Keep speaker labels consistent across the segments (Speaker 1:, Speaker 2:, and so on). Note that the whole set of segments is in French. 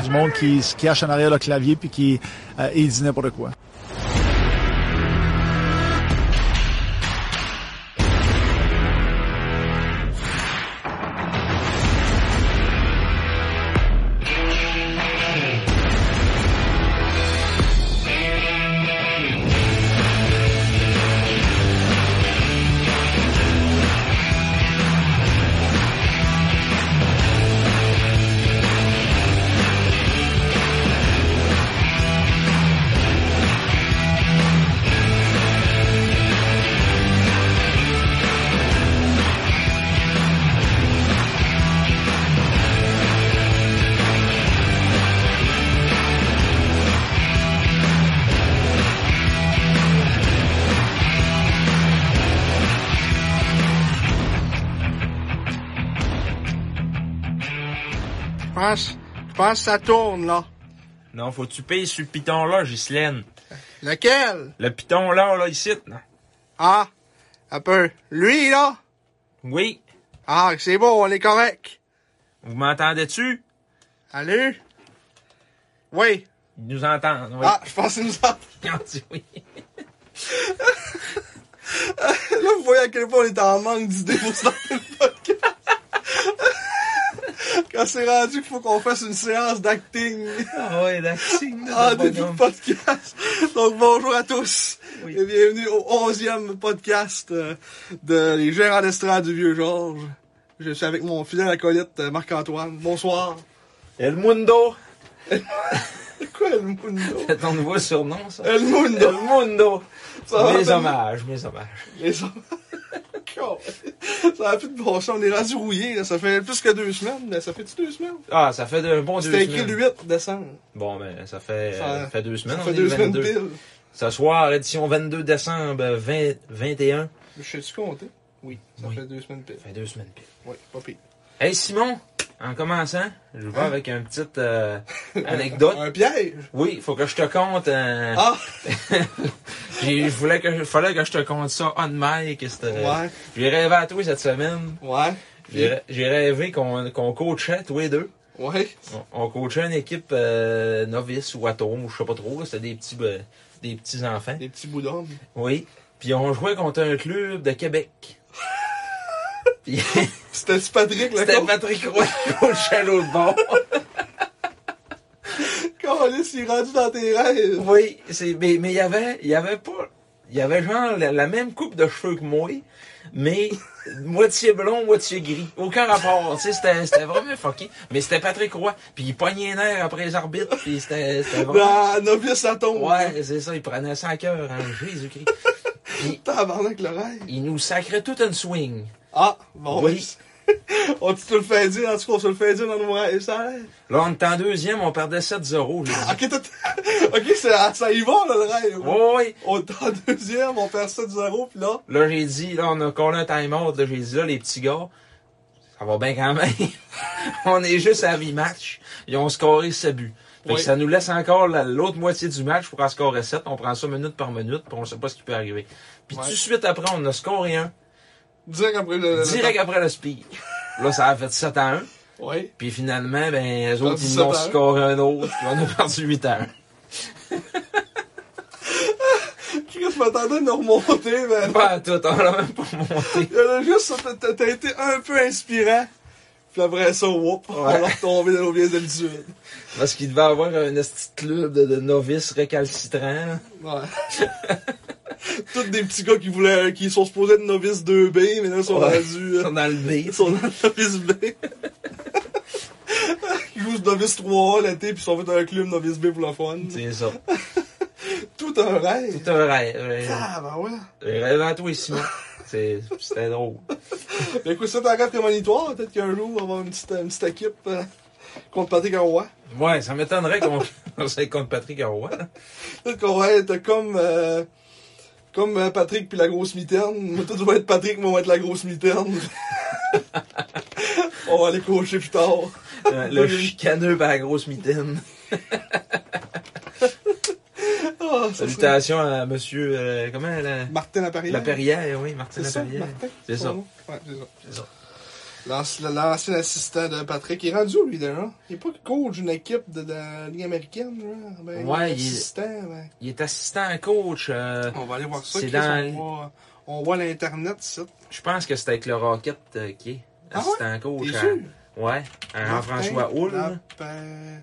Speaker 1: Du monde qui se cache en arrière le clavier puis qui euh, il dit n'importe quoi.
Speaker 2: Je pense, je pense que ça tourne, là.
Speaker 3: Non, faut que tu payes sur le piton là, Ghislaine.
Speaker 2: Lequel?
Speaker 3: Le piton là, là, ici. non?
Speaker 2: Ah, un peu. Lui, là?
Speaker 3: Oui.
Speaker 2: Ah, c'est bon, on est correct.
Speaker 3: Vous m'entendez-tu?
Speaker 2: Salut? Oui.
Speaker 3: Ils nous entendent, oui.
Speaker 2: Ah, je pense que nous a...
Speaker 3: Ils ont dit oui.
Speaker 2: Là, vous voyez à quel point on est en manque d'idées pour se lancer le podcast. Quand c'est rendu qu'il faut qu'on fasse une séance d'acting
Speaker 3: Ah ouais, d'acting,
Speaker 2: en début de podcast. Donc, bonjour à tous.
Speaker 3: Oui.
Speaker 2: Et bienvenue au onzième podcast euh, de Les gérants d'estrade du Vieux-Georges. Je suis avec mon fidèle acolyte euh, Marc-Antoine. Bonsoir.
Speaker 3: El Mundo.
Speaker 2: C'est quoi El Mundo?
Speaker 3: C'est ton nouveau surnom, ça?
Speaker 2: El Mundo!
Speaker 3: El Mundo.
Speaker 2: Ça va,
Speaker 3: mes
Speaker 2: Ben?
Speaker 3: hommages, mes hommages.
Speaker 2: Les hommes. ça a plus de bon sens, on est rendu rouillé, là. ça fait plus que deux semaines, mais ça fait-tu deux semaines?
Speaker 3: Ah, ça fait un bon deux
Speaker 2: C'était écrit
Speaker 3: semaines.
Speaker 2: le 8 décembre.
Speaker 3: Bon, ben, ça fait,
Speaker 2: Ça-
Speaker 3: euh, fait deux semaines.
Speaker 2: ça
Speaker 3: on
Speaker 2: fait
Speaker 3: est
Speaker 2: deux
Speaker 3: le
Speaker 2: semaines
Speaker 3: 22.
Speaker 2: pile.
Speaker 3: Ce soir, édition 22 décembre euh, 20, 21.
Speaker 2: Je sais-tu compter? Oui. Ça
Speaker 3: Oui.
Speaker 2: fait deux semaines pile.
Speaker 3: Ça fait deux semaines pile.
Speaker 2: Oui, pas pire.
Speaker 3: Hey, Simon, en commençant, je
Speaker 2: Hein?
Speaker 3: vais avec une petite euh, anecdote.
Speaker 2: Un piège!
Speaker 3: Oui, faut que je te compte. euh,
Speaker 2: Ah!
Speaker 3: J'ai- Je voulais que je, fallait que je te conte ça on mic. c'était-
Speaker 2: Ah, Ouais,
Speaker 3: J'ai rêvé à toi cette semaine.
Speaker 2: ouais,
Speaker 3: J'ai j'ai rêvé qu'on qu'on coachait tous les deux.
Speaker 2: ouais.
Speaker 3: On, on coachait une équipe euh, novice ou atome ou je sais pas trop. là, C'était des petits euh, des petits enfants.
Speaker 2: Des petits bouts d'hommes.
Speaker 3: Oui. Puis on jouait contre un club de Québec. Puis
Speaker 2: C'était-tu Patrick, là?
Speaker 3: c'était Patrick Roy qui coachait l'autre bord.
Speaker 2: Quand on est rendu dans tes rêves.
Speaker 3: Oui, c'est mais mais il y avait il y avait pas il y avait genre la, la même coupe de cheveux que moi, mais moitié blond, moitié gris. Aucun rapport, tu sais, c'était c'était vraiment fucké, mais c'était Patrick Roy, puis il pognait les nerfs après les arbitres, puis c'était c'était vraiment
Speaker 2: Dans Novice à tombe.
Speaker 3: Ouais, c'est ça, il prenait ça à cœur en Jésus-Christ.
Speaker 2: Tabarnak le rêve.
Speaker 3: Il nous sacrait tout un swing.
Speaker 2: Ah, bon.
Speaker 3: Oui.
Speaker 2: on te le fait dire, en tout cas, on se le fait dire dans nos rêves, ça. a l'air.
Speaker 3: Là, on était en deuxième, on perdait 7-0. j'ai dit.
Speaker 2: Ok, t'as- ok, ça, ça y va, là, le rêve.
Speaker 3: Ouais, ouais.
Speaker 2: On est en deuxième, on perd 7-0, pis là,
Speaker 3: Là, j'ai dit, là, on a collé un time-out, là, j'ai dit, là, les petits gars, ça va bien quand même. on est juste à mi-match. Ils ont scoré 7 buts. Fait que
Speaker 2: Oui.
Speaker 3: ça nous laisse encore la- l'autre moitié du match pour en scorer 7. On prend ça minute par minute, puis on sait pas ce qui peut arriver. Puis
Speaker 2: Ouais.
Speaker 3: tout de suite après, on a scoré un,
Speaker 2: direct après le. le-
Speaker 3: direct après le speed. Là, ça a fait 7 à 1.
Speaker 2: Ouais.
Speaker 3: Puis finalement, ben, les autres,
Speaker 2: Perdu
Speaker 3: ils
Speaker 2: 7
Speaker 3: nous ont
Speaker 2: à 1.
Speaker 3: scoré un autre, puis on a perdu 8 à 1.
Speaker 2: Chris m'attendait à nous remonter, mais.
Speaker 3: Pas à tout, on l'a même pas monté.
Speaker 2: Il y en a juste, ça, t'as- t'as t'as été un peu inspirant. Puis après ça, whoop, on
Speaker 3: Ouais.
Speaker 2: est retombé dans nos vieilles habitudes.
Speaker 3: Parce qu'il devait avoir un petit club de, de novices récalcitrants. hein,
Speaker 2: Ouais. Tous des petits gars qui voulaient, qui sont supposés être novices 2B, mais là, ils sont
Speaker 3: Ouais.
Speaker 2: rendus,
Speaker 3: Ils sont
Speaker 2: euh,
Speaker 3: dans le nez.
Speaker 2: ils sont dans le novice B. Ils jouent novice 3A l'été, puis ils sont dans un club novice B pour le fun.
Speaker 3: C'est ça.
Speaker 2: Tout un rêve.
Speaker 3: Tout un rêve. euh,
Speaker 2: Ah, ben ouais.
Speaker 3: Un rêve à toi et Simon. C'est- C'était drôle.
Speaker 2: Ben écoute, ça t'en rêve prémonitoire. Peut-être qu'un jour, on va avoir une petite, une petite équipe euh, contre Patrick Roy.
Speaker 3: Ouais, ça m'étonnerait qu'on qu'on s'aille contre Patrick Roy. hein.
Speaker 2: Peut-être qu'on va être comme, euh, comme euh, Patrick puis la grosse mitaine. Moi, toi, tu vas être Patrick, moi, on va être la grosse mitaine. on va aller coacher plus tard.
Speaker 3: Euh, Le chicaneux par la grosse mitaine.
Speaker 2: Ah, ça, c'est
Speaker 3: Salutations à monsieur, euh, comment, la,
Speaker 2: Martin Laperrière.
Speaker 3: la Perrière, oui, Martin
Speaker 2: C'est
Speaker 3: la
Speaker 2: ça,
Speaker 3: Perrière.
Speaker 2: Martin?
Speaker 3: C'est
Speaker 2: son
Speaker 3: ça.
Speaker 2: nom? Ouais, c'est ça.
Speaker 3: C'est ça.
Speaker 2: L'ancien l'ancien assistant de Patrick. Il est rendu où, lui, déjà? Il est pas coach d'une équipe de, de la Ligue américaine, genre? Ben, il
Speaker 3: Ouais,
Speaker 2: est
Speaker 3: il est-
Speaker 2: assistant, ben.
Speaker 3: Il est assistant à coach. euh,
Speaker 2: On va aller voir ça.
Speaker 3: C'est
Speaker 2: Chris,
Speaker 3: dans-
Speaker 2: On voit, on voit l'Internet, ça.
Speaker 3: je pense que c'est avec le Rocket euh, qui est
Speaker 2: Ah ouais?
Speaker 3: assistant coach.
Speaker 2: T'es
Speaker 3: à-
Speaker 2: sûr?
Speaker 3: Ouais, à Jean-François
Speaker 2: Martin
Speaker 3: Hull, là.
Speaker 2: Lapin-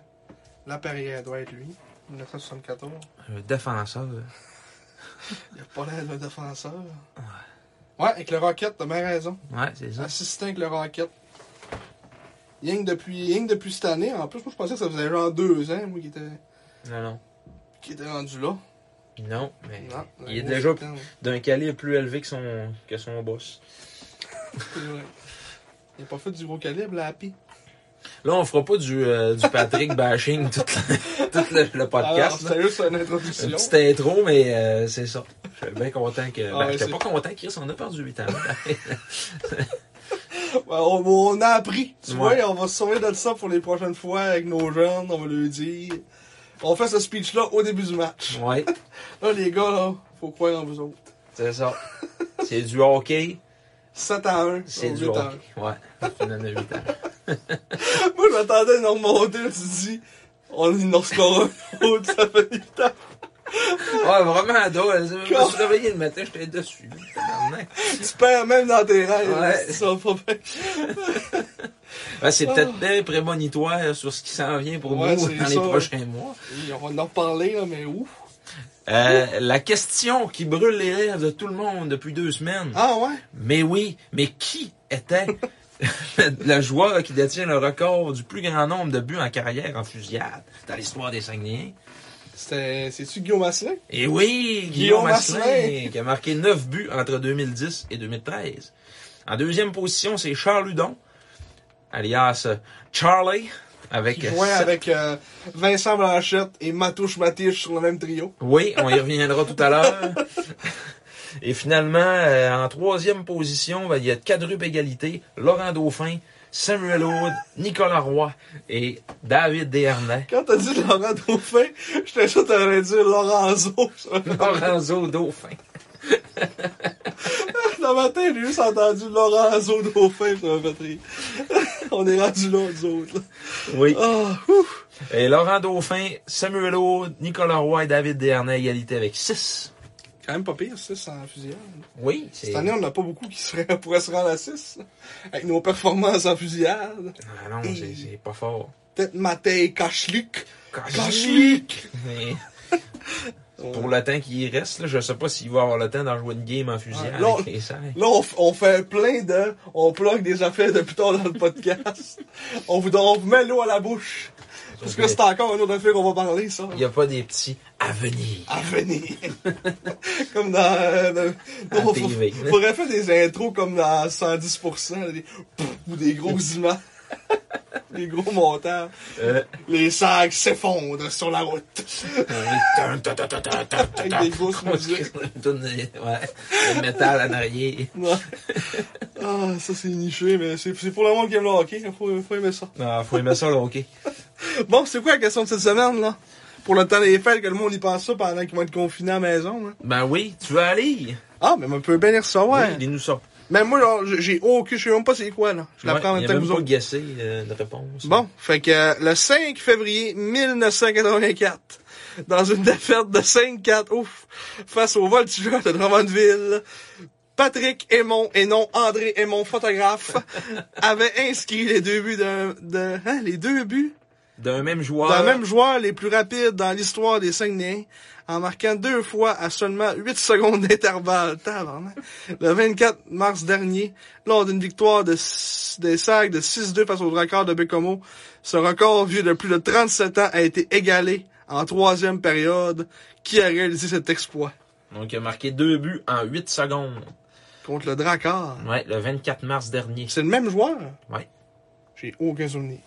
Speaker 2: Lapierre doit être lui. 1974.
Speaker 3: Le défenseur.
Speaker 2: Il a pas l'air d'un défenseur. Ouais. Ouais, avec le Rocket, t'as bien raison.
Speaker 3: Ouais, c'est ça.
Speaker 2: Assistant avec le Rocket. Yang depuis, Yang depuis cette année, en plus, moi je pensais que ça faisait genre deux ans, moi, qui était, Ah.
Speaker 3: Non, non.
Speaker 2: qui était rendu là.
Speaker 3: Non, mais
Speaker 2: Non,
Speaker 3: il est
Speaker 2: ouais,
Speaker 3: déjà
Speaker 2: c'est-
Speaker 3: d'un calibre plus élevé que son, que son boss.
Speaker 2: c'est vrai. Il a pas fait du gros calibre, la Happy.
Speaker 3: Là, on fera pas du, euh, du Patrick bashing tout, le, tout le- le
Speaker 2: Alors,
Speaker 3: podcast. là.
Speaker 2: c'était juste une
Speaker 3: Une
Speaker 2: introduction.
Speaker 3: petite intro, mais euh, c'est ça. Je suis bien content que.
Speaker 2: Ah
Speaker 3: Ben,
Speaker 2: ouais,
Speaker 3: j'étais
Speaker 2: c'est-
Speaker 3: pas content, Chris, on a perdu 8 ans.
Speaker 2: Ouais, on, on a appris. Tu
Speaker 3: Ouais.
Speaker 2: vois, on va se servir de ça pour les prochaines fois avec nos jeunes, on va leur dire. On fait ce speech-là au début du match.
Speaker 3: ouais,
Speaker 2: Là, les gars, là, faut croire en vous autres.
Speaker 3: c'est ça. C'est du hockey,
Speaker 2: 7 à 1.
Speaker 3: c'est
Speaker 2: au
Speaker 3: du
Speaker 2: huit à un.
Speaker 3: hockey. Ouais, on en a 8 ans.
Speaker 2: Moi, je m'attendais à une remontée, tu te dis, on est dans un autre, ça fait du temps.
Speaker 3: Ouais, Ah, vraiment, là, je me suis réveillé le matin, j'étais dessus. tabarnak.
Speaker 2: Tu perds même dans tes rêves.
Speaker 3: Ouais.
Speaker 2: là, c'est ça, pas bien.
Speaker 3: Ouais, c'est peut-être bien prémonitoire sur ce qui s'en vient pour
Speaker 2: Ah. Ouais,
Speaker 3: nous
Speaker 2: c'est
Speaker 3: dans les
Speaker 2: ça.
Speaker 3: prochains mois.
Speaker 2: Et on va en reparler, là, mais ouf.
Speaker 3: Euh, la question qui brûle les rêves de tout le monde depuis deux semaines.
Speaker 2: Ah ouais?
Speaker 3: Mais oui, mais qui était le joueur qui détient le record du plus grand nombre de buts en carrière en fusillade dans l'histoire des Saguenayens?
Speaker 2: C'était, c'est-tu Guillaume Asselin?
Speaker 3: Et oui,
Speaker 2: Guillaume
Speaker 3: Guillaume
Speaker 2: Asselin.
Speaker 3: Asselin, qui a marqué 9 buts entre 2010 et 2013. En deuxième position, c'est Charles Hudon, alias Charlie, avec...
Speaker 2: Qui jouait
Speaker 3: sept-
Speaker 2: avec euh, Vincent Blanchette et Matouche Matiche sur le même trio.
Speaker 3: Oui, on y reviendra tout à l'heure. Et finalement, euh, en troisième position, ben, il y a quadruple égalité, Laurent Dauphin, Samuel Aude, Nicolas Roy et David Desharnais.
Speaker 2: Quand t'as dit Laurent Dauphin, j'étais sûr que t'aurais dit Lorenzo.
Speaker 3: Lorenzo Dauphin.
Speaker 2: Dans ma tête, j'ai juste entendu Lorenzo Dauphin, ça m'a fait rire. On est rendu là, nous autres. là.
Speaker 3: Oui.
Speaker 2: Ah, ouf.
Speaker 3: Et Laurent Dauphin, Samuel Aude, Nicolas Roy et David Desharnais, égalité avec 6.
Speaker 2: Quand même pas pire, 6 en fusillade.
Speaker 3: Oui, c'est...
Speaker 2: Cette année, on n'a pas beaucoup qui seraient, pourraient se rendre à 6. Avec nos performances en fusillade.
Speaker 3: Ah non, c'est c'est pas fort.
Speaker 2: Peut-être Matej Kachlik.
Speaker 3: Mais Pour le temps qui reste, là, je sais pas s'il va avoir le temps d'en jouer une game en fusillade.
Speaker 2: Ouais, non.
Speaker 3: avec les Saints.
Speaker 2: Là, on, f- on fait plein de... On plug des affaires de plus tard dans le podcast. on vous don- on vous met l'eau à la bouche. Parce que c'est encore une autre affaire qu'on va parler, ça.
Speaker 3: Il n'y a pas des petits à venir.
Speaker 2: à venir. comme dans... euh, dans-
Speaker 3: À
Speaker 2: non,
Speaker 3: TV.
Speaker 2: faut- faudrait faire des intros comme dans 110%, là, des, ou des gros images, des gros montants.
Speaker 3: Euh,
Speaker 2: Les sacs s'effondrent sur la route.
Speaker 3: Avec
Speaker 2: des grosses musiques.
Speaker 3: Ouais. Le métal en arrière.
Speaker 2: Ouais. ah, ça c'est niché, mais c'est c'est pour le monde qui aime le hockey, faut, faut aimer ça.
Speaker 3: Ah, faut aimer ça, là, ok.
Speaker 2: Bon, c'est quoi la question de cette semaine, là? Pour le temps des fêtes, que le monde y pense ça pendant qu'ils vont être confinés à la maison, hein.
Speaker 3: Ben oui, tu veux aller?
Speaker 2: Ah, mais on peut bien les recevoir.
Speaker 3: Oui, il nous sort.
Speaker 2: Mais moi, genre, j'ai- j'ai aucune, je sais même pas c'est quoi, là. Je l'apprends en
Speaker 3: il
Speaker 2: même
Speaker 3: a
Speaker 2: temps que
Speaker 3: même
Speaker 2: vous
Speaker 3: pas
Speaker 2: autres.
Speaker 3: guessé euh, de réponse.
Speaker 2: Bon, fait que euh, le 5 février 1984, dans une défaite de 5-4, ouf, face au voltigeur de Drummondville, Patrick Aymon, et non André Aymon, photographe, avait inscrit les deux buts d'un- de, hein, les deux buts
Speaker 3: D'un même joueur.
Speaker 2: d'un même joueur les plus rapides dans l'histoire des Saguenayens, en marquant deux fois à seulement 8 secondes d'intervalle. Tabarnak. Le 24 mars dernier, lors d'une victoire de s- des Sags de 6-2 face au record de Bécomo, ce record vieux de plus de 37 ans a été égalé en troisième période. Qui a réalisé cet exploit?
Speaker 3: Donc, il a marqué deux buts en 8 secondes.
Speaker 2: Contre le Drakkar.
Speaker 3: Ouais, le 24 mars dernier.
Speaker 2: C'est le même joueur?
Speaker 3: Ouais.
Speaker 2: J'ai aucun souvenir.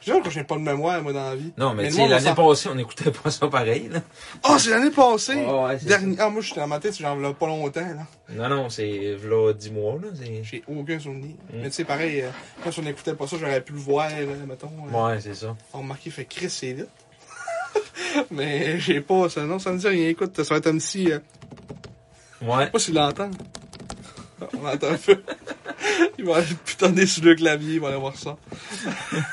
Speaker 2: Je sais que j'ai pas de mémoire, moi, dans la vie.
Speaker 3: Non, mais,
Speaker 2: le
Speaker 3: tu sais,
Speaker 2: monde, on
Speaker 3: l'année
Speaker 2: s'en-
Speaker 3: passée, on n'écoutait pas ça pareil, là.
Speaker 2: Ah, c'est l'année passée!
Speaker 3: Ouais, ouais, c'est
Speaker 2: Dernier... Ah, moi, j'étais dans ma tête, j'en voulais pas longtemps, là.
Speaker 3: Non, non, c'est, euh, v'là 10 mois, là. c'est-
Speaker 2: J'ai aucun souvenir.
Speaker 3: Mm.
Speaker 2: Mais tu sais, pareil, euh, quand on n'écoutait pas ça, j'aurais pu le voir, euh, mettons. euh,
Speaker 3: Ouais, c'est ça.
Speaker 2: On remarquait, fait Chris, c'est vite. Mais j'ai pas ça, non, ça me dit rien. Écoute, ça va être un petit. euh,
Speaker 3: Ouais.
Speaker 2: Ah, je sais pas s'il l'entend. On l'entend un peu. Il va aller putonner sur le clavier, il va aller voir ça.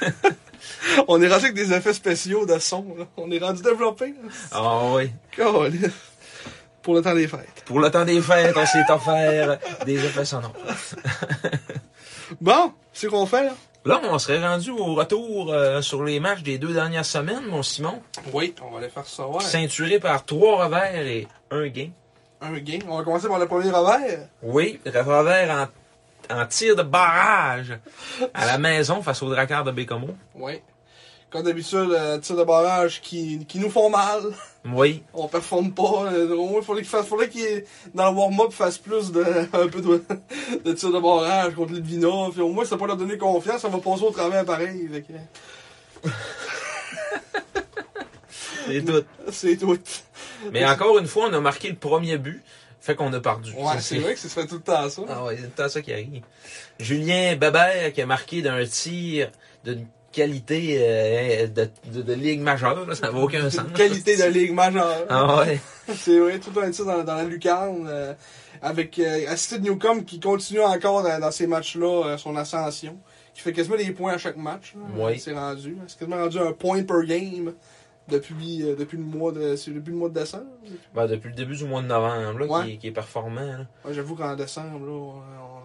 Speaker 2: On est rendu avec des effets spéciaux de son, là. On est rendu développé, là.
Speaker 3: Ah oui.
Speaker 2: Câlisse. Pour le temps des fêtes.
Speaker 3: Pour le temps des fêtes, on s'est offert des effets sonores.
Speaker 2: Bon, c'est qu'on fait, là?
Speaker 3: Là, on serait rendu au retour euh, sur les matchs des deux dernières semaines, mon Simon.
Speaker 2: Oui, on va aller faire ça, ouais.
Speaker 3: Ceinturé par trois revers et un gain.
Speaker 2: Un game. On va commencer par le premier revers.
Speaker 3: Oui, revers en, en tir de barrage à la maison face au Drakkar de Bécomo.
Speaker 2: Oui. Comme d'habitude, euh, tir de barrage qui, qui nous font mal.
Speaker 3: Oui,
Speaker 2: On performe pas. Euh, Au moins, il faudrait qu'il fasse, faudrait qu'il, dans le warm-up, fasse plus de, un peu de, de tir de barrage contre Litvina. Puis au moins, ça va leur donner confiance. Ça va passer au travers pareil. Fait que,
Speaker 3: c'est tout.
Speaker 2: c'est tout.
Speaker 3: Mais encore une fois, on a marqué le premier but, fait qu'on a perdu.
Speaker 2: Ouais,
Speaker 3: Ça,
Speaker 2: c'est vrai que ça se fait tout le temps, ça.
Speaker 3: Ah ouais, c'est tout le temps ça qui arrive. Julien Babert qui a marqué d'un tir d'une qualité euh, de, de, de ligue majeure, là, ça n'a aucun
Speaker 2: C'est
Speaker 3: sens.
Speaker 2: une qualité de ligue majeure.
Speaker 3: Ah ouais.
Speaker 2: C'est vrai, tout un tir dans, dans la lucarne. euh, avec euh, Assisted Newcomb qui continue encore dans, dans ces matchs-là euh, son ascension. Qui fait quasiment des points à chaque match. là.
Speaker 3: Oui.
Speaker 2: C'est rendu. C'est quasiment rendu un point per game depuis, euh, depuis, le, mois de, c'est depuis le mois de décembre.
Speaker 3: Ben, depuis le début du mois de novembre, là,
Speaker 2: Ouais.
Speaker 3: qui, qui est performant. là.
Speaker 2: Ouais, j'avoue qu'en décembre, là, on, on-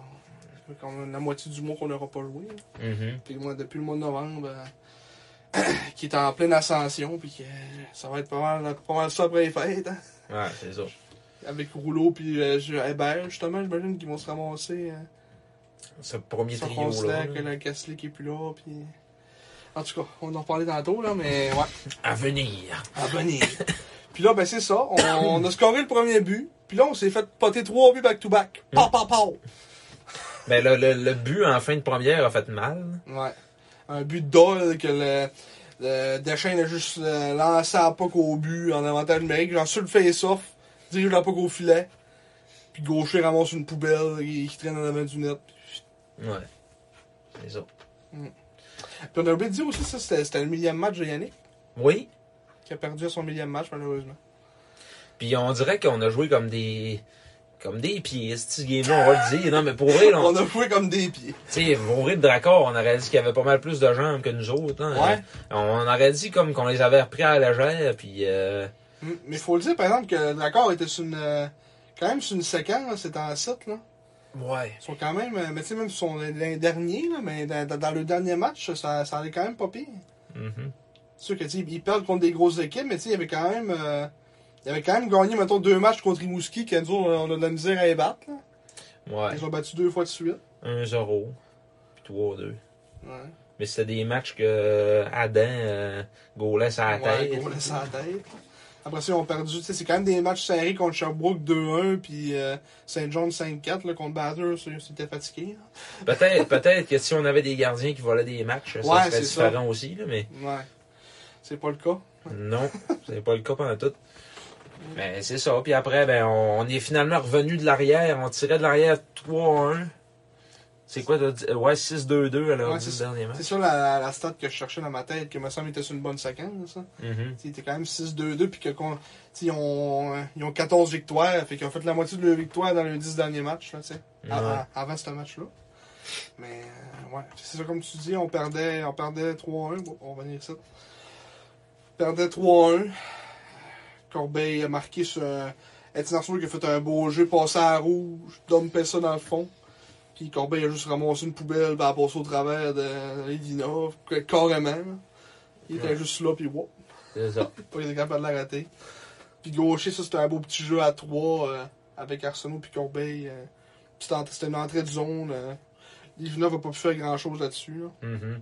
Speaker 2: qu'on a la moitié du mois qu'on n'aura pas joué. là.
Speaker 3: Mhm.
Speaker 2: Puis moi, depuis le mois de novembre, euh, qui est en pleine ascension. Puis que, euh, ça va être pas mal, pas mal ça après les fêtes. hein.
Speaker 3: Ouais, c'est ça.
Speaker 2: Avec Rouleau puis euh, je- Hébert, justement, j'imagine qu'ils vont se ramasser. euh,
Speaker 3: Ce premier
Speaker 2: si on
Speaker 3: trio là.
Speaker 2: considère que le Gasly qui est plus là, puis... En tout cas, on en parlait tantôt, là, mais ouais,
Speaker 3: À venir.
Speaker 2: à venir. puis là, ben c'est ça, on, on a scoré le premier but, puis là, on s'est fait poter trois buts back-to-back. Pa, pa, pa!
Speaker 3: Ben le, le, le but en fin de première a fait mal.
Speaker 2: Ouais. Un but d'ol que le, le Deschênes a juste euh, lancé à puck au but en avantage numérique. Genre sur le face-off, dirige la puck au filet, puis le gaucher ramasse une poubelle qui, qui traîne en avant du net.
Speaker 3: Ouais. C'est ça.
Speaker 2: Puis on a oublié de dire aussi, ça, c'était c'était le millième match de Yannick,
Speaker 3: Oui.
Speaker 2: qui a perdu à son millième match, malheureusement.
Speaker 3: Puis on dirait qu'on a joué comme des. Comme des pieds, ce petit game-là, on va le dire. Non, mais pour vrai, là, on-
Speaker 2: On a joué comme des pieds.
Speaker 3: Tu sais, vous de Dracor, on aurait dit qu'il y avait pas mal plus de jambes que nous autres. Hein.
Speaker 2: Ouais.
Speaker 3: Euh, On aurait dit comme qu'on les avait repris à la légère, puis... Euh...
Speaker 2: Mm. Mais faut le dire, par exemple, que Dracor était sur une. euh, quand même sur une séquence, c'était en 7, là.
Speaker 3: Ouais.
Speaker 2: Ils sont quand même. euh, Mais tu sais, même sur l'an dernier, là, mais dans, dans- dans le dernier match, ça, ça allait quand même pas pire.
Speaker 3: Mhm.
Speaker 2: C'est sûr que, tu sais, ils perdent contre des grosses équipes, mais tu sais, il y avait quand même. euh, il avait quand même gagné, mettons, deux matchs contre Rimouski, que nous, autres, on a de la misère à les battre. Là.
Speaker 3: Ouais.
Speaker 2: Ils ont battu deux fois de suite.
Speaker 3: 1-0, puis 3-2.
Speaker 2: Ouais.
Speaker 3: Mais c'était des matchs que euh, Adam euh, gaulait sa
Speaker 2: Ouais,
Speaker 3: tête.
Speaker 2: gros, là, ça à la tête. Après ça, ils ont perdu. Tu sais, c'est quand même des matchs serrés contre Sherbrooke 2-1, puis euh, Saint-John 5-4, là, contre Bathurst, ils étaient fatigués. hein. là.
Speaker 3: Peut-être peut-être que si on avait des gardiens qui volaient des matchs, ça
Speaker 2: Ouais,
Speaker 3: serait
Speaker 2: c'est ça.
Speaker 3: différent aussi, là, mais
Speaker 2: Ouais. C'est pas le cas.
Speaker 3: non, c'est pas le cas pendant tout. Mais c'est ça. Puis après, ben, on, on est finalement revenu de l'arrière. On tirait de l'arrière 3-1. C'est quoi, t'as dit? Ouais, 6-2-2 à l'heure
Speaker 2: Ouais,
Speaker 3: du
Speaker 2: c'est-
Speaker 3: dernier match.
Speaker 2: C'est ça la, la, la stat que je cherchais dans ma tête, que me semble était sur une bonne séquence. hein. Ça.
Speaker 3: Mhm.
Speaker 2: Tu sais, Il était quand même 6-2-2, puis que qu'on- tu sais, ils ont, euh, ils ont 14 victoires, fait qu'ils ont fait la moitié de leur victoire dans les 10 derniers matchs, là, tu sais,
Speaker 3: Mm. Ouais.
Speaker 2: avant, avant ce match-là. Mais euh, ouais, c'est ça comme tu dis, on perdait, on perdait 3-1, Bon, on va venir ça. On perdait 3-1. Corbeil a marqué sur un- Étienne Arsenault qui a fait un beau jeu, passé à la rouge, dumpé ça dans le fond. Puis Corbeil a juste ramassé une poubelle, puis elle a passé au travers de Edina, carrément. là. Il était
Speaker 3: Ouais.
Speaker 2: juste là, puis wow.
Speaker 3: C'est ça.
Speaker 2: Pas été capable de la rater. Puis gaucher, ça c'était un beau petit jeu à 3 avec Arsenault puis Corbeil. euh, puis c'était en- c'était une entrée de zone. Euh, Livinov a pas pu faire grand chose là-dessus. là.
Speaker 3: Mhm.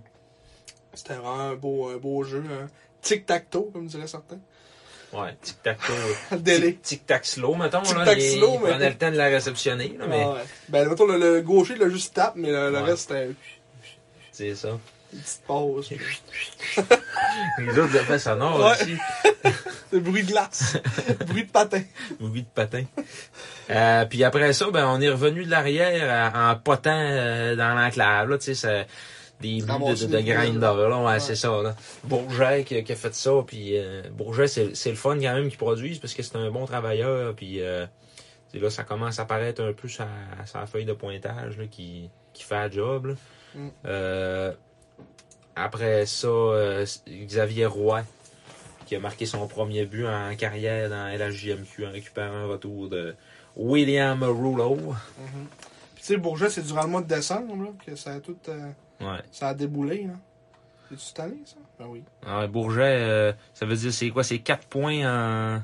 Speaker 2: C'était vraiment un beau, un beau jeu. hein. Tic-tac-toe, comme dirait certains.
Speaker 3: Ouais, tic-tac-toe.
Speaker 2: Le délai.
Speaker 3: Tic-tac slow, mettons. là,
Speaker 2: Tic-tac
Speaker 3: il,
Speaker 2: slow,
Speaker 3: il
Speaker 2: mais-
Speaker 3: prenait le temps de la réceptionner, là, mais
Speaker 2: Ah ouais. Ben, mettons, le, le gaucher, il a juste tape, mais le, le
Speaker 3: Ouais.
Speaker 2: reste, c'était
Speaker 3: c'est ça.
Speaker 2: une petite pause. puis-
Speaker 3: Les autres effets sonores
Speaker 2: Ouais.
Speaker 3: aussi.
Speaker 2: le bruit de glace. le bruit de patin.
Speaker 3: Oui, de patin. Euh, puis après ça, ben, on est revenu de l'arrière euh, en potant euh, dans l'enclave. Là, tu sais, ça- des buts de,
Speaker 2: Ramasser
Speaker 3: de, de
Speaker 2: des
Speaker 3: grinder.
Speaker 2: boules.
Speaker 3: Là, ouais,
Speaker 2: Ouais.
Speaker 3: c'est ça. Là. Bourget qui, qui a fait ça. Puis euh, Bourget, c'est c'est le fun quand même qu'ils produisent parce que c'est un bon travailleur. Puis euh, tu C'est là, ça commence à paraître un peu sa, sa feuille de pointage là, qui, qui fait la job. là.
Speaker 2: Mm.
Speaker 3: Euh, après ça, euh, Xavier Roy, qui a marqué son premier but en carrière dans LHJMQ en récupérant un retour de William Rouleau.
Speaker 2: Puis, tu sais, Bourget, c'est durant le mois de décembre, là, que ça a tout. euh,
Speaker 3: Ouais.
Speaker 2: ça a déboulé, là. C'est-tu cette année, ça? Ben oui.
Speaker 3: Ah, Bourget, euh, ça veut dire c'est quoi? C'est 4 points en,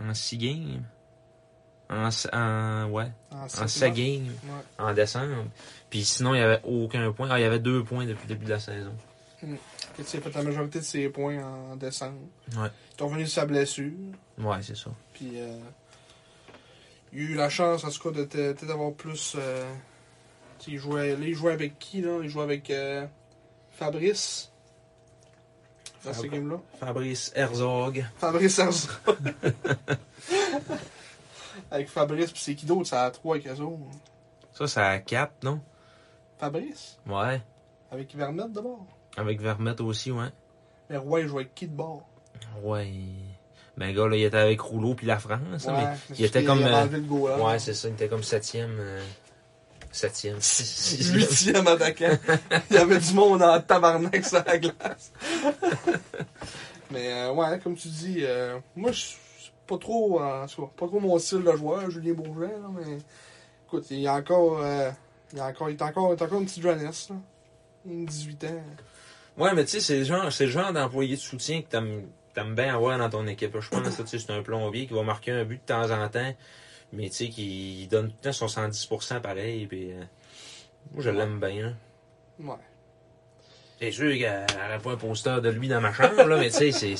Speaker 3: en 6 games? En, s- en, ouais, en
Speaker 2: sept
Speaker 3: 7
Speaker 2: matchs.
Speaker 3: games
Speaker 2: Ouais.
Speaker 3: en décembre. Puis sinon, il n'y avait aucun point. Ah, il y avait 2 points depuis le début de la saison.
Speaker 2: Et tu sais, il a fait la majorité de ses points en décembre.
Speaker 3: Ouais.
Speaker 2: Ils sont venus de sa blessure.
Speaker 3: Ouais, c'est ça.
Speaker 2: Puis, euh, il a eu la chance, en tout cas, de te- peut-être d'avoir plus. euh, tu sais, il jouait, là, il jouait avec qui, là Il jouait avec euh, Fabrice. Dans ce
Speaker 3: Fab-
Speaker 2: game-là.
Speaker 3: Fabrice Herzog.
Speaker 2: Fabrice Arza. avec Fabrice, puis c'est qui d'autre Ça a trois avec eux autres.
Speaker 3: Ça, c'est à 4, non?
Speaker 2: Fabrice
Speaker 3: Ouais.
Speaker 2: Avec Vermette de bord.
Speaker 3: Avec Vermette aussi, ouais.
Speaker 2: Mais Roy, il jouait avec qui de bord
Speaker 3: Ouais. il- Ben, le gars, là, il était avec Rouleau puis la France. là, mais
Speaker 2: parce
Speaker 3: il était
Speaker 2: qu'il
Speaker 3: comme.
Speaker 2: avait
Speaker 3: euh,
Speaker 2: enlevé le goal,
Speaker 3: ouais, c'est ça. Il était comme euh, 7e. 7e. 6e.
Speaker 2: Huitième attaquant. Il y avait du monde en tabarnak sur la glace. Mais euh, ouais, comme tu dis, euh, moi je suis pas trop euh, en tout cas, pas trop mon style de joueur, Julien Bourget, là, mais écoute, il est encore euh, il est encore il est encore, il est encore une petite jeunesse là. Il a 18 ans.
Speaker 3: Ouais, mais tu sais, c'est le genre, c'est le genre d'employé de soutien que t'aimes, t'aimes bien avoir dans ton équipe. Je pense que tu sais, c'est un plombier qui va marquer un but de temps en temps, mais tu sais, qui il donne tout le temps son 110% pareil. Puis, euh, moi, je l'aime bien. hein.
Speaker 2: Ouais.
Speaker 3: C'est sûr qu'elle n'aurait pas un poster de lui dans ma chambre, là, mais tu sais, c'est,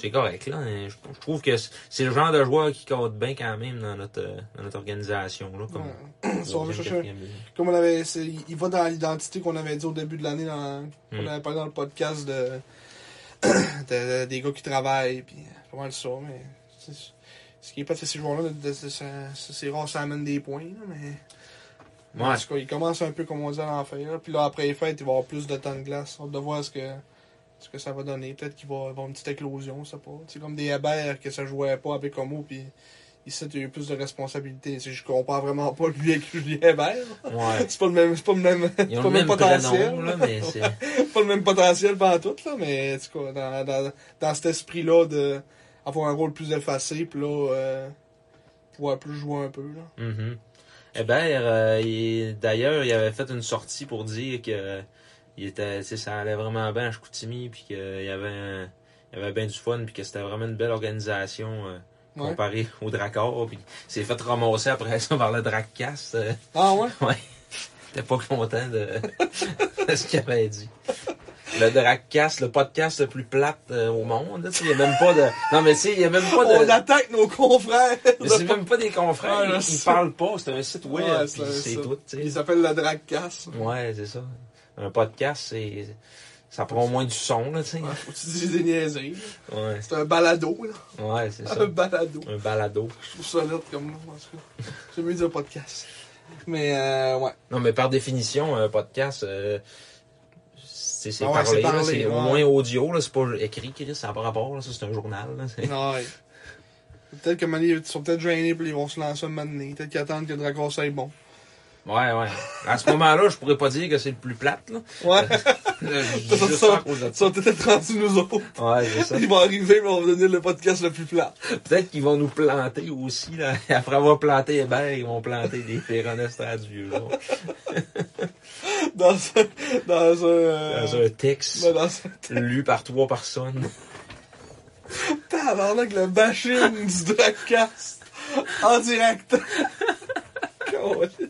Speaker 3: c'est correct. Là. hein. Je, je trouve que c'est- c'est le genre de joueur qui compte bien quand même dans notre, euh, dans notre organisation. Là, comme
Speaker 2: ouais. Si on veut
Speaker 3: deuxième,
Speaker 2: chercher-
Speaker 3: quatrième ligne.
Speaker 2: comme on avait c'est- il va dans l'identité qu'on avait dit au début de l'année dans qu'on
Speaker 3: Hmm.
Speaker 2: avait parlé dans le podcast de, de- de- des gars qui travaillent puis euh, pas mal de ça mais c'est- ce qui est pas de ces joueurs là c'est rare ça amène des points là, mais
Speaker 3: Ouais.
Speaker 2: en tout cas, il commence un peu comme on dit à l'enfer là. puis là après les fêtes il va avoir plus de temps de glace on de voir ce que ce que ça va donner peut-être qu'il va avoir une petite éclosion je sais pas c'est comme des Hébert que ça jouait pas avec Homo puis ici tu as eu plus de responsabilités Tu sais, je compare vraiment pas lui avec Julien Hébert
Speaker 3: ouais.
Speaker 2: c'est pas le même, c'est pas le même, c'est
Speaker 3: Ils ont
Speaker 2: pas
Speaker 3: le même
Speaker 2: potentiel.
Speaker 3: prénom, là, mais c'est.
Speaker 2: C'est pas le même potentiel pendant tout, là, mais en tout cas, dans, dans, dans cet esprit-là de avoir un rôle plus effacé, puis là, euh, pouvoir plus jouer un peu, là.
Speaker 3: Mhm. Hébert, euh, il- d'ailleurs, il avait fait une sortie pour dire que il était, tu sais, ça allait vraiment bien à Chicoutimi, puis qu'il y avait, un- il y avait bien du fun, puis que c'était vraiment une belle organisation euh,
Speaker 2: Ouais.
Speaker 3: comparée au Dracor. Puis il s'est fait ramasser après ça par le Dracast. Euh,
Speaker 2: Ah ouais?
Speaker 3: J'étais pas content de, de ce qu'il avait dit. Le Dracast, le podcast le plus plate euh, au monde. là, tu sais, Il y a même pas de. Non, mais tu sais, il y a même pas de.
Speaker 2: On attaque nos confrères!
Speaker 3: Mais c'est même pas des confrères,
Speaker 2: Ouais, je
Speaker 3: ils, ils
Speaker 2: sais.
Speaker 3: parlent pas, c'est un site web,
Speaker 2: Ah, Ouais,
Speaker 3: puis
Speaker 2: c'est
Speaker 3: c'est
Speaker 2: ça.
Speaker 3: tout, tu
Speaker 2: Ils
Speaker 3: sais.
Speaker 2: s'appellent la Dragcast.
Speaker 3: Ouais, c'est ça. Un podcast, c'est ça prend au moins du son, là, tu sais.
Speaker 2: Ouais, faut que tu dises des niaiseries. là.
Speaker 3: Ouais,
Speaker 2: C'est un balado, là.
Speaker 3: ouais, c'est ça.
Speaker 2: Un balado.
Speaker 3: Un balado.
Speaker 2: Je trouve ça lettre comme nom, en tout cas. J'aime mieux dire podcast. Mais, euh, ouais.
Speaker 3: Non, mais par définition, un podcast, euh, c'est c'est
Speaker 2: Ah ouais,
Speaker 3: parlé,
Speaker 2: c'est
Speaker 3: là,
Speaker 2: parlé,
Speaker 3: c'est au
Speaker 2: ouais.
Speaker 3: moins audio, là, c'est pas écrit, Chris, ça n'a pas rapport, là, ça c'est un journal. Là, c'est-
Speaker 2: Ah Ouais. Peut-être que Mané, ils sont peut-être gênés, puis ils vont se lancer un moment donné. Peut-être qu'ils attendent que le Dracor soit bon.
Speaker 3: ouais, ouais. À ce moment-là, je pourrais pas dire que c'est le plus plate, là.
Speaker 2: Ouais.
Speaker 3: Je-
Speaker 2: Ça,
Speaker 3: juste
Speaker 2: ça,
Speaker 3: à cause de
Speaker 2: Ils sont peut-être rendus nous autres.
Speaker 3: ça. Ouais, c'est ça.
Speaker 2: Ils vont arriver, mais on va donner le podcast le plus plat.
Speaker 3: Peut-être qu'ils vont nous planter aussi, là. Après avoir planté Hébert, ils vont planter des Ferronesta du vieux jour.
Speaker 2: Dans un. Dans un. euh,
Speaker 3: Dans un texte
Speaker 2: ben, dans un
Speaker 3: lu par trois personnes.
Speaker 2: tabarnak, le bashing du podcast. En direct.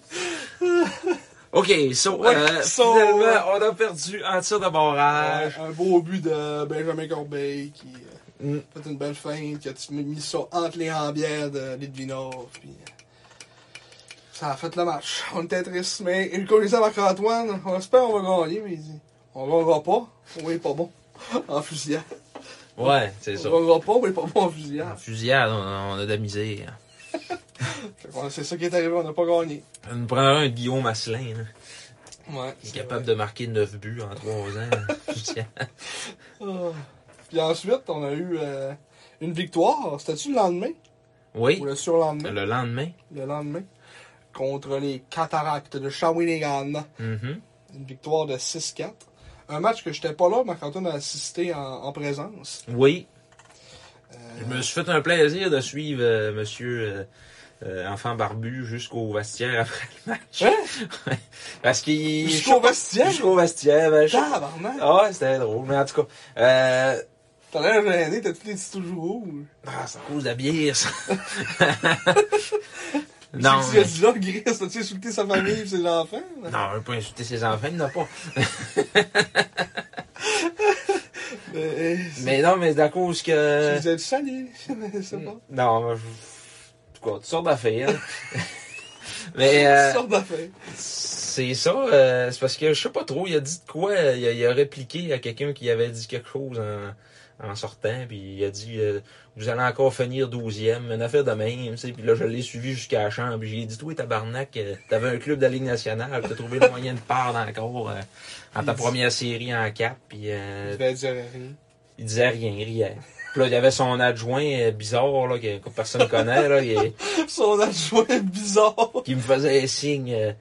Speaker 3: OK, so,
Speaker 2: Ouais,
Speaker 3: euh,
Speaker 2: so-
Speaker 3: finalement, on a perdu en tir de
Speaker 2: Ouais,
Speaker 3: barrage.
Speaker 2: un beau but de Benjamin Corbeil qui euh,
Speaker 3: Mm.
Speaker 2: fait une belle feinte, qui a mis ça entre les rambières de Lidvinov. Puis, euh, ça a fait le match. On était tristes, mais il connaissait Marc-Antoine. On espère qu'on va gagner, mais il dit on gagnera pas, on est pas bon en fusillade.
Speaker 3: Ouais, c'est ça. Ah.
Speaker 2: On gagnera pas, on est pas bon en
Speaker 3: En
Speaker 2: fusillade.
Speaker 3: fusillade, on, on a de la misère.
Speaker 2: Fait qu'on- C'est ça qui est arrivé, on n'a pas gagné.
Speaker 3: On nous prendra un Guillaume Asselin, là,
Speaker 2: Ouais,
Speaker 3: qui est
Speaker 2: c'est
Speaker 3: capable
Speaker 2: vrai.
Speaker 3: de marquer 9 buts en 3 ans. en fusillade.
Speaker 2: Ah. Puis ensuite, on a eu euh, une victoire. C'était-tu le lendemain
Speaker 3: Oui,
Speaker 2: ou le surlendemain,
Speaker 3: le lendemain.
Speaker 2: le lendemain, contre les cataractes de Shawinigan.
Speaker 3: Mhm.
Speaker 2: Une victoire de 6-4. Un match que j'étais pas là, Marc-Antoine a assisté en, en présence.
Speaker 3: Oui,
Speaker 2: Euh,
Speaker 3: je me suis fait un plaisir de suivre euh, Monsieur euh, euh, Enfant Barbu jusqu'au vestiaire après le match.
Speaker 2: Hein?
Speaker 3: Ouais. Parce qu'il...
Speaker 2: Jusqu'au vestiaire?
Speaker 3: Jusqu'au vestiaire, ben, je-
Speaker 2: Tabarnak!
Speaker 3: Ah, ouais, c'était drôle, mais en tout cas... euh,
Speaker 2: T'as l'air gêné, t'as tous les petits toujours rouges.
Speaker 3: Ah, c'est à cause de la bière, ça. non,
Speaker 2: Non. Tu
Speaker 3: mais-
Speaker 2: as dit là, Gris, t'as-tu insulté sa famille et ses enfants?
Speaker 3: non, je veux pas insulter ses enfants, il n'a pas.
Speaker 2: Euh, mais.
Speaker 3: Mais euh, non, mais c'est à cause
Speaker 2: Tu
Speaker 3: que...
Speaker 2: les as dit salut! Je sais pas.
Speaker 3: Non, je... en tout cas, toutes sortes d'affaires. mais euh,
Speaker 2: Toutes sortes d'affaires.
Speaker 3: c'est ça, euh, c'est parce que je sais pas trop, il a dit de quoi, euh, il a, il a répliqué à quelqu'un qui avait dit quelque chose en, en sortant, puis il a dit euh, Vous allez encore finir 12e, une affaire de même, tu sais, puis là je l'ai suivi jusqu'à la chambre, puis j'ai dit Toi, tabarnak, euh, t'avais un club de la Ligue nationale, t'as trouvé le moyen de perdre encore euh, en ta
Speaker 2: Il dit-
Speaker 3: première série en 4, puis euh,
Speaker 2: Ben, Je vais dire rien.
Speaker 3: il disait rien, il riait. Puis là, il y avait son adjoint euh, bizarre, là, que, que personne connaît, là, il-
Speaker 2: Son adjoint bizarre.
Speaker 3: qui me faisait signe. euh,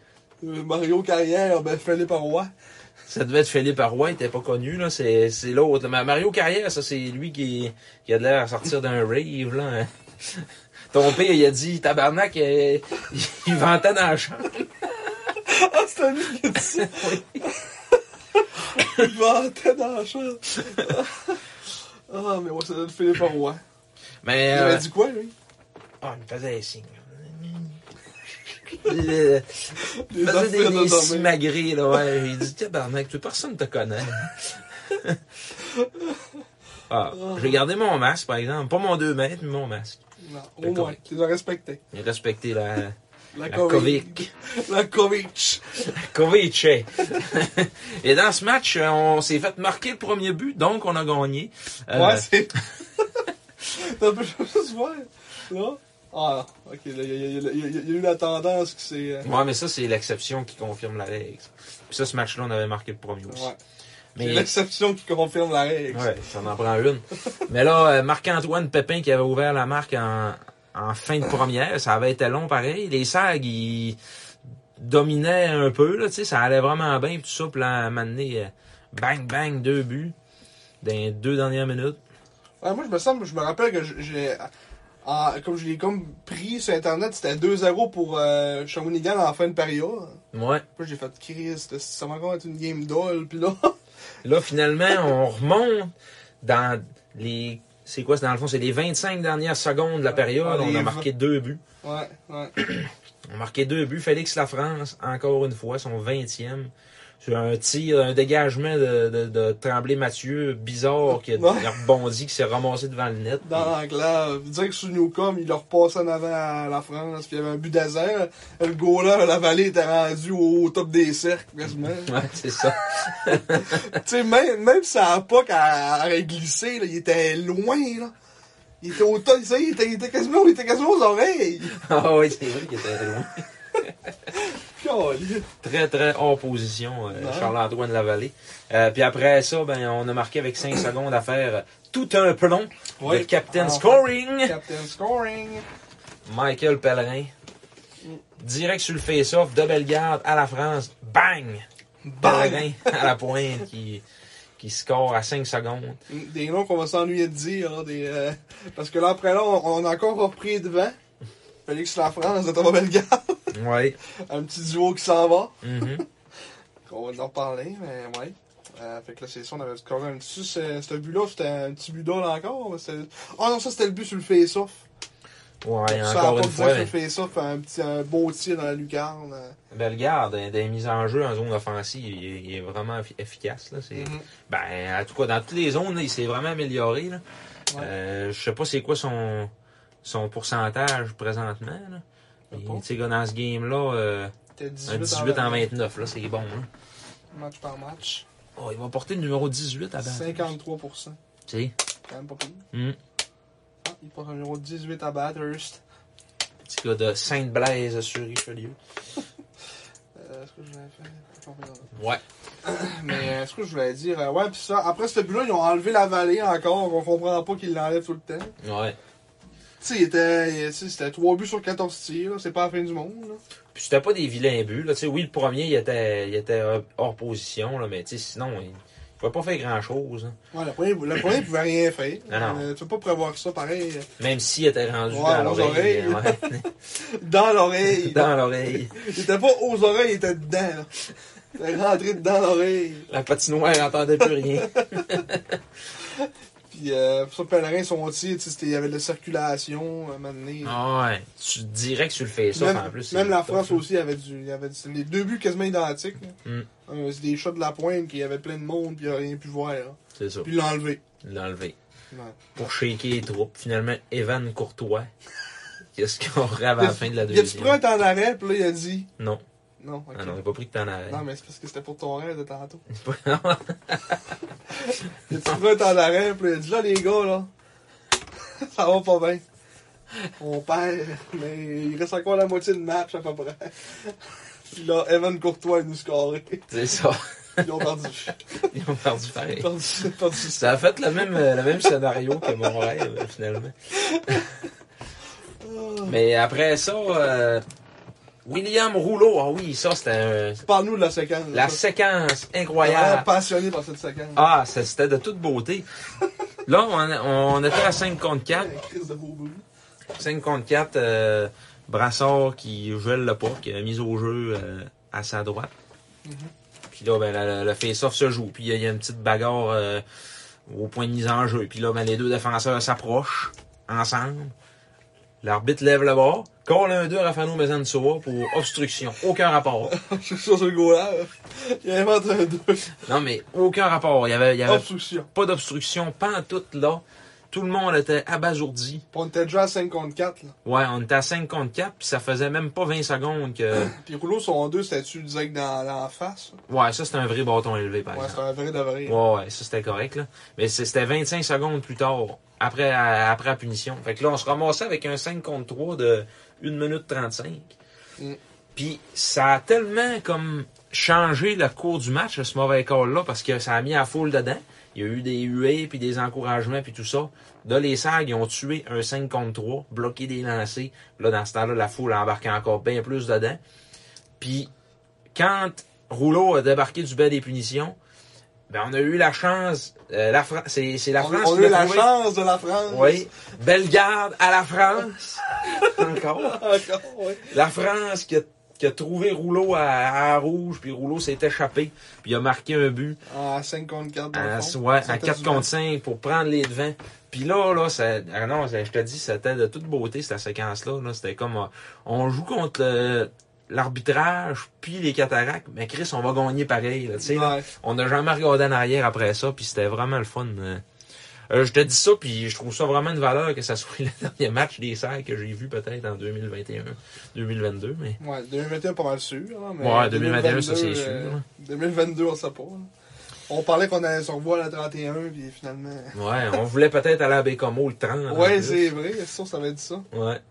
Speaker 2: Euh, Mario Carrière, ben, Philippe Roy.
Speaker 3: Ça devait être Philippe Arroy, il était pas connu, là. C'est, c'est l'autre. Mais Mario Carrière, ça, c'est lui qui, qui a de l'air à sortir d'un rave, là. Ton père, il a dit, tabarnak, euh, il vantait dans la chambre.
Speaker 2: Ah, c'était lui qui a dit ça. Il vantait dans la chambre. Ah, mais ouais, ça doit être Philippe Roy.
Speaker 3: Mais,
Speaker 2: Il
Speaker 3: euh,
Speaker 2: avait dit quoi, lui?
Speaker 3: oh, il me faisait des signes. Il
Speaker 2: Des
Speaker 3: me faisait ben, des,
Speaker 2: affaires
Speaker 3: des
Speaker 2: de domaine.
Speaker 3: simagrées, là, ouais. Il dit, tabarnak, toi, personne te connaît. Ah, j'ai gardé mon masque, par exemple. Pas mon 2 mètres, mais mon masque.
Speaker 2: Non,
Speaker 3: Le
Speaker 2: au moins,
Speaker 3: Covid.
Speaker 2: tu les as respectés.
Speaker 3: J'ai respecté la,
Speaker 2: La,
Speaker 3: la
Speaker 2: Covid.
Speaker 3: Covid.
Speaker 2: La Covid.
Speaker 3: Kovacic. Et dans ce match, euh, on s'est fait marquer le premier but, donc on a gagné. Euh,
Speaker 2: Ouais, c'est. T'as pu juste voir. Là. Ah, ok, là, il y, a- il y a- il y a il y a eu la tendance qui s'est. euh,
Speaker 3: ouais, mais ça, c'est l'exception qui confirme la règle. Puis ça, ce match-là, on avait marqué le premier aussi.
Speaker 2: Ouais. C'est
Speaker 3: Mais,
Speaker 2: l'exception qui confirme la règle.
Speaker 3: ouais, ça en prend une. mais là, euh, Marc-Antoine Pépin qui avait ouvert la marque en, en fin de première, ça avait été long pareil. Les SAG, ils dominaient un peu, là, tu sais, ça allait vraiment bien, puis tout ça, puis là, à un moment donné, euh, bang, bang, deux buts, dans les deux dernières minutes.
Speaker 2: Ouais, moi, je me semble, je me rappelle que j'ai- j'ai. en- comme je l'ai comme pris sur internet, c'était 2-0 pour euh, Shawinigan en fin de période.
Speaker 3: Ouais.
Speaker 2: Moi j'ai fait crise, ça va encore être une game doll, pis là.
Speaker 3: Là, finalement, on remonte dans les. C'est quoi, c'est dans le fond? C'est les 25 dernières secondes de la période. On a
Speaker 2: Arrive.
Speaker 3: marqué deux buts.
Speaker 2: Ouais, ouais.
Speaker 3: On a marqué deux buts. Félix Lafrance, encore une fois, son 20e. Sur un tir, un dégagement de, de, de Tremblay Mathieu, bizarre, qui a,
Speaker 2: Ouais.
Speaker 3: qui a rebondi, qui s'est ramassé devant le net.
Speaker 2: Dans l'enclave. Dire que sous Newcombe, il leur passait en avant à la France, pis il y avait un but désert. Le goaler à la vallée était rendu au, au top des cercles, quasiment.
Speaker 3: Ouais, c'est ça.
Speaker 2: tu sais, même, même si ça a pas qu'à à glisser, là, il était loin, là. Il était au top, tu sais, il était, il était quasiment, il était quasiment aux oreilles.
Speaker 3: Ah oui, c'est vrai qu'il était loin.
Speaker 2: Caliste.
Speaker 3: Très, très hors position, euh,
Speaker 2: Ouais.
Speaker 3: Charles-Antoine Lavallée. Euh, puis après ça, ben, on a marqué avec 5 secondes à faire euh, tout un plomb.
Speaker 2: Ouais.
Speaker 3: Le captain
Speaker 2: Ah.
Speaker 3: scoring.
Speaker 2: Captain Scoring.
Speaker 3: Michael Pellerin. Direct sur le face-off de Bellegarde à la France. Bang!
Speaker 2: Bang!
Speaker 3: Pellerin à la pointe qui, qui score à 5 secondes.
Speaker 2: Des noms qu'on va s'ennuyer de dire, là, des, euh, parce que là, après là, on, on a encore repris devant. Félix Lafrance de Thomas Bellegarde.
Speaker 3: Ouais.
Speaker 2: Un petit duo qui s'en va.
Speaker 3: Mhm.
Speaker 2: On va en reparler, mais ouais. Euh, fait que là, c'est ça, on avait scoré un petit... c'est- Ce but-là, c'était un petit but d'ol encore. mais c'était- Ah non, ça, c'était le but sur le face-off.
Speaker 3: Ouais,
Speaker 2: Ça
Speaker 3: encore
Speaker 2: a pas
Speaker 3: une
Speaker 2: de
Speaker 3: fois.
Speaker 2: dire
Speaker 3: mais
Speaker 2: sur le face-off, un petit un beau tir dans la lucarne. euh.
Speaker 3: Bellegarde, euh, des mises en jeu en zone offensive, il est, il est vraiment effi- efficace. Là. C'est-
Speaker 2: Mhm.
Speaker 3: Ben, en tout cas, dans toutes les zones, là, il s'est vraiment amélioré. Là.
Speaker 2: Ouais.
Speaker 3: Euh, je sais pas c'est quoi son, son pourcentage présentement. Là.
Speaker 2: Je sais
Speaker 3: Mais,
Speaker 2: pas.
Speaker 3: tu sais, gars, dans ce game-là, euh,
Speaker 2: C'était
Speaker 3: un 18 en 29, là, c'est bon. Là.
Speaker 2: Match par match.
Speaker 3: Oh, il va porter le numéro 18 à battre.
Speaker 2: 53%.
Speaker 3: Tu sais,
Speaker 2: Quand même pas pire.
Speaker 3: hmm,
Speaker 2: Ah, il porte un numéro 18 à Bathurst.
Speaker 3: petit gars de Sainte-Blaise sur Richelieu.
Speaker 2: Euh, Est-ce que je l'avais fait?
Speaker 3: Ouais.
Speaker 2: Mais euh, est-ce que je voulais dire? euh, ouais, pis ça, après ce but-là, ils ont enlevé la vallée encore. On comprend pas qu'ils l'enlèvent tout le temps.
Speaker 3: Ouais.
Speaker 2: sais, il était, il- tu sais, c'était 3 buts sur 14 tirs, là. c'est pas la fin du monde. Là.
Speaker 3: Puis c'était pas des vilains buts. Là. Tu sais, Oui, le premier, il était, il était euh, hors position, là, mais tu sais, sinon, il ne pouvait pas faire grand-chose. hein.
Speaker 2: Ouais, le premier, le premier, il pouvait rien faire.
Speaker 3: Ah non.
Speaker 2: Euh, tu peux pas prévoir ça pareil euh,
Speaker 3: Même s'il était rendu
Speaker 2: Ouais,
Speaker 3: dans
Speaker 2: aux
Speaker 3: l'oreille.
Speaker 2: oreilles.
Speaker 3: ouais.
Speaker 2: dans l'oreille.
Speaker 3: dans l'oreille.
Speaker 2: Il était pas aux oreilles, il était dedans. Là. Il était rentré dedans l'oreille.
Speaker 3: La patinoire n'entendait plus rien.
Speaker 2: Puis euh, sur Pellerin, son tir, tu sais, c'était- il y avait de la circulation euh, à un moment donné.
Speaker 3: Ah ouais. Tu dirais que tu le fais ça,
Speaker 2: même
Speaker 3: en plus.
Speaker 2: même
Speaker 3: c'est
Speaker 2: la
Speaker 3: top,
Speaker 2: France
Speaker 3: ça.
Speaker 2: aussi, il y avait du, il y avait du- c'était les deux buts quasiment identiques. là.
Speaker 3: Mm.
Speaker 2: Euh, c'est des shots de la pointe, qu'il y avait plein de monde, puis il a rien pu voir. là.
Speaker 3: C'est ça.
Speaker 2: Puis il l'a enlevé.
Speaker 3: L'enlever.
Speaker 2: Ouais.
Speaker 3: Pour shaker les troupes. Finalement, Evan Courtois. Qu'est-ce qu'on rêve à la fin de la
Speaker 2: Il a-tu
Speaker 3: deuxième?
Speaker 2: pris un temps d'arrêt, puis là, il a dit.
Speaker 3: Non.
Speaker 2: Non, ok.
Speaker 3: Ah non, on n'a pas pris de temps d'arrêt.
Speaker 2: Non, mais c'est parce que c'était pour ton rêve de tantôt. Il a-tu pris un temps d'arrêt, puis là, il a dit là, les gars, là, ça va pas bien. On perd, mais il reste encore la moitié de match à peu près. Puis là, Evan Courtois, il nous scorait.
Speaker 3: C'est ça.
Speaker 2: Ils ont perdu.
Speaker 3: Ils ont perdu pareil.
Speaker 2: perdu, perdu ça.
Speaker 3: Ça a fait le même, euh, le même scénario que mon rêve, finalement. Mais après ça, euh, William Rouleau, ah oui, ça c'était un-
Speaker 2: Parle-nous de la séquence.
Speaker 3: la
Speaker 2: séquence.
Speaker 3: séquence
Speaker 2: Vraiment
Speaker 3: incroyable.
Speaker 2: passionné Ah, par cette séquence.
Speaker 3: Ah, ça, c'était de toute beauté. Là, on, on était à 5 contre 4.
Speaker 2: La crise de beau bout.
Speaker 3: 5 contre 4, euh, Brassard qui gèle le puck, euh, mise au jeu euh, à sa droite. Puis là, ben, le, le face-off se joue. Puis il y a- il y, a une petite bagarre euh, au point de mise en jeu. Puis là, ben, les deux défenseurs s'approchent ensemble. L'arbitre lève le bras. Call un 2 Rafano Mezansoa pour obstruction. Aucun rapport.
Speaker 2: Je suis sûr, sur le goal Il invente un deux. Oh,
Speaker 3: Non, mais aucun rapport. Il y avait, il y avait
Speaker 2: Obstruction.
Speaker 3: pas d'obstruction, pas en tout là. Tout le monde était abasourdi.
Speaker 2: Puis On était déjà à 5 contre 4. Là.
Speaker 3: Ouais, on était à 5 contre 4, puis ça faisait même pas 20 secondes que...
Speaker 2: Puis Rouleau, son 2, c'était-tu direct dans la face? là?
Speaker 3: Ouais, ça c'était un vrai bâton élevé, par
Speaker 2: Ouais,
Speaker 3: exemple.
Speaker 2: c'était un vrai de vrai.
Speaker 3: Ouais, ouais, ça c'était correct, là. Mais c'est- c'était 25 secondes plus tard, après, à- après la punition. Fait que là, on se ramassait avec un 5 contre 3 de 1 minute 35.
Speaker 2: Mm.
Speaker 3: Puis ça a tellement comme changé le cours du match, ce mauvais call-là, parce que ça a mis la foule dedans. Il y a eu des huées, puis des encouragements, puis tout ça. Là, les Sags, ils ont tué un 5 contre 3, bloqué des lancers. Là, dans ce temps-là, la foule a embarqué encore bien plus dedans. Puis, quand Rouleau a débarqué du bas des punitions, ben, on a eu la chance. euh, la Fran- c'est, c'est la
Speaker 2: On,
Speaker 3: France
Speaker 2: on
Speaker 3: qui
Speaker 2: a eu
Speaker 3: l'a
Speaker 2: la
Speaker 3: trouvé.
Speaker 2: chance de la France.
Speaker 3: Oui. Belle garde à la France. Encore.
Speaker 2: Encore, ouais.
Speaker 3: La France qui a, qui a trouvé Rouleau à, à rouge, puis Rouleau s'est échappé, puis il a marqué un but
Speaker 2: À 5 contre 4. Dans
Speaker 3: à,
Speaker 2: le fond.
Speaker 3: ouais, à
Speaker 2: C'était
Speaker 3: 4
Speaker 2: du-
Speaker 3: contre 5 pour prendre les devants. Puis là, là, ça, ah non, ça- je te dis, c'était de toute beauté, cette séquence-là. Là, c'était comme, euh, on joue contre le- l'arbitrage, puis les cataractes, mais Chris, on va gagner pareil, là, tu sais, là.
Speaker 2: Ouais.
Speaker 3: On n'a jamais regardé en arrière après ça, puis c'était vraiment le fun. euh. Euh, je te dis ça, puis je trouve ça vraiment une valeur que ça soit le dernier match des serres que j'ai vu peut-être en 2021, 2022, mais...
Speaker 2: Ouais, 2021, pas mal sûr. Là, mais
Speaker 3: Ouais, 2021, ça, c'est
Speaker 2: 2022,
Speaker 3: sûr,
Speaker 2: euh,
Speaker 3: là.
Speaker 2: 2022, on sait pas. là. On parlait qu'on allait se revoir le 31, puis finalement.
Speaker 3: Ouais, on voulait peut-être aller à Bécomo le 30. en
Speaker 2: Ouais,
Speaker 3: plus.
Speaker 2: c'est vrai, c'est sûr, ça va être ça.
Speaker 3: Ouais.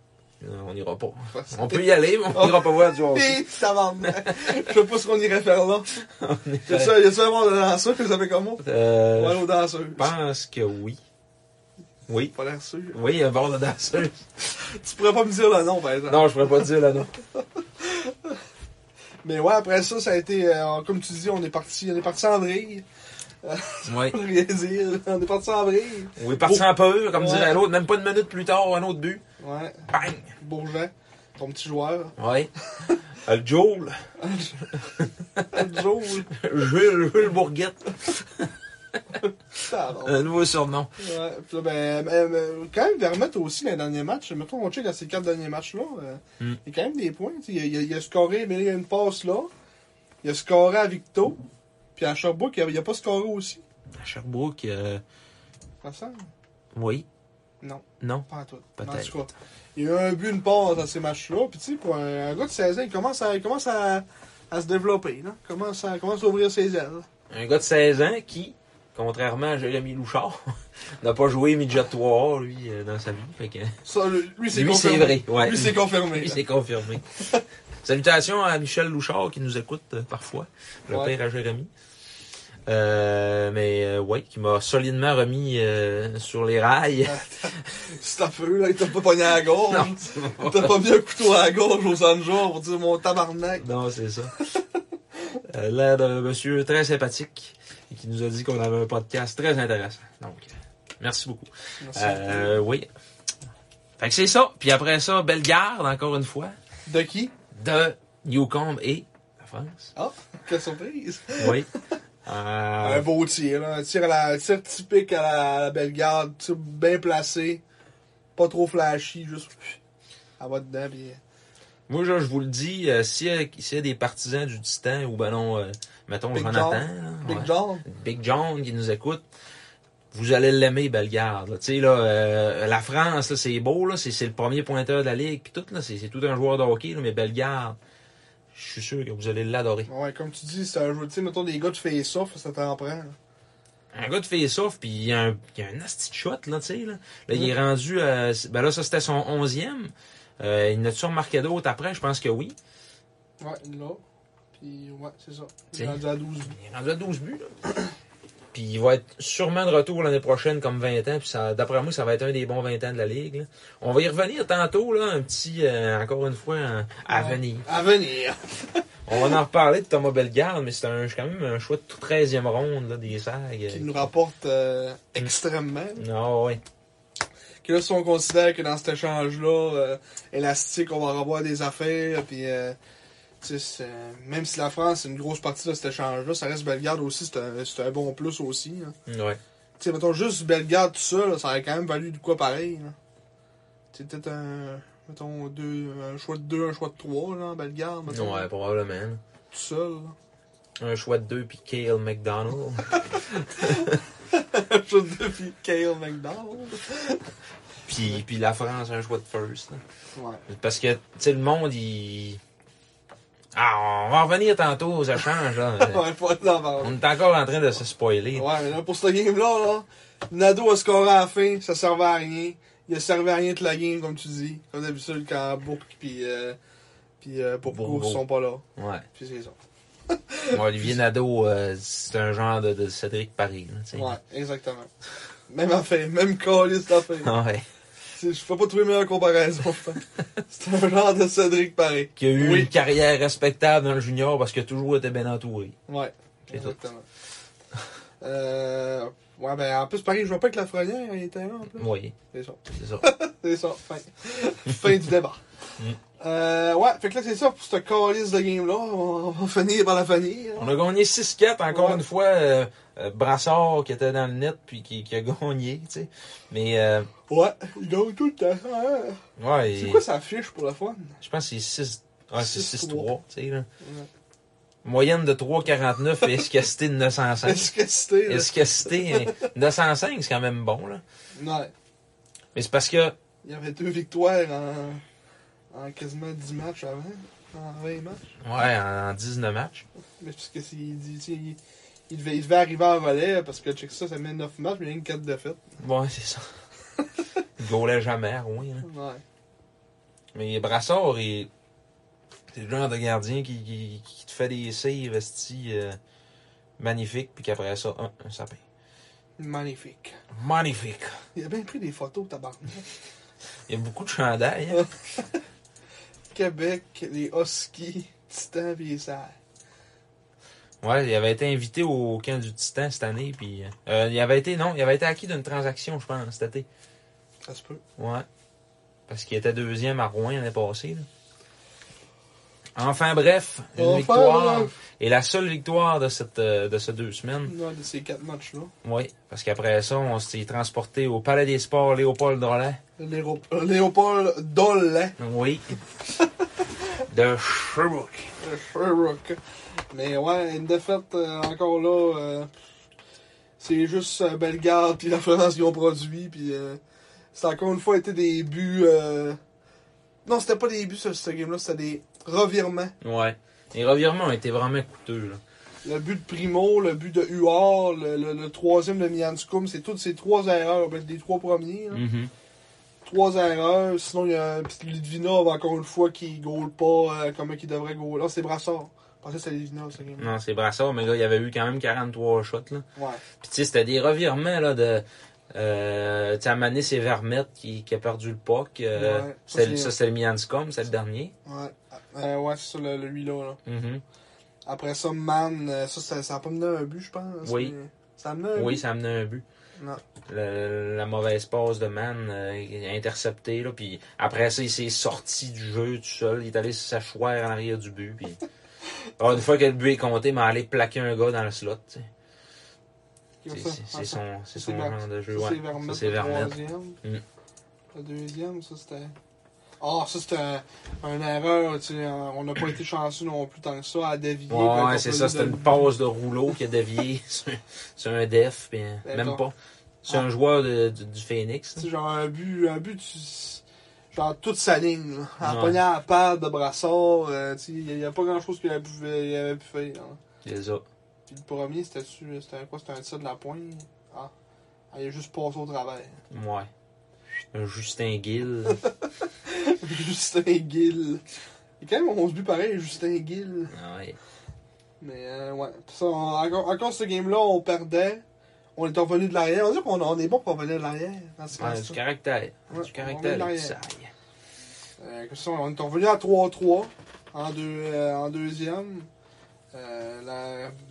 Speaker 3: Euh, on n'ira pas.
Speaker 2: Parce que-
Speaker 3: On peut y aller, mais on n'ira pas voir du hockey.
Speaker 2: Et ça va Je sais pas ce qu'on irait faire là. Y a-tu y a-tu un monde de danseurs que vous avez comme moi?
Speaker 3: Euh,
Speaker 2: Ouais, aux danseuses.
Speaker 3: Je pense que oui. Oui.
Speaker 2: Pas l'air sûr.
Speaker 3: Oui, un bord de danseuse.
Speaker 2: Tu pourrais pas me dire le nom, par exemple.
Speaker 3: Non, je pourrais pas te dire là, non.
Speaker 2: Mais ouais, après ça, ça a été, euh, comme tu dis, on est parti, on est parti en vrille.
Speaker 3: Ouais.
Speaker 2: Pour rien dire. On est parti en vrille.
Speaker 3: On est parti en peur, comme
Speaker 2: Ouais.
Speaker 3: dirait l'autre. Même pas une minute plus tard, un autre but.
Speaker 2: Ouais.
Speaker 3: Bang!
Speaker 2: Bourgeon, ton petit joueur.
Speaker 3: Ouais. Euh, Le Joel.
Speaker 2: Joe,
Speaker 3: Jules, Jules Bourguette.
Speaker 2: ça va.
Speaker 3: Un nouveau surnom.
Speaker 2: Ouais, puis là, ben, euh, euh, quand même, Vermette aussi, dans les derniers matchs, mettons, on check dans ces quatre derniers matchs-là, euh,
Speaker 3: Mm.
Speaker 2: il y a quand même des points. tu sais. Il, a- il a- il a scoré, mais il y a une passe là. Il a scoré à Victo. Puis à Sherbrooke, il a- il a pas scoré aussi.
Speaker 3: À Sherbrooke, euh,
Speaker 2: Ça me semble.
Speaker 3: oui.
Speaker 2: Non,
Speaker 3: Non.
Speaker 2: pas à tout.
Speaker 3: Peut-être.
Speaker 2: En tout cas, il y a eu un but, une passe dans ces matchs-là. Puis tu sais, pour un, un gars de 16 ans, il commence à, il commence à, à se développer. Là. Il commence à, il commence à ouvrir ses ailes.
Speaker 3: Un gars de 16 ans qui, contrairement à Jérémy Louchard, n'a pas joué midget 3 lui, euh, dans sa vie. Fait que,
Speaker 2: Ça, le- lui, c'est
Speaker 3: lui, c'est
Speaker 2: confirmé.
Speaker 3: vrai. Ouais.
Speaker 2: Lui, c'est confirmé.
Speaker 3: Lui,
Speaker 2: là.
Speaker 3: c'est confirmé. Salutations à Michel Louchard qui nous écoute euh, parfois. Le
Speaker 2: Ouais.
Speaker 3: père à Jérémy. Euh, mais euh, ouais, qui m'a solidement remis euh, sur les rails.
Speaker 2: C'est un peu, là, il t'a pas pogné à la gorge.
Speaker 3: Non, c'est pas-
Speaker 2: T'as pas mis un couteau à la gorge au Sanjo pour dire mon tabarnak.
Speaker 3: non, c'est ça. Euh, Là, d'un monsieur très sympathique et qui nous a dit qu'on avait un podcast très intéressant. Donc, euh, merci beaucoup.
Speaker 2: Merci.
Speaker 3: Euh, oui. Fait que c'est ça. Puis après ça, Bellegarde, encore une fois,
Speaker 2: De qui?
Speaker 3: de Newcombe et la France.
Speaker 2: Ah, quelle surprise!
Speaker 3: Oui. Euh,
Speaker 2: Un beau tir, là. Un tir, à la, un tir typique à la, à la belle garde. Tir bien placé. Pas trop flashy, juste. Elle va dedans, pis.
Speaker 3: Moi, je, je vous le dis, euh, s'il y, a- s'il y a des partisans du Titan ou, ben non, euh, mettons,
Speaker 2: Big
Speaker 3: Jonathan, là,
Speaker 2: Big
Speaker 3: ouais.
Speaker 2: John.
Speaker 3: Big John qui nous écoute, vous allez l'aimer, Bellegarde. là. Tu sais, là, euh, la France, là, c'est beau, là, c'est c'est le premier pointeur de la Ligue, puis tout, là, c'est c'est tout un joueur de hockey, là, mais Bellegarde, je suis sûr que vous allez l'adorer.
Speaker 2: Ouais, comme tu dis, c'est un jeu, tu sais, mettons des gars de face-off, ça t'en prend. là.
Speaker 3: Un gars de face-off, puis il y a un, il y a un asti de shot, là, tu sais, là. Là, il est
Speaker 2: Mm.
Speaker 3: rendu, à- ben là, ça, c'était son onzième. Euh, il n'a-tu remarqué d'autres après? Je pense que oui.
Speaker 2: Ouais, là. Pis, ouais, c'est ça. Il
Speaker 3: Tiens.
Speaker 2: est rendu à 12 buts.
Speaker 3: Il est rendu à 12 buts. là. Puis il va être sûrement de retour l'année prochaine comme 20 ans. Puis ça, d'après moi, ça va être un des bons 20 ans de la Ligue. là. On va y revenir tantôt, là, un petit, euh, encore une fois, un- à
Speaker 2: Ouais.
Speaker 3: venir.
Speaker 2: À venir!
Speaker 3: On va en reparler de Thomas Bellegarde, mais c'est un, quand même un choix de 13e ronde là, des SAG.
Speaker 2: Qui nous rapporte euh,
Speaker 3: Mm.
Speaker 2: extrêmement.
Speaker 3: Non, Ah, ouais.
Speaker 2: Que là, si on considère que dans cet échange-là, euh, élastique, on va revoir des affaires, puis euh, tu sais, c'est- euh, même si la France est une grosse partie de cet échange-là, ça reste Bellegarde aussi, c'est un, c'est un bon plus aussi. hein.
Speaker 3: ouais.
Speaker 2: Tu sais, mettons juste Bellegarde tout seul, là, ça aurait quand même valu de quoi pareil. là. Tu sais, peut-être un, mettons, deux, un choix de deux, un choix de trois, là, Bellegarde, mettons,
Speaker 3: Ouais, probablement.
Speaker 2: tout seul. là.
Speaker 3: Un choix de deux, puis Kale
Speaker 2: Oh.
Speaker 3: McDonald.
Speaker 2: Un choix de deux, puis Kyle McDonald.
Speaker 3: puis, puis la France, un choix de first. là.
Speaker 2: Ouais.
Speaker 3: Parce que, tu sais, le monde, il... Ah, on va en revenir tantôt aux échanges. Là.
Speaker 2: Ouais, faut être en parler.
Speaker 3: On est encore en train de se spoiler.
Speaker 2: Ouais, mais là, pour ce game-là, là, Nado a scoré à la fin, ça servait à rien. Il a servi à rien toute la game, comme tu dis. Comme d'habitude, quand Bourque puis euh, puis euh, Bourbeau
Speaker 3: Bourbeau.
Speaker 2: sont pas là.
Speaker 3: Ouais.
Speaker 2: Puis c'est ça.
Speaker 3: Bon, Olivier Nadeau, euh, c'est un genre de, de Cédric Paris. là, tu sais.
Speaker 2: Ouais, exactement. Même affaire, même calice d'affaire.
Speaker 3: Ouais.
Speaker 2: C'est- Je peux pas trouver meilleure comparaison. c'est un genre de Cédric Paris.
Speaker 3: Qui a eu
Speaker 2: Oui.
Speaker 3: une carrière respectable dans le junior parce qu'il a toujours été bien entouré.
Speaker 2: Ouais,
Speaker 3: C'est ça.
Speaker 2: exactement. Euh, ouais, ben en plus, Paris, je vois pas que la frenière il était là, en plus.
Speaker 3: Oui,
Speaker 2: C'est ça.
Speaker 3: c'est ça.
Speaker 2: C'est ça, fin. fin du débat. Euh, ouais, fait que là, c'est ça pour cette calice de game-là. On va finir par la finir.
Speaker 3: On a gagné 6-4 encore
Speaker 2: Ouais.
Speaker 3: une fois. euh, euh, Brassard qui était dans le net puis qui, qui a gagné. tu sais. Mais euh,
Speaker 2: Ouais, il gagne tout le temps. hein.
Speaker 3: ouais,
Speaker 2: C'est
Speaker 3: il-
Speaker 2: quoi sa fiche pour la fun?
Speaker 3: je pense que c'est 6 ah, c'est 6-3.
Speaker 2: 6-3,
Speaker 3: tu sais, là. Moyenne de 3,49 et efficacité de 905.
Speaker 2: Est-ce que c'était. euh, là?
Speaker 3: Efficacité hein, 905, c'est quand même bon. là.
Speaker 2: Ouais,
Speaker 3: Mais c'est parce que
Speaker 2: il y avait deux victoires en, en quasiment 10 matchs avant. En 20 matchs.
Speaker 3: Ouais, en 19 matchs.
Speaker 2: Mais puisque c'est. Il, dit- il, il devait, il devait arriver en volet parce que check ça, ça met 9 matchs, mais il y a une 4 défaites.
Speaker 3: Ouais, c'est ça. Il gaulait jamais, oui.
Speaker 2: Ouais.
Speaker 3: Mais Brassard, il... c'est le genre de gardien qui, qui, qui te fait des saves esti, euh, magnifiques, puis qu'après ça, un, un sapin.
Speaker 2: Magnifique.
Speaker 3: Magnifique.
Speaker 2: Il a bien pris des photos, tabarnak.
Speaker 3: Il y a beaucoup de chandails. hein.
Speaker 2: Québec, les Huskies, Titan pis les Serres.
Speaker 3: Ouais, il avait été invité au camp du Titan cette année, puis euh, euh, il avait été, non, il avait été acquis d'une transaction, je pense, cet été.
Speaker 2: Ça se peut.
Speaker 3: Ouais. Parce qu'il était deuxième à Rouen l'année passée. Là. Enfin bref, une
Speaker 2: Enfin,
Speaker 3: victoire.
Speaker 2: bref.
Speaker 3: Et la seule victoire de cette euh, de ces deux semaines.
Speaker 2: Non, de ces quatre matchs-là.
Speaker 3: Oui. Parce qu'après ça, on s'est transporté au Palais des Sports Léopold Drolet.
Speaker 2: Léro- euh, Léopold Dolan
Speaker 3: Oui. de Sherbrooke.
Speaker 2: de Sherbrooke. Mais ouais, une défaite euh, encore là. euh, c'est juste euh, Bellegarde puis la France qui ont produit. Puis euh, c'est encore une fois été des buts. euh, Non, c'était pas des buts sur ce game-là, c'était des revirements.
Speaker 3: Ouais. Les revirements ont été vraiment coûteux. Là.
Speaker 2: Le but de Primo, le but de Huard, le, le- le troisième de Mianscoum, c'est toutes ces trois erreurs, ben, les trois premiers. là. trois erreurs. Sinon, il y a un petit Ludvina, encore une fois, qui ne goal pas euh, comme il devrait goal. Là, c'est Brassard. pensais que c'était les Vignales, ce game.
Speaker 3: Non, c'est Brassard, mais là, il y avait eu quand même 43 shots, là.
Speaker 2: Ouais.
Speaker 3: Puis, tu sais, c'était des revirements, là, de. Euh, tu sais, à Mané, c'est Vermette qui, qui a perdu le puck. euh,
Speaker 2: Ouais, ça,
Speaker 3: c'est-
Speaker 2: c'est-
Speaker 3: ça, c'est le Mianscom, c'est le dernier.
Speaker 2: Ouais. Euh, ouais, c'est ça, le, le huilot, là.
Speaker 3: Mhm.
Speaker 2: Après ça, Man, euh, ça, ça, ça a pas mené à un but, je pense.
Speaker 3: Oui.
Speaker 2: mais- Ça a mené à un
Speaker 3: Oui,
Speaker 2: but.
Speaker 3: ça amenait un but.
Speaker 2: Non.
Speaker 3: Le- la mauvaise passe de Mann euh, il est interceptée. Là, puis après ça, il s'est sorti du jeu tout seul. Il est allé s'achoir en arrière du but. Puis... Alors, une fois que le but est compté, il m'a allé plaquer un gars dans le slot. tu sais.
Speaker 2: Comme
Speaker 3: C'est
Speaker 2: ça.
Speaker 3: c'est- c'est
Speaker 2: Ouais, ça.
Speaker 3: son, c'est
Speaker 2: Ça,
Speaker 3: son
Speaker 2: Ver-
Speaker 3: genre de jeu.
Speaker 2: ça,
Speaker 3: ouais.
Speaker 2: c'est
Speaker 3: Ça,
Speaker 2: Vermette,
Speaker 3: C'est
Speaker 2: le
Speaker 3: Vermette.
Speaker 2: troisième.
Speaker 3: Mm.
Speaker 2: Le deuxième, ça, c'était... Ah, ça, c'était un- une erreur, tu sais, hein, on n'a pas été chanceux non plus tant que ça à dévier.
Speaker 3: Ouais,
Speaker 2: ben,
Speaker 3: ouais, c'est ça. C'était une
Speaker 2: complètement.
Speaker 3: passe de rouleau qui a dévié sur, sur un def. Puis, euh,
Speaker 2: Ben,
Speaker 3: même
Speaker 2: bon.
Speaker 3: pas. C'est un joueur de- du, du Phoenix.
Speaker 2: Tu
Speaker 3: là.
Speaker 2: sais, genre un but, un but, tu- genre toute sa ligne, là. En
Speaker 3: Ouais.
Speaker 2: pognant la patte de brassard, euh, tu sais, il n'y a, pas grand chose qu'il avait, pu- il avait pu faire. hein.
Speaker 3: Il les a.
Speaker 2: Puis le premier, c'était dessus, c'était quoi, c'était un tir de la poigne. Ah, Ah, il a juste passé au travers.
Speaker 3: Ouais. Un Justin Gill.
Speaker 2: Justin Gill. Il y a quand même 11 buts pareil, Justin Gill.
Speaker 3: Ah ouais.
Speaker 2: Mais euh, ouais, Puis ça, on- encore, encore ce game-là, on perdait. On est revenu de l'arrière. On dit qu'on on est bon pour revenir de l'arrière. dans ce
Speaker 3: Ouais,
Speaker 2: match-là.
Speaker 3: Ah, du caractère.
Speaker 2: Ouais,
Speaker 3: du
Speaker 2: on met
Speaker 3: caractère,
Speaker 2: de
Speaker 3: le petit
Speaker 2: l'arrière.
Speaker 3: saille.
Speaker 2: Euh, comme ça, on est revenu à 3-3 en, deux, euh, en deuxième. Euh,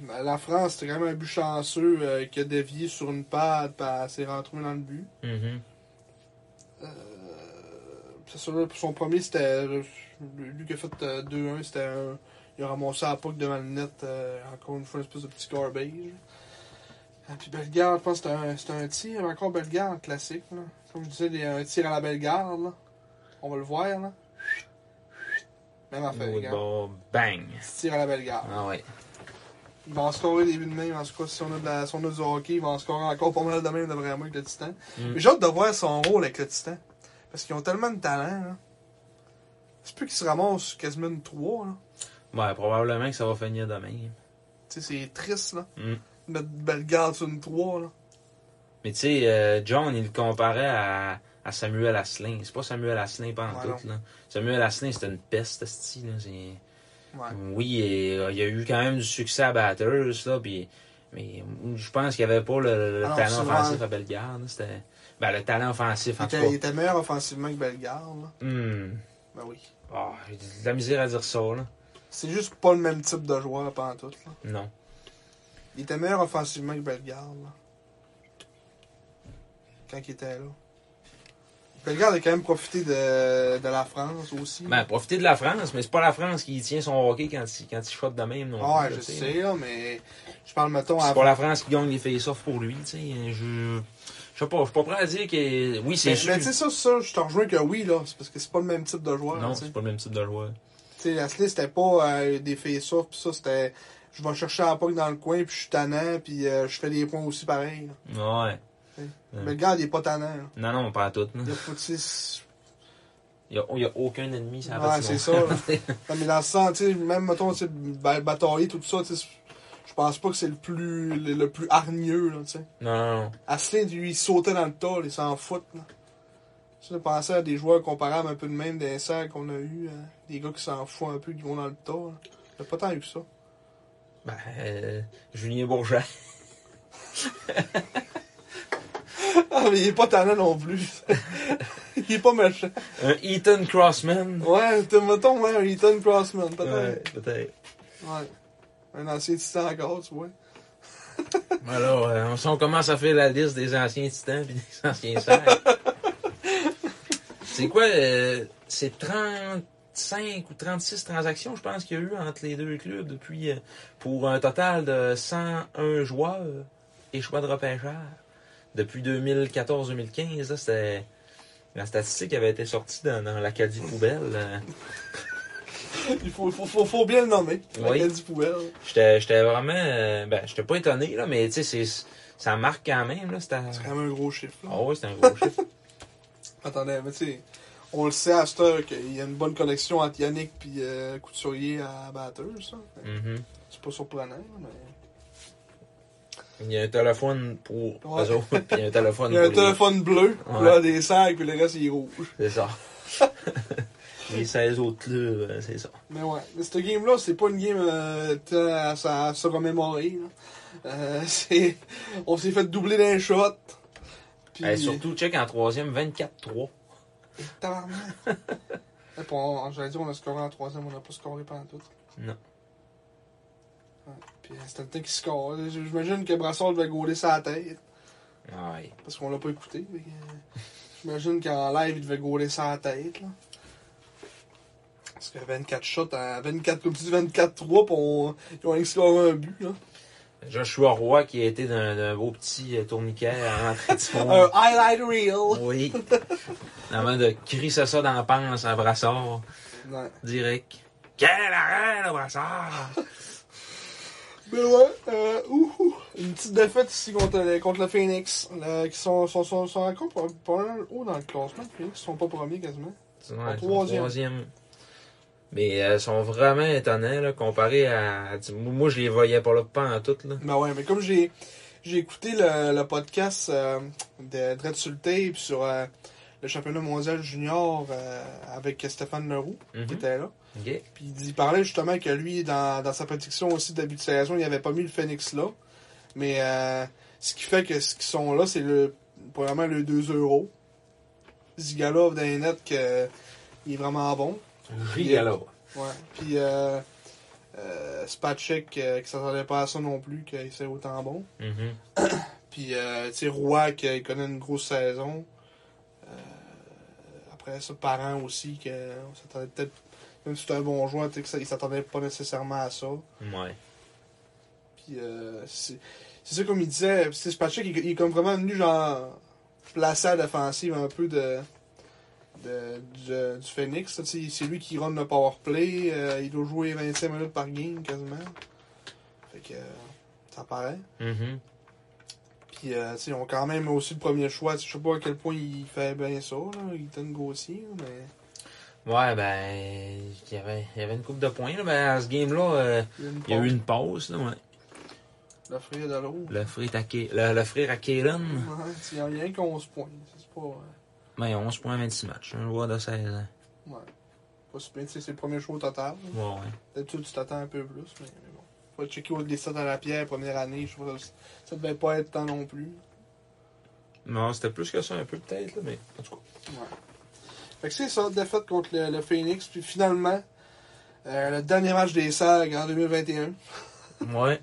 Speaker 2: la, la France, c'était quand même un but chanceux euh, qui a dévié sur une patte, puis elle s'est rentrée dans le but.
Speaker 3: Mhm.
Speaker 2: Euh, c'est sûr, là, pour son premier, c'était. euh, Lui qui a fait euh, 2-1, c'était un. Il a ramassé la puck devant le net, euh, encore une fois, une espèce de petit garbage. Et puis Bellegarde, je pense que c'était un, c'était un tir, encore Bellegarde classique. Là. Comme je disais, des- un tir à la Bellegarde. Là. On va le voir. Là. Même affaire,
Speaker 3: Au
Speaker 2: regarde.
Speaker 3: bord, bang.
Speaker 2: Petit Tir à la Bellegarde.
Speaker 3: Ah ouais.
Speaker 2: Il va en scorer des buts de même, en tout cas, si on a, de la, si on a du hockey, il va en scorer encore pas mal de même, de vraiment, avec le Titan.
Speaker 3: Mm.
Speaker 2: Mais J'ai hâte de voir son rôle avec le Titan. Parce qu'ils ont tellement de talent, là. C'est plus qu'ils se ramassent quasiment une 3, là.
Speaker 3: Ouais, probablement que ça va finir demain.
Speaker 2: Tu sais, c'est triste, là.
Speaker 3: Mm.
Speaker 2: Mettre Bellegarde sur une 3, là.
Speaker 3: Mais tu sais, euh, John, il le comparait à, à Samuel Asselin. C'est pas Samuel Asselin pendant
Speaker 2: Ouais,
Speaker 3: tout, là. Samuel Asselin, c'était une peste, esti, là. C'est-
Speaker 2: Ouais.
Speaker 3: Oui, et, euh, il y a eu quand même du succès à Batters, là, puis... Mais je pense qu'il n'y avait pas le, le
Speaker 2: Ah non,
Speaker 3: talent
Speaker 2: souvent.
Speaker 3: offensif à Bellegarde. là. C'était... Ben, le talent offensif,
Speaker 2: Il
Speaker 3: en tout
Speaker 2: était, il
Speaker 3: cas.
Speaker 2: était meilleur offensivement que Bellegarde, là.
Speaker 3: Hmm.
Speaker 2: Ben oui.
Speaker 3: Ah, j'ai de la misère à dire ça, là.
Speaker 2: C'est juste pas le même type de joueur, pendant tout, là.
Speaker 3: Non.
Speaker 2: Il était meilleur offensivement que Bellegarde, là. Quand il était là. Bellegarde a quand même profité de, de la France aussi.
Speaker 3: Ben, profiter de la France, mais c'est pas la France qui tient son hockey quand il, quand il shot de même. Non
Speaker 2: Ah ouais,
Speaker 3: plus,
Speaker 2: je
Speaker 3: tu
Speaker 2: sais, là, mais je parle, mettons,
Speaker 3: C'est
Speaker 2: avant.
Speaker 3: pas la France qui gagne les face-offs pour lui, tu sais. Je, je sais pas, je suis pas prêt à dire que. Oui,
Speaker 2: Mais,
Speaker 3: c'est sûr.
Speaker 2: mais tu sais, ça, ça, je te rejoins que oui, là, c'est parce que c'est pas le même type de joueur.
Speaker 3: non,
Speaker 2: tu sais.
Speaker 3: c'est pas le même type de joueur.
Speaker 2: Tu sais, Asselin, c'était pas euh, des face-off, pis ça, c'était. Je vais chercher la puck dans le coin, puis je suis tannant, puis euh, je fais des points aussi pareil. là.
Speaker 3: Ouais. Ouais.
Speaker 2: Mais le gars, il est pas tannant. là.
Speaker 3: Non, non, pas à tout. là.
Speaker 2: Il a pas, tu sais, c'est-
Speaker 3: Il y a, il y a aucun ennemi, ça
Speaker 2: Ouais, c'est ça. là. Non, mais dans le sens, tu sais, même, mettons, tu sais, ba- batailler, tout ça, tu sais, je pense pas que c'est le plus, le, le plus hargneux, là, tu sais.
Speaker 3: Non, non, non.
Speaker 2: Asselin, lui, il sautait dans le tas, là, il s'en fout. Là. Ça, de penser à des joueurs comparables un peu de même des cercles qu'on a eu, hein, des gars qui s'en foutent un peu, qui vont dans le tas. là. Il n'y a pas tant eu que ça.
Speaker 3: Ben, euh, Julien Bourget.
Speaker 2: Ah, mais il est pas talent non plus. il est pas méchant.
Speaker 3: Un Ethan Crossman.
Speaker 2: Ouais, t'as- mettons, ouais, un Ethan Crossman,
Speaker 3: Ouais,
Speaker 2: Oh, peut-être.
Speaker 3: peut-être.
Speaker 2: Ouais. Un ancien titan encore, tu vois.
Speaker 3: Alors, euh, on- si on commence à faire la liste des anciens titans puis des anciens serres. c'est quoi, euh, c'est 35 ou 36 transactions, je pense, qu'il y a eu entre les deux clubs depuis, euh, pour un total de 101 joueurs et choix de repêchage. Depuis 2014-2015, là, c'était, la statistique avait été sortie dans, dans l'Acadie Poubelle. euh,
Speaker 2: Il faut, faut, faut, faut bien le nommer.
Speaker 3: Oui.
Speaker 2: La du poubelle.
Speaker 3: J'étais, j'étais vraiment, euh, ben, j'étais pas étonné, là, mais tu sais, c'est- ça marque quand même, là, c'était...
Speaker 2: C'est quand même un gros chiffre, là.
Speaker 3: Ah ouais, c'est un gros chiffre.
Speaker 2: Attendez, mais tu sais, on le sait à cette heure qu'il y a une bonne connexion entre Yannick puis euh, Couturier à Batteur, ça.
Speaker 3: Mhm.
Speaker 2: C'est pas surprenant, mais...
Speaker 3: Il y a un téléphone pour
Speaker 2: Ouais.
Speaker 3: eux autres, puis il y a un téléphone
Speaker 2: Il y a un
Speaker 3: pour les-
Speaker 2: téléphone bleu,
Speaker 3: Ouais.
Speaker 2: là, des sacs, puis le reste, il est rouge.
Speaker 3: C'est ça. les 16 autres clubs, euh, c'est ça.
Speaker 2: Mais ouais, mais cette game-là, c'est pas une game euh, tant à, se- à se remémorer. là. Euh, c'est- on s'est fait doubler d'un shot. Puis,
Speaker 3: Eh, surtout, check en troisième, 24-3.
Speaker 2: Tabarnak. Et puis, on- J'allais dire, on a scoré en troisième, on n'a pas scoré pendant tout.
Speaker 3: Non.
Speaker 2: Ouais, Puis euh, c'était le temps qu'il score. J- J'imagine que Brassard devait gauler sa tête,
Speaker 3: Ah, Ouais.
Speaker 2: parce qu'on l'a pas écouté. mais, euh, J'imagine qu'en live, il devait gauler sa tête. Là. Parce que 24 shots, à 24, comme tu dis, 24-3, puis on, ils ont rien que scoré un but. Là.
Speaker 3: Joshua Roy qui a été d'un d'un beau petit euh, tourniquet à l'entrée du
Speaker 2: Un
Speaker 3: fond.
Speaker 2: highlight reel.
Speaker 3: Oui. Avant de crisser ça dans la panse à Brassard,
Speaker 2: Ouais.
Speaker 3: direct. Quel arrêt, le Brassard!
Speaker 2: Mais ouais, euh, ouh, ouh. une petite défaite ici contre, le- contre le Phoenix, là, qui sont, sont, sont, sont encore pas, pas mal haut dans le classement. Le Phoenix ils sont pas premiers quasiment.
Speaker 3: Ouais,
Speaker 2: En
Speaker 3: ils sont
Speaker 2: troisième.
Speaker 3: troisième. Mais euh, ils sont vraiment étonnants, là, comparé à... tu- Moi, je les voyais pas là, pas en tout, là.
Speaker 2: Ben ouais, mais comme j'ai j'ai écouté le, le podcast euh, de Dread sur le tape sur euh, le championnat mondial junior euh, avec Stéphane Leroux,
Speaker 3: Mhm.
Speaker 2: qui était là.
Speaker 3: Ok.
Speaker 2: Puis il parlait justement que lui, dans, dans sa prédiction aussi de début de saison, il avait pas mis le Phoenix là. Mais euh, ce qui fait que ce qu'ils sont là, c'est le premièrement le 2 euros. Zigalov d'un net que il est vraiment bon.
Speaker 3: Rigolo.
Speaker 2: Ouais. Puis euh, euh, Spatchek euh, qui s'attendait pas à ça non plus, qu'il c'est autant bon.
Speaker 3: Mhm.
Speaker 2: Puis, euh, tu sais, Roy qui euh, connaît une grosse saison. Euh, après ça, Parent aussi, que on s'attendait peut-être. Même si c'était un bon joueur, tu sais, que ça- il s'attendait pas nécessairement à ça.
Speaker 3: Ouais.
Speaker 2: Puis, euh, c'est c'est ça, comme il disait, c'est Spatchek, il, il est comme vraiment venu, genre, placer à l'offensive un peu de. de- du, du Phoenix, là, tu sais, c'est lui qui run le power play, euh, il doit jouer 25 minutes par game quasiment. Fait que euh, ça paraît.
Speaker 3: Mhm.
Speaker 2: Puis, euh, tu sais, ils ont quand même aussi le premier choix. Tu sais, Je sais pas à quel point il fait bien ça, là, Ethan Gauthier, là, mais
Speaker 3: Ouais, ben... Il y avait, il y avait une coupe de points, là, ben, à ce game-là... euh,
Speaker 2: il a une
Speaker 3: Il y a eu
Speaker 2: pause.
Speaker 3: une pause, là, ouais.
Speaker 2: Le frère de l'eau.
Speaker 3: Le frère à, Ke- le, le frère à Kalen,
Speaker 2: Ouais, tu sais, Il y a rien qu'on se pointe. C'est pas, euh,
Speaker 3: ben, il a 11 points 26 matchs. Un joueur de 16 ans.
Speaker 2: pas si bien. Tu sais, C'est le premier choix au total. là.
Speaker 3: Ouais, ouais.
Speaker 2: D'habitude, tu t'attends un peu plus, mais, mais bon. Faut checker au- les stats à la pierre, première année. Je sais pas, ça devait pas être tant non plus.
Speaker 3: Non, c'était plus que ça, un peu, peut-être, là, mais en tout cas.
Speaker 2: Fait que c'est ça, défaite contre le, le Phoenix. Puis finalement, euh, le dernier match des Sags en 2021.
Speaker 3: Ouais.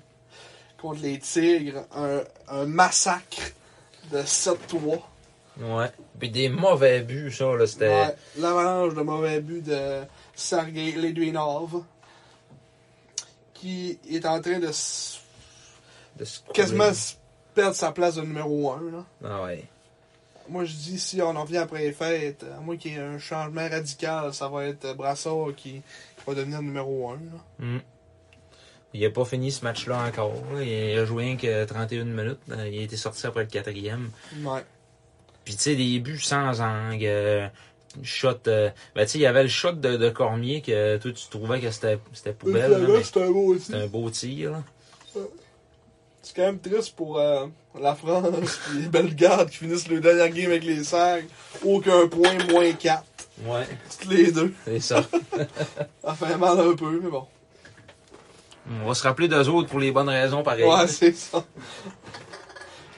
Speaker 2: contre les Tigres, un, un massacre de 7-3.
Speaker 3: Ouais. Puis des mauvais buts, ça, là, c'était...
Speaker 2: Ouais, L'avalanche de mauvais buts de Sergei Ledwinov, qui est en train de s-
Speaker 3: de se couler.
Speaker 2: quasiment s- perdre sa place de numéro 1. Là.
Speaker 3: Ah ouais.
Speaker 2: Moi, je dis, si on en revient après les fêtes, à moins qu'il y ait un changement radical, ça va être Brassard qui va devenir numéro 1.
Speaker 3: Mm. Il a pas fini ce match-là encore. là. Il a joué rien que 31 minutes. euh, Il a été sorti après le quatrième.
Speaker 2: Ouais.
Speaker 3: Puis tu sais, des buts sans angle. euh, Shot. euh, ben tu sais, il y avait le shot de, de Cormier que toi tu trouvais que c'était c'était poubelle. là, mais
Speaker 2: c'est un beau aussi.
Speaker 3: C'était un beau tir. là.
Speaker 2: C'est quand même triste pour euh, la France et les Belgardes qui finissent le dernier game avec les Serres. Aucun point, moins 4.
Speaker 3: Ouais.
Speaker 2: Toutes les deux.
Speaker 3: C'est ça.
Speaker 2: Ça fait mal un peu, mais bon.
Speaker 3: On va se rappeler d'eux autres pour les bonnes raisons pareil.
Speaker 2: Ouais, c'est ça.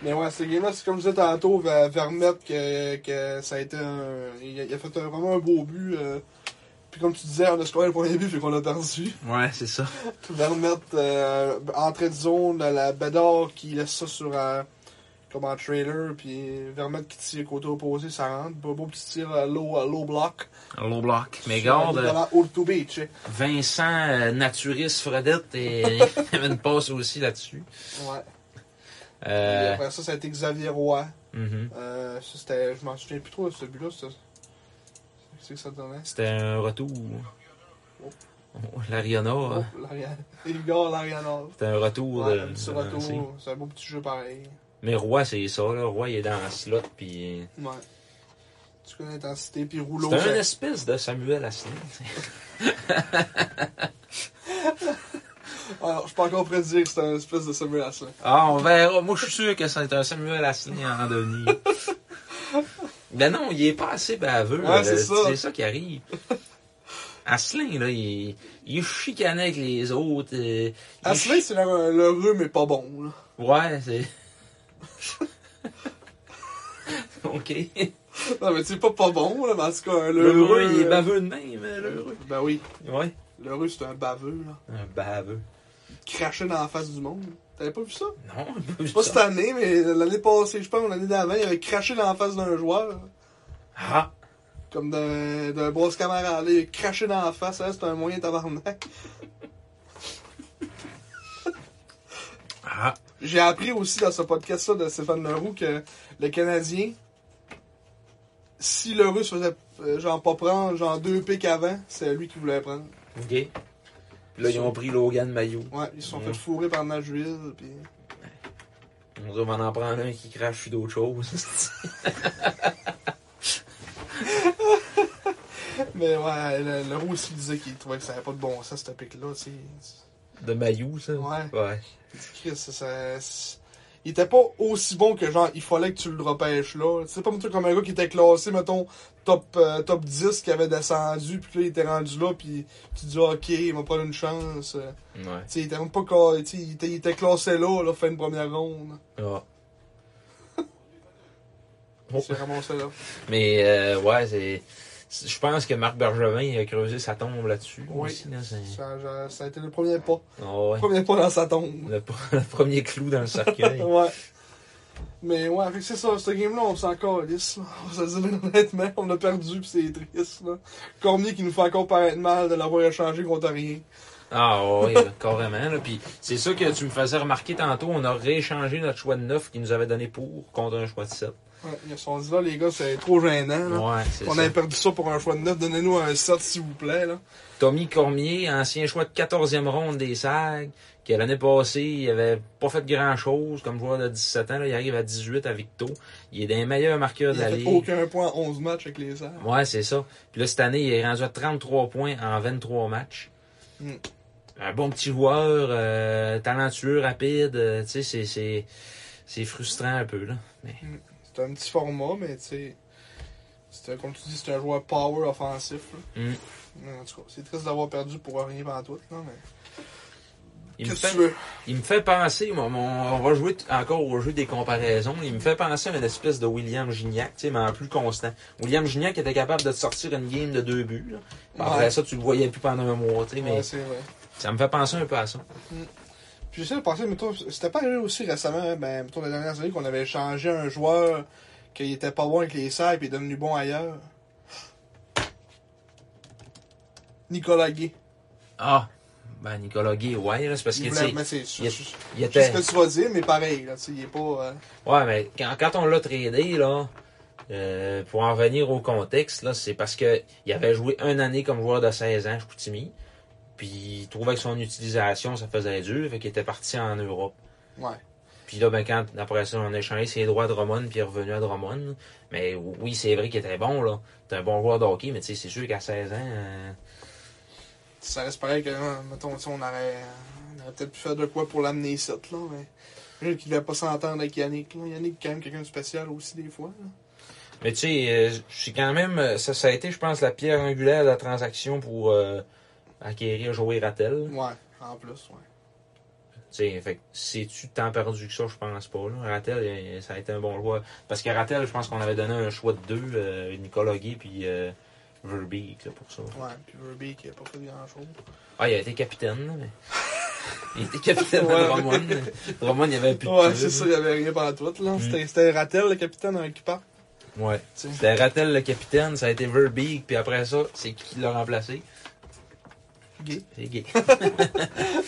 Speaker 2: Mais ouais, ces games-là, c'est comme je disais tantôt, Ver- Vermette, que, que ça a été un. Il a, il a fait un- vraiment un beau but. euh, puis comme tu disais, on a scoré le premier but, fait qu'on a perdu.
Speaker 3: Ouais, c'est ça.
Speaker 2: Vermette, euh, entrée de zone, la Bédard qui laisse ça sur euh, comme en trailer, puis Vermette qui tire côté opposé, ça rentre. Beau, beau petit tir euh, low, euh, low block.
Speaker 3: Low block. Mais
Speaker 2: Sur la
Speaker 3: garde,
Speaker 2: ligne
Speaker 3: euh,
Speaker 2: devant Old to Beach. hein.
Speaker 3: Vincent euh, Naturiste Fredette, et il y avait une passe aussi là-dessus.
Speaker 2: Ouais. Puis
Speaker 3: Euh,
Speaker 2: après ça, ça a été Xavier Roy.
Speaker 3: mhm.
Speaker 2: Euh, ça, c'était, je m'en souviens plus trop de ce but-là. ça. C'est que ça donnait.
Speaker 3: C'était un retour.
Speaker 2: Oh.
Speaker 3: Oh, L'Ariana,
Speaker 2: Oh,
Speaker 3: euh,
Speaker 2: l'Ariane. Igor Larianov.
Speaker 3: c'était un retour.
Speaker 2: Ouais,
Speaker 3: de-
Speaker 2: un petit
Speaker 3: de lancer.
Speaker 2: retour. C'est un beau petit jeu pareil.
Speaker 3: Mais Roy, c'est ça, là. Roy, il est dans la slot, puis...
Speaker 2: Ouais. Tu connais l'intensité, puis Rouleau.
Speaker 3: C'est un
Speaker 2: ça-
Speaker 3: espèce de Samuel Asselin. tu sais.
Speaker 2: Alors, Ah, je suis pas encore prêt de dire que c'est un espèce de Samuel Asselin.
Speaker 3: Ah, on verra. Moi, je suis sûr que c'est un Samuel Asselin en devenir. ben non, il est pas assez baveux.
Speaker 2: Ouais, c'est
Speaker 3: Euh,
Speaker 2: ça.
Speaker 3: C'est ça qui arrive. Asselin, là, il, il chicanait avec les autres. euh, il
Speaker 2: Asselin, c'est le- l'heureux, mais pas bon. là.
Speaker 3: chi- Ouais, c'est. ok.
Speaker 2: Non, mais c'est pas pas bon, là, mais en tout cas, l'heureux.
Speaker 3: L'heureux, il est
Speaker 2: euh,
Speaker 3: baveux de même, hein, l'heureux.
Speaker 2: Ben oui,
Speaker 3: Ouais.
Speaker 2: l'heureux, c'est un baveux, là.
Speaker 3: Un baveux.
Speaker 2: Craché dans la face du monde. T'avais pas vu ça?
Speaker 3: Non,
Speaker 2: Je sais pas cette année, mais l'année passée, je pense, ou l'année d'avant, il avait craché dans la face d'un joueur.
Speaker 3: Ah!
Speaker 2: Comme d'un d'un brosse camarade, là, il a craché dans la face, hein, c'est un moyen tabarnak.
Speaker 3: Ah!
Speaker 2: J'ai appris aussi dans ce podcast-là de Stéphane Leroux que le Canadien, si Leroux se faisait euh, genre pas prendre genre deux pics avant, c'est lui qui voulait prendre.
Speaker 3: Ok. Puis là, ils ont pris Logan Maillot.
Speaker 2: Ouais, ils se sont
Speaker 3: Ouais.
Speaker 2: fait fourrer par Nashville, puis
Speaker 3: On dirait qu'on en prend un qui crache sur d'autres choses.
Speaker 2: Mais ouais, le- Leroux aussi disait qu'il trouvait que ça avait pas de bon sens, ce pic-là, tu sais.
Speaker 3: de Maillot, ça?
Speaker 2: Ouais.
Speaker 3: Ouais.
Speaker 2: Chris, ça, ça- c'est- il était pas aussi bon que genre, il fallait que tu le repêches là. C'est pas mettons, comme un gars qui était classé, mettons, top, euh, top 10, qui avait descendu, puis que là, il était rendu là, puis tu dis, ok, il m'a pas donné une chance. Euh,
Speaker 3: Ouais.
Speaker 2: Tu sais, il était même pas classé, tu sais, il était, il était classé là, là, fin de première ronde.
Speaker 3: Ah.
Speaker 2: Il
Speaker 3: Oh.
Speaker 2: s'est ramassé là.
Speaker 3: Mais euh, ouais, c'est. c'est- Je pense que Marc Bergevin il a creusé sa tombe là-dessus.
Speaker 2: Oui.
Speaker 3: aussi, là, c'est-
Speaker 2: Ça, ça- ça a été le premier pas.
Speaker 3: Ah ouais.
Speaker 2: Le premier pas dans sa tombe.
Speaker 3: Le, le premier clou dans le cercueil.
Speaker 2: Ouais. Mais ouais, fait que c'est ça, ce game-là, on s'en calisse, là. On va se le dire honnêtement, on a perdu pis c'est triste, là. Cormier qui nous fait encore paraître mal de l'avoir échangé contre rien.
Speaker 3: Ah ouais, là, carrément. Là. Puis c'est ça que tu me faisais remarquer tantôt. On a rééchangé notre choix de 9 qu'ils nous avait donné pour contre un choix de 7.
Speaker 2: Ouais, ils se sont dit là, les gars, c'est trop gênant, là.
Speaker 3: Ouais, c'est
Speaker 2: on
Speaker 3: ça.
Speaker 2: avait perdu ça pour un choix de 9, donnez-nous un 7 s'il vous plaît, là.
Speaker 3: Tommy Cormier, ancien choix de 14e ronde des SAG, que l'année passée, il avait pas fait grand-chose comme joueur de 17 ans. Là, il arrive à 18 à Victo. Il est des meilleurs marqueurs
Speaker 2: Il
Speaker 3: de la
Speaker 2: a fait
Speaker 3: Ligue.
Speaker 2: aucun point en 11 matchs avec les airs.
Speaker 3: Ouais, c'est ça. Puis là, cette année, il est rendu à 33 points en 23 matchs.
Speaker 2: Mm.
Speaker 3: Un bon petit joueur, euh, talentueux, rapide. euh, tu sais, c'est, c'est, c'est frustrant un peu, là. Mais,
Speaker 2: C'est un petit format, mais tu sais, c'est un- comme tu dis, c'est un joueur power offensif, là.
Speaker 3: Mm.
Speaker 2: Mais En tout cas, c'est triste d'avoir perdu pour rien pendant tout, là, mais.
Speaker 3: il, me
Speaker 2: Qu'est-ce que tu
Speaker 3: fait,
Speaker 2: veux?
Speaker 3: il me fait penser, moi, mon- on va jouer t- encore au jeu des comparaisons. Il me fait penser à une espèce de William Gignac, tu sais, mais en plus constant. William Gignac était capable de te sortir une game de deux buts. là. Puis Après
Speaker 2: Ouais.
Speaker 3: ça, tu le voyais plus pendant un mois, tu sais, mais
Speaker 2: Ouais, c'est vrai.
Speaker 3: ça me fait penser un peu à ça.
Speaker 2: Puis j'essaie de penser, mettons, c'était pas arrivé aussi récemment, hein, ben, mettons, la dernière année qu'on avait échangé un joueur qui était pas bon avec les sacs et est devenu bon ailleurs. Nicolas Gay.
Speaker 3: Ah, ben Nicolas Gay, ouais, là, c'est parce que,
Speaker 2: Il
Speaker 3: tu
Speaker 2: voulait-
Speaker 3: sais,
Speaker 2: mais c'est
Speaker 3: il- ben
Speaker 2: c'est- c'est-
Speaker 3: il
Speaker 2: c'est
Speaker 3: était...
Speaker 2: ce que tu vas dire, mais pareil, là, tu sais, il est pas. euh,
Speaker 3: Ouais, mais quand, quand on l'a tradé, là, euh, pour en revenir au contexte, là, c'est parce que il avait joué une année comme joueur de 16 ans, Chicoutimi, puis il trouvait que son utilisation, ça faisait dur, fait qu'il était parti en Europe.
Speaker 2: ouais.
Speaker 3: Puis là, ben, quand, après ça, on a échangé ses droits à Drummond, puis il est revenu à Drummond. Mais oui, c'est vrai qu'il était bon, là. T'es un bon joueur de hockey, mais tu sais, c'est sûr qu'à 16 ans, euh,
Speaker 2: Ça reste pareil que, hein, mettons, tu sais, on aurait, on aurait peut-être pu faire de quoi pour l'amener ici, là, mais. Je qu'il devait pas s'entendre avec Yannick, là. Yannick, quand même, quelqu'un de spécial aussi, des fois, là.
Speaker 3: Mais tu sais, euh, c'est quand même. euh, Ça, ça a été, je pense, la pierre angulaire de la transaction pour euh, acquérir Joey Rattel. Tu
Speaker 2: Ouais, en plus, ouais.
Speaker 3: sais, fait que c'est-tu tant perdu que ça, je pense pas. Là. Rattel, euh, ça a été un bon choix. Parce que Rattel, je pense qu'on avait donné un choix de deux, euh, Nicolas Gay puis euh, Verbeek là, pour ça.
Speaker 2: Ouais, puis Ruby qui a pas fait grand-chose.
Speaker 3: Ah, il a été capitaine, là, mais. Il était capitaine
Speaker 2: Ouais,
Speaker 3: de Drummond. Drummond, il y avait plus de
Speaker 2: Ouais,
Speaker 3: club.
Speaker 2: c'est ça, il n'y avait rien pendant tout,
Speaker 3: Mm.
Speaker 2: là. C'était- C'était Ratel, le capitaine, avec qui part.
Speaker 3: Ouais.
Speaker 2: Tu sais.
Speaker 3: C'était Rattel le capitaine, ça a été Verbeek, puis après ça, c'est qui qui l'a remplacé?
Speaker 2: Gay.
Speaker 3: C'est Gay.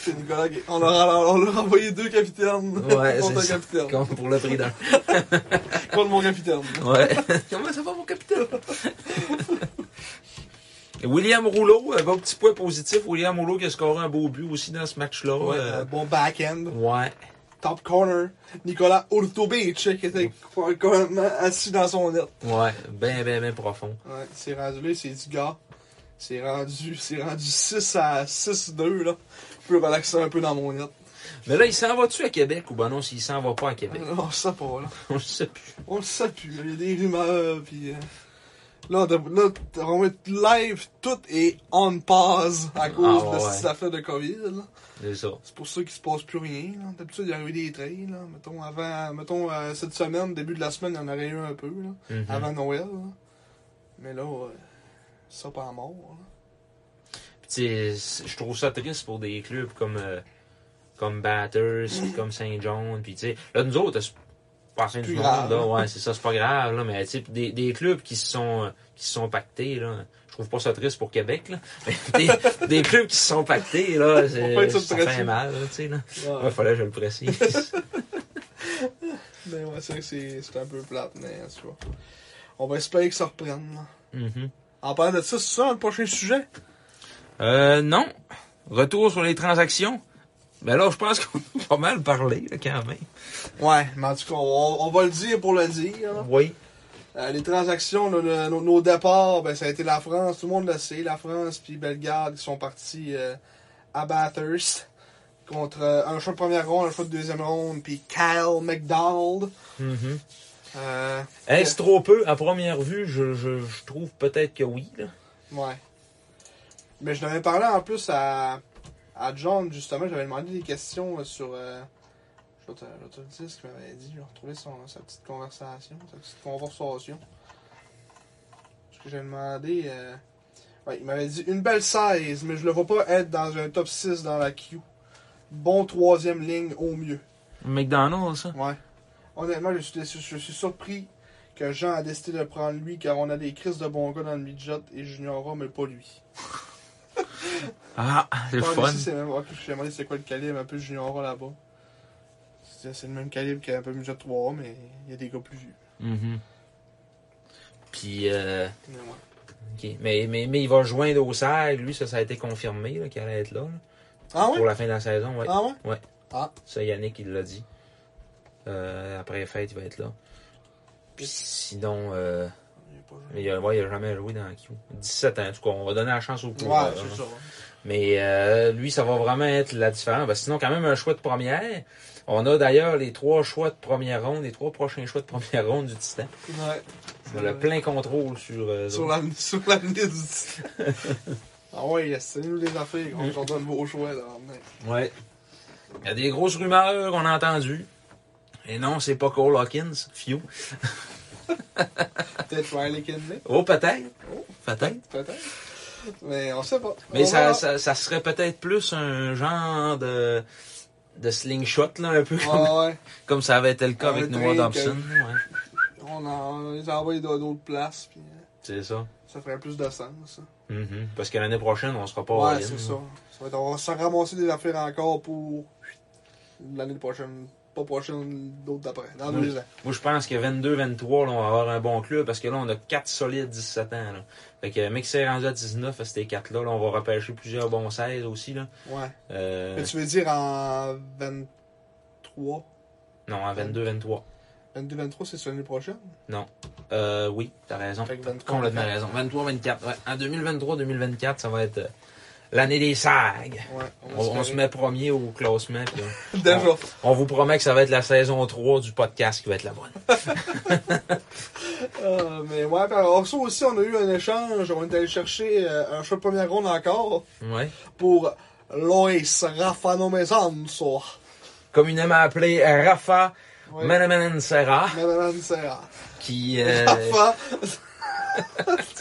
Speaker 2: C'est Nicolas Gay. On leur a, on leur a envoyé deux capitaines.
Speaker 3: Ouais,
Speaker 2: Contre un
Speaker 3: c'est ça.
Speaker 2: capitaine.
Speaker 3: Comme pour le prix d'un.
Speaker 2: Contre mon capitaine.
Speaker 3: Ouais. Comment ça va, mon capitaine? William Rouleau, un bon petit point positif. William Rouleau qui a scoré un beau but aussi dans ce match-là.
Speaker 2: Ouais,
Speaker 3: Euh,
Speaker 2: euh, bon back-end.
Speaker 3: ouais.
Speaker 2: Top corner. Nicolas Urtubic, qui était complètement assis dans son net.
Speaker 3: Ouais. Ben, ben, ben profond.
Speaker 2: Ouais, c'est rendu là, c'est du gars. C'est rendu, c'est rendu 6 à 6-2, là. Je peux relaxer un peu dans mon net.
Speaker 3: Mais là, il s'en va-tu à Québec ou ben non, s'il s'en va pas à
Speaker 2: Mm.
Speaker 3: Québec?
Speaker 2: On le sait pas, là.
Speaker 3: On le sait plus.
Speaker 2: On le sait plus. là. Il y a des rumeurs, puis... euh, Là, t'as- là, t'as- on va être live, tout est on pause à cause
Speaker 3: Ah,
Speaker 2: de
Speaker 3: ouais.
Speaker 2: cette affaire de COVID. là.
Speaker 3: C'est ça.
Speaker 2: C'est pour ça qu'il se passe plus rien. là. D'habitude, il y aurait eu des trails. Là. Mettons, avant, mettons euh, cette semaine, début de la semaine, il y en aurait eu un peu. Là,
Speaker 3: Mhm.
Speaker 2: Avant Noël. là. Mais là, ouais, ça pas à mort. là.
Speaker 3: Puis, tu sais, c- je trouve ça triste pour des clubs comme, euh, comme Batters, puis comme Saint John, puis tu sais, là nous autres, c'est pas la fin
Speaker 2: plus
Speaker 3: du monde,
Speaker 2: grave.
Speaker 3: là, ouais, c'est ça, c'est pas grave, là, mais tu sais, puis des, des clubs qui se sont, euh, qui se sont pactés, là, je trouve pas ça triste pour Québec, là, mais des, des clubs qui se sont pactés, là, c'est-
Speaker 2: Faut pas être
Speaker 3: ça
Speaker 2: surpressé.
Speaker 3: fait mal, là, tu sais, là. Ouais, fallait que je le précise.
Speaker 2: Mais ouais, c'est vrai que c'est c'est un peu plate, mais en tout cas. On va espérer que ça reprenne. là.
Speaker 3: Mhm.
Speaker 2: En parlant de ça, c'est ça le prochain sujet?
Speaker 3: Euh, non. Retour sur les transactions. Ben là, je pense qu'on a pas mal parlé, là, quand même.
Speaker 2: Ouais, mais en tout cas, on, on va le dire pour le dire. là.
Speaker 3: Oui.
Speaker 2: Euh, les transactions, là, le- nos, nos départs, ben, ça a été la France, tout le monde le sait, la France puis Bellegarde qui sont partis euh, à Bathurst contre euh, un choix de première ronde, un choix de deuxième ronde, puis Kyle McDonald.
Speaker 3: Mhm.
Speaker 2: Euh,
Speaker 3: Est-ce trop peu? À première vue, je, je, je trouve peut-être que oui. Là.
Speaker 2: Ouais. Mais je l'avais parlé en plus à, à John, justement. J'avais demandé des questions euh, sur. euh, je vais te, je vais te dire ce qu'il m'avait dit. Je vais retrouver son, sa petite conversation, sa petite conversation. Ce que j'ai demandé. euh, ouais, il m'avait dit une belle 16, mais je le vois pas être dans un top 6 dans la queue. Bon troisième ligne au mieux.
Speaker 3: McDonald's, ça.
Speaker 2: Ouais. Honnêtement, je suis, déçu- je suis surpris que Jean a décidé de le prendre lui, car on a des crises de bons gars dans le midget et Junior A, mais pas lui.
Speaker 3: Ah, c'est le
Speaker 2: Ouais, mais
Speaker 3: fun.
Speaker 2: si, c'est même. Ok, je me demandé c'est quoi le calibre un peu junior là-bas. C'est c'est le même calibre qu'un peu Midget 3, mais il y a des gars plus vieux.
Speaker 3: Mhm. Puis, euh,
Speaker 2: Mais ouais.
Speaker 3: ok. mais, mais, mais il va joindre au cercle. Lui, ça, ça a été confirmé là, qu'il allait être là, là,
Speaker 2: Ah
Speaker 3: pour
Speaker 2: ouais?
Speaker 3: la fin de la saison. Ouais.
Speaker 2: Ah ouais?
Speaker 3: Ça, Yannick, il l'a dit. Euh, après les fêtes, il va être là. Puis sinon, euh,
Speaker 2: Il est pas
Speaker 3: mais il, a, ouais, il a jamais joué dans la Q. 17 ans, en tout cas. On va donner la chance au hein.
Speaker 2: joué.
Speaker 3: coureur.
Speaker 2: Ouais,
Speaker 3: là.
Speaker 2: c'est ça. ouais.
Speaker 3: Mais euh, lui, ça va vraiment être la différence. Parce que sinon, quand même, un choix de première. On a d'ailleurs les trois choix de première ronde, les trois prochains choix de première ronde du Titan.
Speaker 2: Ouais.
Speaker 3: On a
Speaker 2: vrai.
Speaker 3: plein contrôle sur. euh,
Speaker 2: Sur
Speaker 3: eux.
Speaker 2: la- Sur l'avenir du titre. Ah ouais, yes, c'est nous les affaires, on leur donne vos choix là. mais-
Speaker 3: Ouais. Il y a des grosses rumeurs qu'on a entendues. Et non, c'est pas Cole Hawkins, Few.
Speaker 2: Peut-être Riley Kidney,
Speaker 3: Oh, peut-être. Peut-être.
Speaker 2: peut-être. Mais on sait pas.
Speaker 3: Mais
Speaker 2: On
Speaker 3: ça,
Speaker 2: verra.
Speaker 3: ça, ça serait peut-être plus un genre de, de slingshot, là, un peu comme,
Speaker 2: Ouais, Ah ouais.
Speaker 3: comme ça avait été le cas
Speaker 2: Un
Speaker 3: avec Noah
Speaker 2: drink,
Speaker 3: Dobson. Ouais.
Speaker 2: On, en, on les a envoyés dans d'autres places, puis euh,
Speaker 3: C'est ça.
Speaker 2: ça ferait plus de sens. Ça.
Speaker 3: Mhm. Parce que l'année prochaine, on sera pas
Speaker 2: Ouais,
Speaker 3: all-in,
Speaker 2: c'est
Speaker 3: là.
Speaker 2: ça. Ça va être- on va se ramasser des affaires encore pour l'année prochaine. Pas prochaine, l'autre d'après. Dans
Speaker 3: Oui.
Speaker 2: deux ans.
Speaker 3: Moi, je pense que 22-23, là, on va avoir un bon club parce que là, on a 4 solides 17 ans. Là. Fait que Mixer rendu à 19 à ces 4-là. Là, on va repêcher plusieurs bons 16 aussi. Là.
Speaker 2: Ouais.
Speaker 3: Euh,
Speaker 2: Mais tu veux dire en 23
Speaker 3: Non, à 22-23.
Speaker 2: 22-23, c'est sur l'année prochaine
Speaker 3: Euh, oui, t'as raison.
Speaker 2: Fait que 23,
Speaker 3: Complètement raison. 23-24. Ouais. En 2023-2024, ça va être euh, l'année des sags.
Speaker 2: Ouais.
Speaker 3: On, on se met premier au classement. puis on-
Speaker 2: Déjà.
Speaker 3: on, vous promet que ça va être la saison 3 du podcast qui va être la bonne.
Speaker 2: Euh, mais ouais, puis alors, ça aussi, on a eu un échange. On est allé chercher euh, un choix de première ronde encore
Speaker 3: Ouais.
Speaker 2: pour Lois Rafano Mesanzo.
Speaker 3: Communément appelé Rafa
Speaker 2: Ouais.
Speaker 3: Manamansera,
Speaker 2: Madame Serra.
Speaker 3: qui... euh,
Speaker 2: Rafa.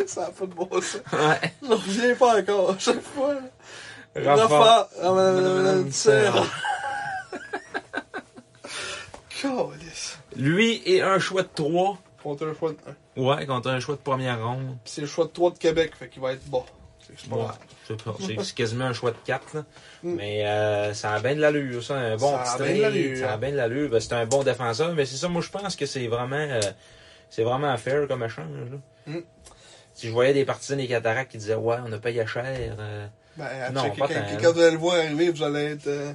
Speaker 2: ça a pas de bon sens.
Speaker 3: ouais.
Speaker 2: Je reviens pas encore à chaque fois. là.
Speaker 3: Rafa.
Speaker 2: Rafa. Ah, madame, madame, madame, Sarah. Câlisse.
Speaker 3: Lui et un choix de 3.
Speaker 2: Contre un choix de 1.
Speaker 3: Ouais, contre un choix de première ronde.
Speaker 2: C'est le choix de 3 de Québec, fait qu'il va être bon. C'est que c'est pas
Speaker 3: Ouais.
Speaker 2: grave.
Speaker 3: C'est pas- c'est- c'est quasiment un choix de 4. Là.
Speaker 2: Mm.
Speaker 3: Mais euh, ça a bien de l'allure, ça. Un bon
Speaker 2: Ça a
Speaker 3: petit
Speaker 2: bien de
Speaker 3: trade,
Speaker 2: l'allure.
Speaker 3: Ça a bien de l'allure. Ben, c'est un bon défenseur. Mais c'est ça, moi, je pense que c'est vraiment, euh, c'est vraiment fair comme échange. Là.
Speaker 2: Mm.
Speaker 3: Si je voyais des partisans des cataractes qui disaient Ouais, on a payé cher. euh,
Speaker 2: Ben, à
Speaker 3: Non,
Speaker 2: checker
Speaker 3: pas
Speaker 2: quand,
Speaker 3: tant,
Speaker 2: quand
Speaker 3: là.
Speaker 2: vous allez le voir arriver, vous allez être euh,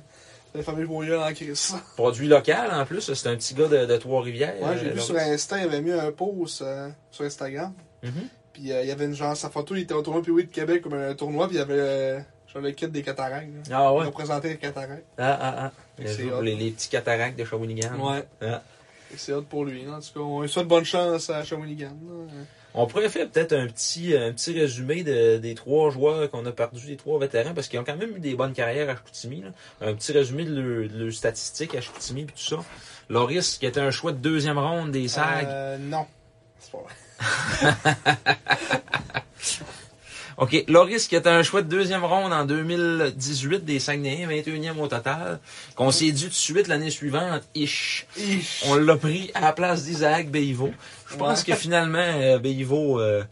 Speaker 2: la famille Bourgeois en crise.
Speaker 3: produit local, en plus. C'est un petit gars de, de Trois-Rivières.
Speaker 2: Ouais, j'ai
Speaker 3: euh,
Speaker 2: vu
Speaker 3: là.
Speaker 2: sur Insta, il avait mis un post euh, sur Instagram.
Speaker 3: Mhm.
Speaker 2: Puis euh, il y avait une genre, sa photo, il était au tournoi oui de Québec comme un tournoi, puis il y avait euh, genre le kit des cataractes. là.
Speaker 3: Ah
Speaker 2: Il
Speaker 3: ouais.
Speaker 2: représentait les cataractes.
Speaker 3: Ah, ah, ah.
Speaker 2: Fait que c'est
Speaker 3: Pour
Speaker 2: hot.
Speaker 3: les, les petits cataractes de Shawinigan.
Speaker 2: Ouais.
Speaker 3: Ah.
Speaker 2: hein. Fait que C'est hâte pour lui. là. En tout cas, on lui souhaite bonne chance à Shawinigan. là.
Speaker 3: On pourrait faire peut-être un petit, euh, un petit résumé de- des trois joueurs qu'on a perdus, des trois vétérans, parce qu'ils ont quand même eu des bonnes carrières à Chicoutimi. là. Un petit résumé de leurs de leurs statistiques à Chicoutimi et tout ça. Loris, qui était un choix de deuxième ronde des SAG.
Speaker 2: Euh, non. C'est pas vrai.
Speaker 3: OK. Loris, qui était un choix de deuxième ronde en 2018 des Saguenayens, 21e au total, qu'on s'est dû tout de suite l'année suivante, ish.
Speaker 2: Ich.
Speaker 3: On l'a pris à la place d'Isaac Béiveau. Je pense
Speaker 2: Ouais.
Speaker 3: que finalement, euh, Béiveau, euh,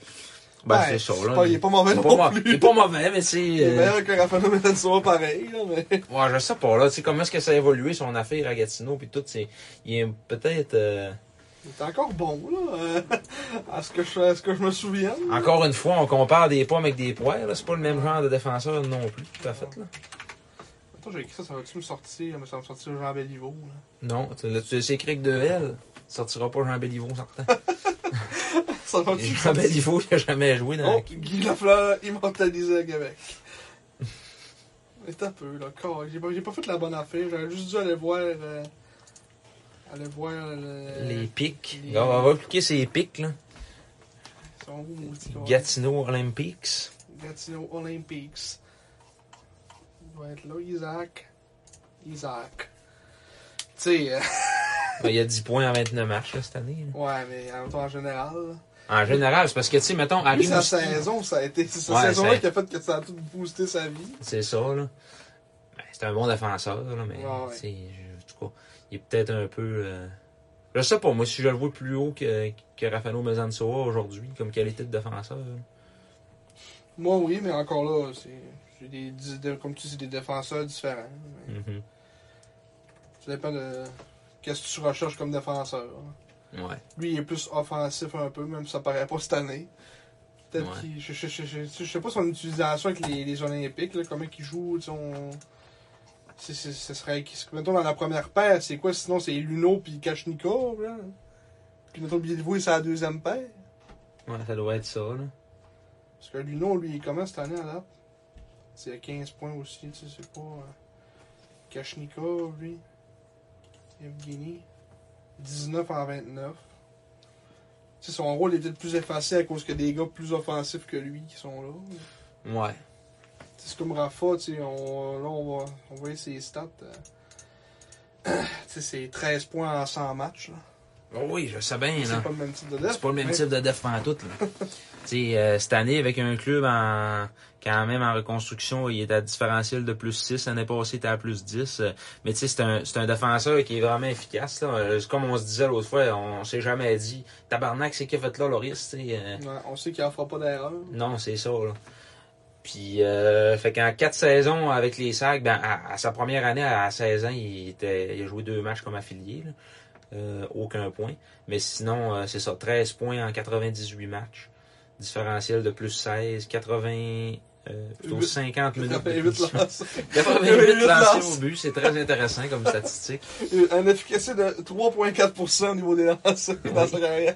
Speaker 3: ben,
Speaker 2: Ouais,
Speaker 3: c'est ça, là.
Speaker 2: pas- il est pas mauvais
Speaker 3: Il est
Speaker 2: non
Speaker 3: mo-
Speaker 2: plus.
Speaker 3: Il est pas mauvais, mais
Speaker 2: Il
Speaker 3: c'est...
Speaker 2: est
Speaker 3: euh,
Speaker 2: meilleur que Raphaël Metansoa, pareil, là, mais.
Speaker 3: ouais, je sais pas, là. Tu sais, comment est-ce que ça a évolué, son affaire à Gatineau, puis tout, c'est... Il est peut-être... euh,
Speaker 2: Il est encore bon, là. euh, à, ce que je, à ce que je me souvienne.
Speaker 3: Encore une fois, on compare des pommes avec des poires, là. C'est pas le même genre de défenseur non plus, tout à fait, là.
Speaker 2: Attends, j'ai écrit ça, ça va-tu me sortir? Ça va me sortir Jean Béliveau, là.
Speaker 3: Non, tu l'as- tu l'as écrit que de L. Sortira pas Jean Béliveau, sortant.
Speaker 2: Ça va-tu me
Speaker 3: Jean
Speaker 2: sortir?
Speaker 3: Béliveau, il a jamais joué dans
Speaker 2: Oh, Guy Lafleur immortalisé à Québec. Mais t'as peu, là. corps. J'ai pas, j'ai pas fait la bonne affaire. J'aurais juste dû aller voir. euh, aller voir. le-
Speaker 3: les pics.
Speaker 2: les-
Speaker 3: Là, on va cliquer ces pics, là.
Speaker 2: Ils sont où, maudits, corps?
Speaker 3: Gatineau Olympics.
Speaker 2: Gatineau Olympics. Il doit être là, Isaac. Isaac. Tu sais, euh,
Speaker 3: Ben, Il y a 10 points en 29 matchs, là, cette année. là.
Speaker 2: ouais, mais en, en général. là.
Speaker 3: En général, c'est parce que, tu sais, mettons,
Speaker 2: Lui,
Speaker 3: arrive.
Speaker 2: sa saison, ça a été. C'est sa
Speaker 3: Ouais,
Speaker 2: saison-là
Speaker 3: ça-
Speaker 2: qui a fait que ça a tout boosté sa vie.
Speaker 3: C'est ça, là. Ben, c'est un bon défenseur, là, mais,
Speaker 2: Ouais, ouais.
Speaker 3: tu sais, je- en tout cas, il est peut-être un peu. euh, Je sais pas, moi, si je le vois plus haut que, que Rafano Mezansoa aujourd'hui, comme qualité de défenseur. là.
Speaker 2: Moi, oui, mais encore là, c'est. c'est Des, des- comme tu dis, des défenseurs différents. mais-
Speaker 3: Mhm.
Speaker 2: Ça dépend de qu'est-ce que tu recherches comme défenseur. hein.
Speaker 3: Ouais.
Speaker 2: Lui, il est plus offensif un peu, même si ça paraît pas cette année. Peut-être
Speaker 3: Ouais.
Speaker 2: qu'il. Je, je, je, je- je sais pas son utilisation avec les, les Olympiques, là, comment il joue. tu sais, on- c'est- c'est- Ce serait. qu'est-ce que- Mettons dans la première paire, c'est quoi Sinon, c'est Luno puis Kachnikov. Là. Puis mettons Bielvaux, c'est la deuxième paire.
Speaker 3: Ouais, ça doit être ça, là.
Speaker 2: Parce que Luno, lui, il commence cette année à date. C'est à 15 points aussi, tu sais, c'est pas. euh, Kachnikov, lui. Evgeny. 19 en 29. Tu sais, son rôle est peut-être plus effacé à cause que des gars plus offensifs que lui qui sont là. Tu
Speaker 3: Ouais.
Speaker 2: sais, C'est comme Rafa, tu sais, on, là, on va, on va voir ses stats. euh. tu sais, c'est 13 points en 100 matchs. là.
Speaker 3: Oh oui, je sais bien, là.
Speaker 2: C'est pas le même type de def,
Speaker 3: C'est pas le même
Speaker 2: mais-
Speaker 3: type de def pantoute. Là. T'sais, euh, cette année, avec un club en, quand même en reconstruction, il est à différentiel de plus 6. L'année passée, il était à plus 10. euh, mais t'sais, c'est un, c'est un défenseur qui est vraiment efficace. Là. Euh, c'est Comme on se disait l'autre fois, on s'est jamais dit « Tabarnak, c'est qui a fait là, Loris? » t'sais, euh,
Speaker 2: Ouais, on sait qu'il en fera pas d'erreur.
Speaker 3: Non, c'est ça. Là. Puis, euh, fait qu'en quatre saisons avec les SAG, ben, à, à sa première année, à 16 ans, il, était, il a joué deux matchs comme affilié. là. Euh, aucun point. Mais sinon, euh, c'est ça, 13 points en 98 matchs. Différentiel de plus 16, 80, euh, plutôt
Speaker 2: Huit.
Speaker 3: 50 minutes. de
Speaker 2: 88
Speaker 3: punition.
Speaker 2: lancés.
Speaker 3: 88 lancés
Speaker 2: lancés.
Speaker 3: au but, c'est très intéressant comme statistique.
Speaker 2: Euh, Un efficacité de 3,4% au niveau des lancers dans sa carrière.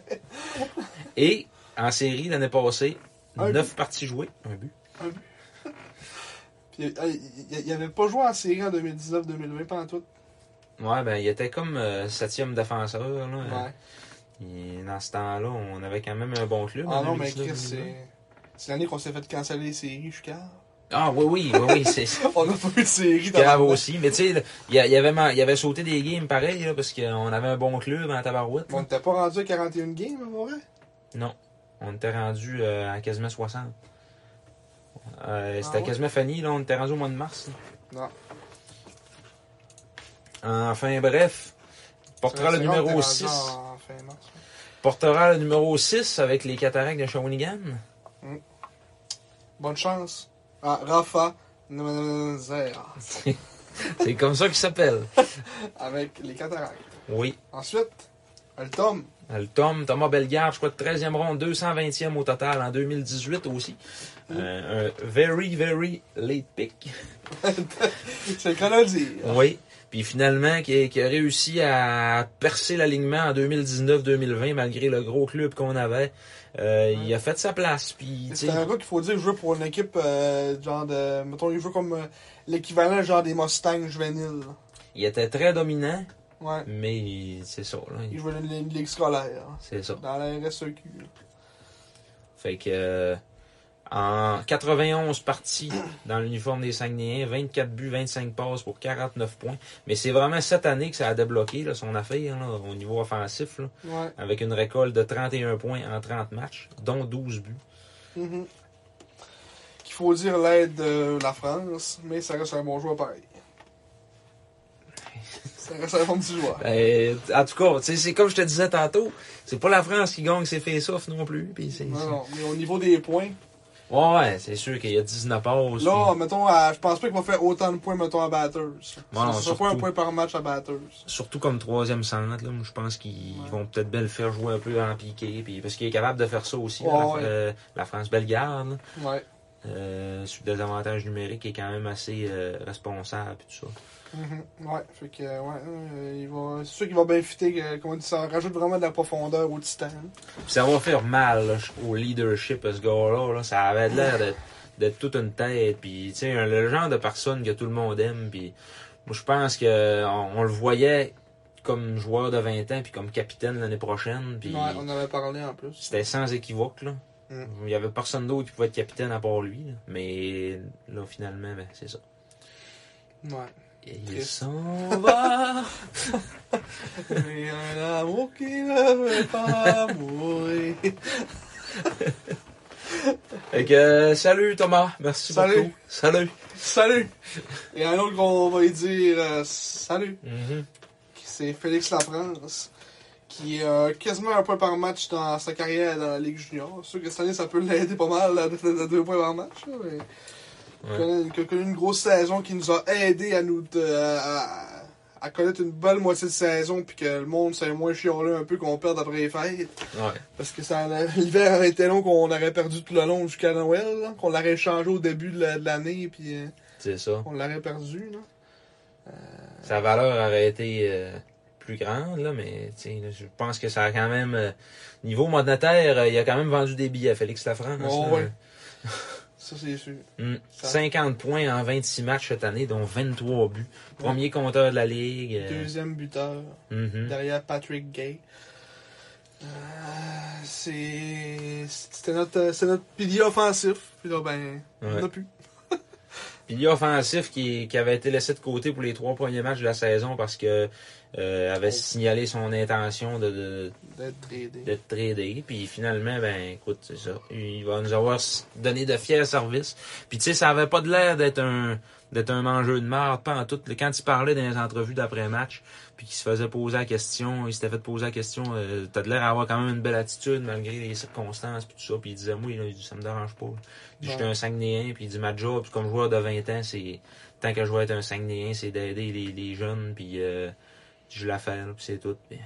Speaker 3: Et en série, l'année passée,
Speaker 2: Un
Speaker 3: 9 parties jouées, un but.
Speaker 2: Puis, euh, il- il il avait pas joué en série en 2019-2020, pas en tout.
Speaker 3: Ouais, ben, il était comme euh, septième défenseur. Là,
Speaker 2: Ouais.
Speaker 3: Et dans ce temps-là, on avait quand même un bon club.
Speaker 2: Ah
Speaker 3: en
Speaker 2: non, mais
Speaker 3: 2019,
Speaker 2: Chris, c'est. C'est l'année qu'on s'est fait canceller les séries, je suis calme.
Speaker 3: Ah oui, oui, oui, oui, c'est c'est
Speaker 2: On n'a pas eu de série dans
Speaker 3: grave
Speaker 2: la-
Speaker 3: aussi. Mais tu sais, là, il y, a- il y avait, man- il y avait sauté des games pareil, là, parce qu'on avait un bon club en tabarouette.
Speaker 2: On
Speaker 3: là.
Speaker 2: n'était pas rendu à 41 games, hein, vrai?
Speaker 3: Non, on était rendu euh, à quasiment 60. Euh, C'était
Speaker 2: Ah ouais?
Speaker 3: quasiment fini, là, on était rendu au mois de mars.
Speaker 2: Non.
Speaker 3: là. Enfin, bref, portera le
Speaker 2: C'est vrai, on
Speaker 3: numéro
Speaker 2: était
Speaker 3: 6.
Speaker 2: rendu en fin mars.
Speaker 3: Portera le numéro 6 avec les cataractes de Shawinigan.
Speaker 2: Bonne chance. Ah, Rafa Nzera,
Speaker 3: C'est comme ça qu'il s'appelle.
Speaker 2: avec les cataractes.
Speaker 3: Oui.
Speaker 2: Ensuite, le Tom.
Speaker 3: Le Tom, Thomas Bellegarde, choix de 13e ronde, 220e au total en 2018 aussi. Euh, un very, very late pick.
Speaker 2: C'est le cas de le dire.
Speaker 3: Oui. Puis finalement, qui, qui a réussi à percer l'alignement en 2019-2020 malgré le gros club qu'on avait. Euh, Il a fait sa place. Puis, tu sais,
Speaker 2: C'est un gars qu'il faut dire jouer pour une équipe euh, genre de. Mettons, il joue comme euh, l'équivalent genre des Mustangs juvéniles. là.
Speaker 3: il était très dominant,
Speaker 2: Ouais.
Speaker 3: mais il- c'est ça. là.
Speaker 2: Il joue dans une ligue scolaire.
Speaker 3: C'est ça.
Speaker 2: Dans la RSEQ. là.
Speaker 3: Fait que euh, en 91 parties dans l'uniforme des Saguenayens, 24 buts, 25 passes pour 49 points. Mais c'est vraiment cette année que ça a débloqué là, son affaire là, au niveau offensif, là,
Speaker 2: Ouais.
Speaker 3: avec une récolte de 31 points en 30 matchs, dont 12 buts.
Speaker 2: Mhm. Qu'il faut dire l'aide de la France, mais ça reste un bon joueur pareil. ça reste un bon petit joueur.
Speaker 3: Ben, en tout cas, tu sais, c'est comme je te disais tantôt, c'est pas la France qui gagne ses face-offs non plus. puis c'est-
Speaker 2: Non, non, mais au niveau des points,
Speaker 3: Ouais, ouais, c'est sûr qu'il y a 19 passes.
Speaker 2: là,
Speaker 3: puis
Speaker 2: mettons, à- je pense pas qu'il va faire autant de points, mettons, à batteuse.
Speaker 3: non,
Speaker 2: ça sera
Speaker 3: surtout.
Speaker 2: pas un point par match à batteuse.
Speaker 3: Surtout comme troisième centre, là, moi, je pense qu'ils
Speaker 2: Ouais.
Speaker 3: vont peut-être bien le faire jouer un peu en piqué. Puis, parce qu'il est capable de faire ça aussi, là,
Speaker 2: Ouais,
Speaker 3: la,
Speaker 2: ouais.
Speaker 3: euh, la France-Bellegarde. là.
Speaker 2: Ouais.
Speaker 3: Euh, sur des avantages numériques, est quand même assez euh, responsable. puis tout ça.
Speaker 2: Mhm. Ouais, fait que, ouais, euh, il va... c'est sûr qu'il va bien fitter, euh, comment on dit, ça rajoute vraiment de la profondeur au titan.
Speaker 3: Puis ça va faire mal là, au leadership, à ce gars-là. là. Ça avait l'air d'être- d'être toute une tête. Puis, tu sais, un- le genre de personne que tout le monde aime. Puis, moi, je pense que on, on le voyait comme joueur de 20 ans, puis comme capitaine l'année prochaine. Puis,
Speaker 2: Ouais, on avait parlé en plus.
Speaker 3: c'était sans équivoque, là.
Speaker 2: Mm.
Speaker 3: Il y avait personne d'autre qui pouvait être capitaine à part lui. là. Mais, là, finalement, ben, c'est ça.
Speaker 2: Ouais.
Speaker 3: Il
Speaker 2: Triste.
Speaker 3: s'en va.
Speaker 2: Et un amour qui ne veut pas mourir.
Speaker 3: Fait que, euh, salut Thomas. Merci
Speaker 2: Salut.
Speaker 3: beaucoup. Salut.
Speaker 2: Salut! Et un autre qu'on va lui dire euh, salut, c'est Félix Lafrance, qui est euh, quasiment un point par match dans sa carrière dans la Ligue Junior. C'est sûr que cette année, ça peut l'aider pas mal à, à deux points par match. là, mais
Speaker 3: Ouais.
Speaker 2: connaît- qui a connu une grosse saison qui nous a aidé à nous de- à, à- à connaître une bonne moitié de saison, puis que le monde s'est moins chialé un peu qu'on perd après les fêtes.
Speaker 3: Ouais.
Speaker 2: Parce que ça, l'hiver avait été long qu'on aurait perdu tout le long jusqu'à Noël, là, qu'on l'aurait changé au début de la- de l'année, puis euh,
Speaker 3: C'est ça.
Speaker 2: on l'aurait perdu. Là.
Speaker 3: Sa valeur aurait été euh, plus grande, là, mais tu sais, là, je pense que ça a quand même. euh, niveau monétaire, euh, il a quand même vendu des billets à Félix Lafrance.
Speaker 2: Oh,
Speaker 3: là.
Speaker 2: ouais. Ça, c'est sûr.
Speaker 3: Mm.
Speaker 2: Ça-
Speaker 3: 50 points en 26 matchs cette année, dont 23 buts. Premier compteur de la Ligue. euh,
Speaker 2: Deuxième buteur,
Speaker 3: mhm.
Speaker 2: derrière Patrick Gay. Euh, c'est- C'était notre, euh, c'est notre pilier offensif. Puis là, ben, on en
Speaker 3: Ouais.
Speaker 2: a plus.
Speaker 3: Pilier offensif qui, qui avait été laissé de côté pour les trois premiers matchs de la saison parce que euh, avait signalé son intention de- de,
Speaker 2: D'être tradé.
Speaker 3: d'être tradé. Puis finalement, ben écoute, c'est ça. Il va nous avoir s- donné de fiers services. Puis tu sais, ça avait pas de l'air d'être un d'être un mangeur de marde, pas en tout. Quand il parlait dans les entrevues d'après-match, puis qu'il se faisait poser la question, il s'était fait poser la question, euh, t'as de l'air d'avoir quand même une belle attitude malgré les circonstances, puis tout ça. Puis il disait, moi, il a dit, ça me dérange pas. Il dit, J'étais
Speaker 2: Ouais.
Speaker 3: un Saguenayen, puis il dit, ma job, comme joueur de 20 ans, c'est tant que je vais être un Saguenayen, c'est d'aider les, les jeunes, puis euh, je la fais, là, puis c'est tout. Puis-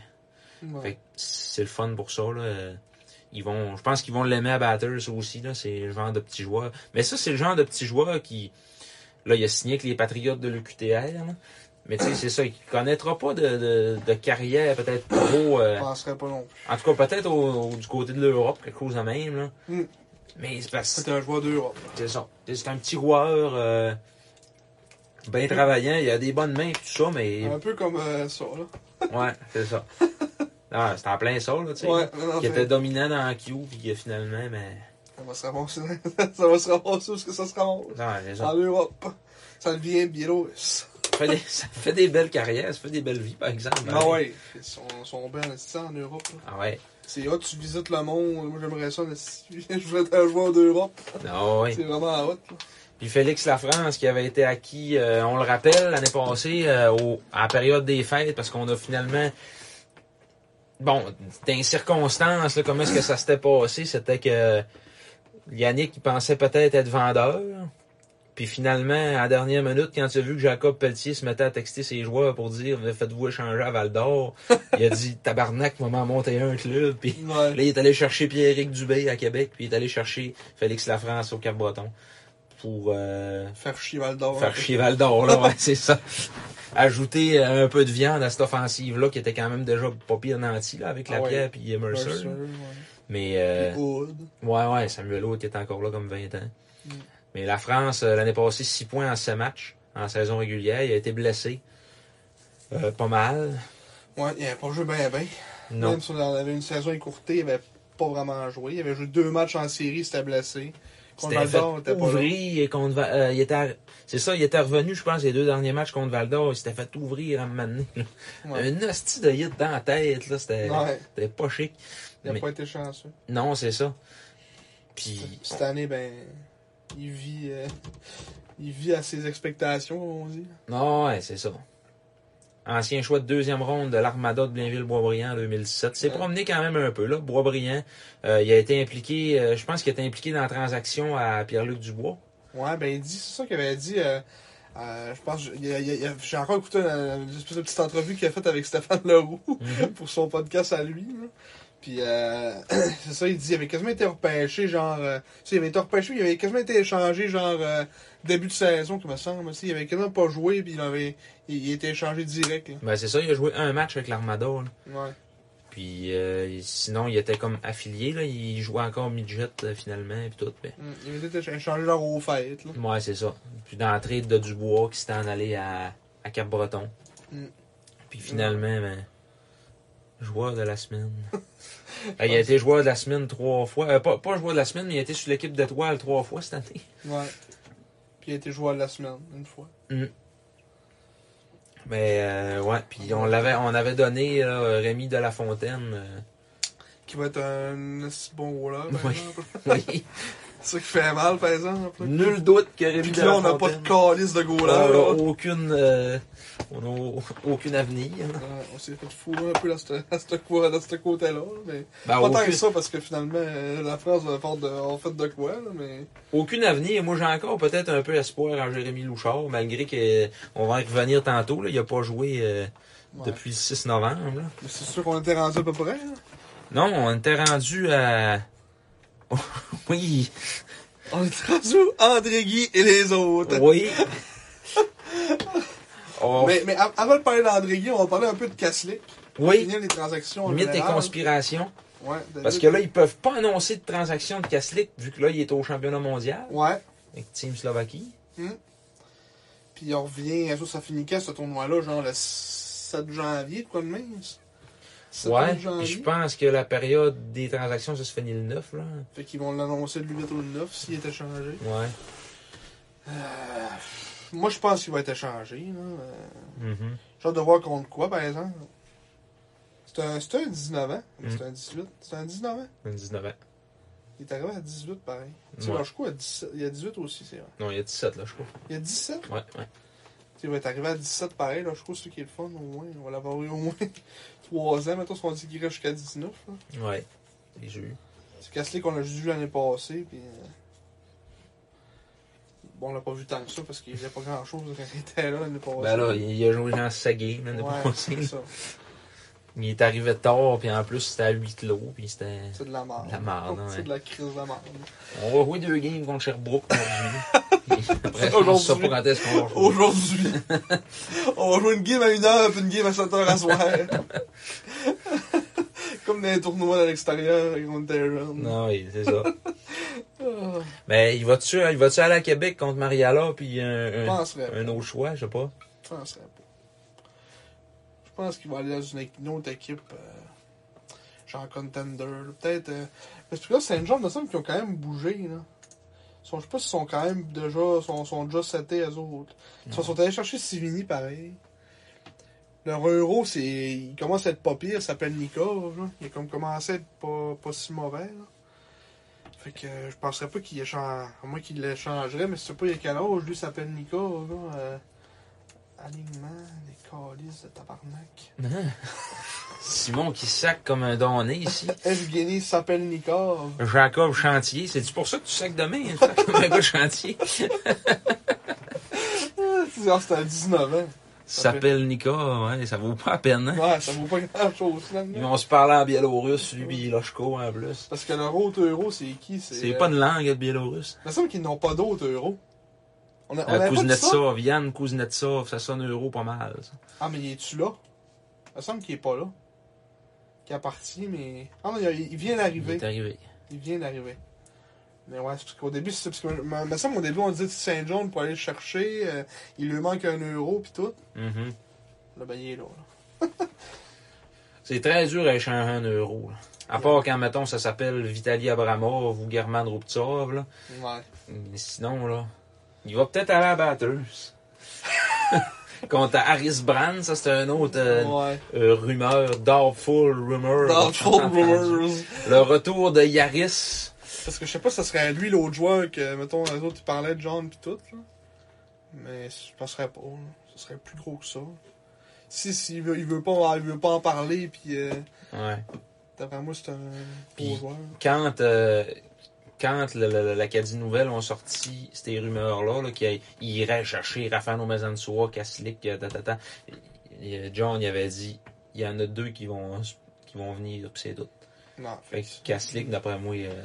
Speaker 2: Ouais.
Speaker 3: fait que c'est le fun pour ça. Là. Euh, Ils vont, je pense qu'ils vont l'aimer à Batters aussi. Là. C'est le genre de petit joueur. Mais ça, c'est le genre de petit joueur qui. Là, il a signé avec les Patriotes de l'UQTR. là. Mais tu sais, c'est ça. Il connaîtra pas de, de, de carrière, peut-être trop. euh,
Speaker 2: Je penserais pas non plus.
Speaker 3: en tout cas, peut-être au- au- du côté de l'Europe, quelque chose de même. Là.
Speaker 2: Mm.
Speaker 3: Mais c'est parce
Speaker 2: C'était un joueur d'Europe.
Speaker 3: c'est ça. C'est un petit joueur. euh, bien travaillant, il a des bonnes mains et tout ça, mais.
Speaker 2: Un peu comme euh, ça, là.
Speaker 3: Ouais, c'est ça. Ah, c'est en plein ça, là, tu sais
Speaker 2: Ouais, non, non,
Speaker 3: qui
Speaker 2: c'est-
Speaker 3: était dominant dans Q, puis que finalement, ben, mais.
Speaker 2: Ça va se ramasser. ça va se ramasser où ce que ça se ramasse.
Speaker 3: Non, les gens-
Speaker 2: En Europe. Ça devient Biélorusse.
Speaker 3: ça, fait des, ça fait des belles carrières, ça fait des belles vies, par exemple.
Speaker 2: Ah ouais. Ils sont, sont bien ça en Europe. là.
Speaker 3: Ah ouais.
Speaker 2: C'est hot, tu visites le monde. Moi j'aimerais ça, mais si je voulais être un joueur d'Europe,
Speaker 3: Ah ouais.
Speaker 2: c'est vraiment hot. là.
Speaker 3: Puis Félix Lafrance, qui avait été acquis, euh, on le rappelle, l'année passée, euh, au, à la période des fêtes, parce qu'on a finalement. Bon, dans les circonstances, là, comment est-ce que ça s'était passé? C'était que Yannick il pensait peut-être être vendeur. Puis finalement, à la dernière minute, quand il a vu que Jacob Pelletier se mettait à texter ses joueurs pour dire Faites-vous échanger à Val d'Or, il a dit Tabarnak, maman, montez un club. Puis
Speaker 2: Ouais.
Speaker 3: Là, il est allé chercher Pierre-Éric Dubé à Québec, puis il est allé chercher Félix Lafrance au Cap-Breton pour euh,
Speaker 2: Faire chier Val d'Or.
Speaker 3: faire chier Val d'Or, là, ouais, c'est ça. Ajouter euh, un peu de viande à cette offensive-là, qui était quand même déjà pas pire nantie, là, avec
Speaker 2: Ah ouais.
Speaker 3: Lapierre puis Mercer.
Speaker 2: Mercer, ouais.
Speaker 3: Mais, euh,
Speaker 2: Wood.
Speaker 3: ouais, ouais, Samuel Haute est encore là comme 20 ans.
Speaker 2: Mm.
Speaker 3: Mais la France, euh, l'année passée, 6 points en 7 matchs, en saison régulière. Il a été blessé. Euh, pas mal.
Speaker 2: Ouais, il avait pas joué bien, bien.
Speaker 3: Non.
Speaker 2: Même si on en avait une saison écourtée, il avait pas vraiment joué. Il avait joué deux matchs en série, il s'était blessé. Contre
Speaker 3: C'était fait
Speaker 2: Valdor, il était pas là.
Speaker 3: ouvrir et contre Val- euh, il était arri- c'est ça, il était revenu, je pense, les deux derniers matchs contre Valdor, il s'était fait ouvrir à un moment donné, là.
Speaker 2: Ouais.
Speaker 3: Un hostie de hit dans la tête, là, c'était
Speaker 2: Ouais.
Speaker 3: c'était pas chic.
Speaker 2: Il n'a
Speaker 3: euh, Mais-
Speaker 2: pas été chanceux.
Speaker 3: Non, c'est ça. Puis
Speaker 2: Cette année, ben, il vit, euh, il vit à ses expectations, comme on dit.
Speaker 3: Non, ouais, c'est ça. Ancien choix de deuxième ronde de l'Armada de Blainville-Boisbriand en 2017. S'est
Speaker 2: Ouais.
Speaker 3: promené quand même un peu, là. Boisbriand, euh, il a été impliqué, euh, je pense qu'il a été impliqué dans la transaction à Pierre-Luc Dubois.
Speaker 2: Ouais, ben, il dit, c'est ça qu'il avait dit. euh, euh, je pense, il a- il a- il a- j'ai encore écouté une, une espèce de petite entrevue qu'il a faite avec Stéphane Leroux pour son podcast à lui. là. Puis, euh, c'est ça, il dit, il avait quasiment été repêché, genre. euh, tu sais, il avait été repêché, mais il avait quasiment été échangé, genre, euh, début de saison, comme me semble. tu sais, il avait quasiment pas joué, puis il avait il, il a été échangé direct. Là.
Speaker 3: Ben, c'est ça, il a joué un match avec l'Armada, là.
Speaker 2: Ouais.
Speaker 3: Puis euh, il- sinon, il était comme affilié, là. Il jouait encore midget, euh, finalement, puis tout. ben.
Speaker 2: Mm. Il avait été échangé, genre, aux fêtes. Là.
Speaker 3: Ouais, c'est ça. Puis dans la trade de Dubois qui s'était en allé à, à Cap-Breton.
Speaker 2: Mm.
Speaker 3: Puis finalement, ben, joueur de la semaine. Ben, il a été joueur de la semaine trois fois. Euh, pas, pas joueur de la semaine, mais il a été sur l'équipe d'étoiles trois fois cette année.
Speaker 2: Ouais. Puis il a été joueur de la semaine, une fois.
Speaker 3: Mais euh, ouais, puis on l'avait on avait donné là, Rémi euh. de la Fontaine.
Speaker 2: Qui va être un assez bon roller, par
Speaker 3: Oui.
Speaker 2: exemple.
Speaker 3: oui.
Speaker 2: C'est ça qui fait mal, par exemple.
Speaker 3: Nul doute que Rémi
Speaker 2: Puis
Speaker 3: de Ah,
Speaker 2: que là,
Speaker 3: la
Speaker 2: on n'a pas de
Speaker 3: Fontaine.
Speaker 2: calice de
Speaker 3: On a
Speaker 2: goaler. là.
Speaker 3: aucune euh, on a au- aucune avenir.
Speaker 2: Ouais, on s'est fait fourrer un peu dans ce dans ce co- dans ce côté-là, là, mais pas
Speaker 3: Ben,
Speaker 2: tant que
Speaker 3: aucune-
Speaker 2: ça parce que finalement euh, la France va faire de, en fait de quoi là, mais
Speaker 3: Aucune avenir. Moi, j'ai encore peut-être un peu espoir en Jérémy Louchard, malgré que on va y revenir tantôt. Là. Il a pas joué euh,
Speaker 2: Ouais.
Speaker 3: depuis le 6 novembre. là.
Speaker 2: mais c'est sûr qu'on était rendu à peu près. hein. là.
Speaker 3: Non, on était rendu à... oui,
Speaker 2: On était rendu André Guy et les autres.
Speaker 3: oui. Oh,
Speaker 2: Mais, mais av- avant de parler d'André Guy, on va parler un peu de Kaslik.
Speaker 3: oui,
Speaker 2: Finir les transactions. en
Speaker 3: mythe et
Speaker 2: général.
Speaker 3: conspiration.
Speaker 2: Ouais, David.
Speaker 3: Parce que là, ils peuvent pas annoncer de transaction de Kaslik, vu que là, il est au championnat mondial
Speaker 2: Ouais.
Speaker 3: avec Team Slovaquie.
Speaker 2: Puis on revient, ça, ça finit quand ce tournoi-là, genre le 7 janvier, quoi de même? 7
Speaker 3: Ouais, puis
Speaker 2: janvier.
Speaker 3: je pense que la période des transactions, ça se finit le 9, là.
Speaker 2: Fait qu'ils vont l'annoncer le 8 ou le 9 s'il est échangé.
Speaker 3: Ouais.
Speaker 2: Euh, moi, je pense qu'il va être échangé. Là. Euh,
Speaker 3: Mhm.
Speaker 2: J'ai hâte de voir contre quoi, par exemple. C'est un, c'est un 19 ans. mais
Speaker 3: Mm.
Speaker 2: C'est un 18. C'est un 19 ans.
Speaker 3: 19 ans.
Speaker 2: Il est arrivé à 18, pareil. Tu
Speaker 3: Ouais.
Speaker 2: vois, je crois, à 17 il y a 18 aussi, c'est vrai.
Speaker 3: Non, il y a 17, là, je crois.
Speaker 2: Il y a 17.
Speaker 3: Ouais, ouais.
Speaker 2: Tu sais, Il va être arrivé à 17, pareil. Là, je trouve que c'est qui est le fun, au moins. On va l'avoir eu au moins 3 ans. Maintenant, si on dit qu'il reste jusqu'à 19. là.
Speaker 3: Ouais. Et j'ai eu.
Speaker 2: C'est Castley qu'on a juste vu l'année passée. Puis, euh, Bon, on l'a pas vu tant que ça parce qu'il n'y a pas grand chose quand il était là l'année passée.
Speaker 3: Ben là, il a joué Jean Saguet, l'année
Speaker 2: ouais,
Speaker 3: passée.
Speaker 2: c'est ça.
Speaker 3: Il est arrivé tard, puis en plus, c'était à 8 lots, puis c'était...
Speaker 2: C'est de la merde.
Speaker 3: De la merde,
Speaker 2: C'est
Speaker 3: ouais.
Speaker 2: de la crise de la merde.
Speaker 3: On va jouer deux games contre Sherbrooke aujourd'hui. Après, on
Speaker 2: Aujourd'hui.
Speaker 3: sait pas quand est-ce qu'on va jouer.
Speaker 2: Aujourd'hui, on va jouer une game à 1h puis une game à 7h à soir. Comme dans les tournois à l'extérieur on était jeunes.
Speaker 3: Non, oui, c'est ça.
Speaker 2: Ah,
Speaker 3: Mais il va-tu hein, il va aller à Québec contre Mariala, puis
Speaker 2: Je
Speaker 3: un, un,
Speaker 2: penserais pas.
Speaker 3: un autre choix, je sais pas.
Speaker 2: Je penserais pas. Je pense qu'il va aller dans une, une autre équipe. euh, genre contender. là. Peut-être. euh, parce que là, Saint-Jean, il me semble qu'ils ont quand même bougé. Là. Ils sont- je sais pas s'ils sont quand même déjà. sont, sont déjà setés, eux autres. Ils sont, sont allés chercher Sivini, pareil. Leur euro, c'est. Il commence à être pas pire, il s'appelle Nikov. là. Il a comme commencé à être pas, pas si mauvais. là. Fait que euh, je penserais pas qu'il échange. À moins qu'il l'échangerait, mais je sais pas il y a quel âge, lui il s'appelle Nikov. Là, euh, alignement, des calices de tabarnak.
Speaker 3: Simon qui sac comme un donné ici.
Speaker 2: Evgeny s'appelle Nikov.
Speaker 3: Jacob Chantier, c'est-tu pour ça que tu sacs demain? hein? Sac comme un gars de chantier.
Speaker 2: Ah, c'est ah, c'est à 19 ans.
Speaker 3: S'appelle Nika, ouais, ça vaut pas la peine, hein?
Speaker 2: Ouais, ça vaut pas grand chose
Speaker 3: Ils
Speaker 2: finalement.
Speaker 3: vont se parler en biélorusse, lui, puis Loshko en plus.
Speaker 2: Parce que leur autre euro, c'est qui
Speaker 3: C'est
Speaker 2: euh,
Speaker 3: pas une langue, le biélorusse.
Speaker 2: Il me semble qu'ils n'ont pas d'autre euro. On a, on
Speaker 3: Euh,
Speaker 2: avait pas dit ça?
Speaker 3: Kuznetsov, Yann Kuznetsov, ça sonne euro pas mal. ça.
Speaker 2: Ah, mais il est-tu là Il me semble qu'il est pas là. Qu'il est parti, mais. Ah non, il, a- il vient
Speaker 3: Il
Speaker 2: d'arriver.
Speaker 3: est arrivé.
Speaker 2: Il vient d'arriver. Mais ouais, c'est parce qu'au début, c'est parce que. me- me semble qu'au début, on disait Saint-John pour aller le chercher. euh, il lui manque un euro, pis tout.
Speaker 3: Mhm.
Speaker 2: Là, ben, il est là. là.
Speaker 3: C'est très dur à échanger un euro. là. À part quand, mettons, ça s'appelle Vitali Abramov ou German Ruptsov, là.
Speaker 2: Ouais.
Speaker 3: Mais sinon, là, il va peut-être aller à la batteuse. Contre Harris Brand, ça c'est un autre euh,
Speaker 2: ouais.
Speaker 3: euh, rumeur, Doubtful Rumor.
Speaker 2: Doubtful rumors.
Speaker 3: Le retour de Yaris.
Speaker 2: Parce que je sais pas si ça serait lui l'autre joueur que, mettons, les autres ils parlaient de John pis tout, là. Mais je penserais pas, là. Ce serait plus gros que ça. Si, si, il veut, il veut pas, il veut pas en parler pis, euh,
Speaker 3: Ouais.
Speaker 2: d'après moi, c'est un gros
Speaker 3: Puis-
Speaker 2: joueur.
Speaker 3: Quand, euh, quand le- le- l'Acadie Nouvelle ont sorti ces rumeurs-là, là, qu'ils iraient chercher Rafael Omezansoa, Kaslik, euh, tatata, et euh, John il avait dit il y en a deux qui vont, qui vont venir, pis c'est tout.
Speaker 2: Non,
Speaker 3: Fait
Speaker 2: fait
Speaker 3: que Kaslik, d'après moi, euh,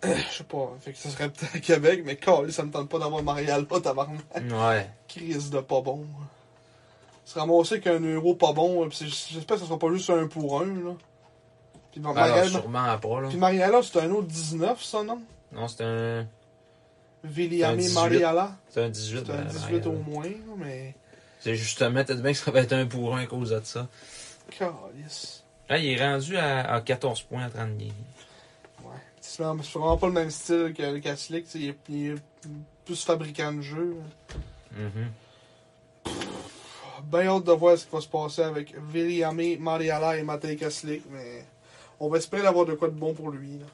Speaker 2: que, je sais pas. Fait que ça serait peut-être à Québec, mais calé, ça me tente pas d'avoir Marial là, tabarnak.
Speaker 3: ouais.
Speaker 2: Crise de pas bon. Se ramasser qu'un euro pas bon, pis c'est- j'espère que ça sera pas juste un pour un, là. Pis
Speaker 3: Ah, alors,
Speaker 2: Marial,
Speaker 3: sûrement pas, là.
Speaker 2: pis Mariala, c'est un autre 19, ça, non?
Speaker 3: Non, c'est un,
Speaker 2: Viliami
Speaker 3: 18.
Speaker 2: Mariala.
Speaker 3: c'est un 18.
Speaker 2: C'est un
Speaker 3: ben,
Speaker 2: 18 au
Speaker 3: ben,
Speaker 2: moins, là, mais.
Speaker 3: C'est justement, peut-être bien que ça va être un pour un à cause de ça.
Speaker 2: Calice.
Speaker 3: Là, il est rendu à, à 14 points à 30 games.
Speaker 2: Ouais. C'est vraiment c'est vraiment pas le même style que le Caslick. Il, est- il est plus fabricant de jeu.
Speaker 3: Mhm.
Speaker 2: Bien Ben hâte de voir ce qui va se passer avec Viliami Mariala et Matei Caslick, mais on va espérer d'avoir de quoi de bon pour lui. Là.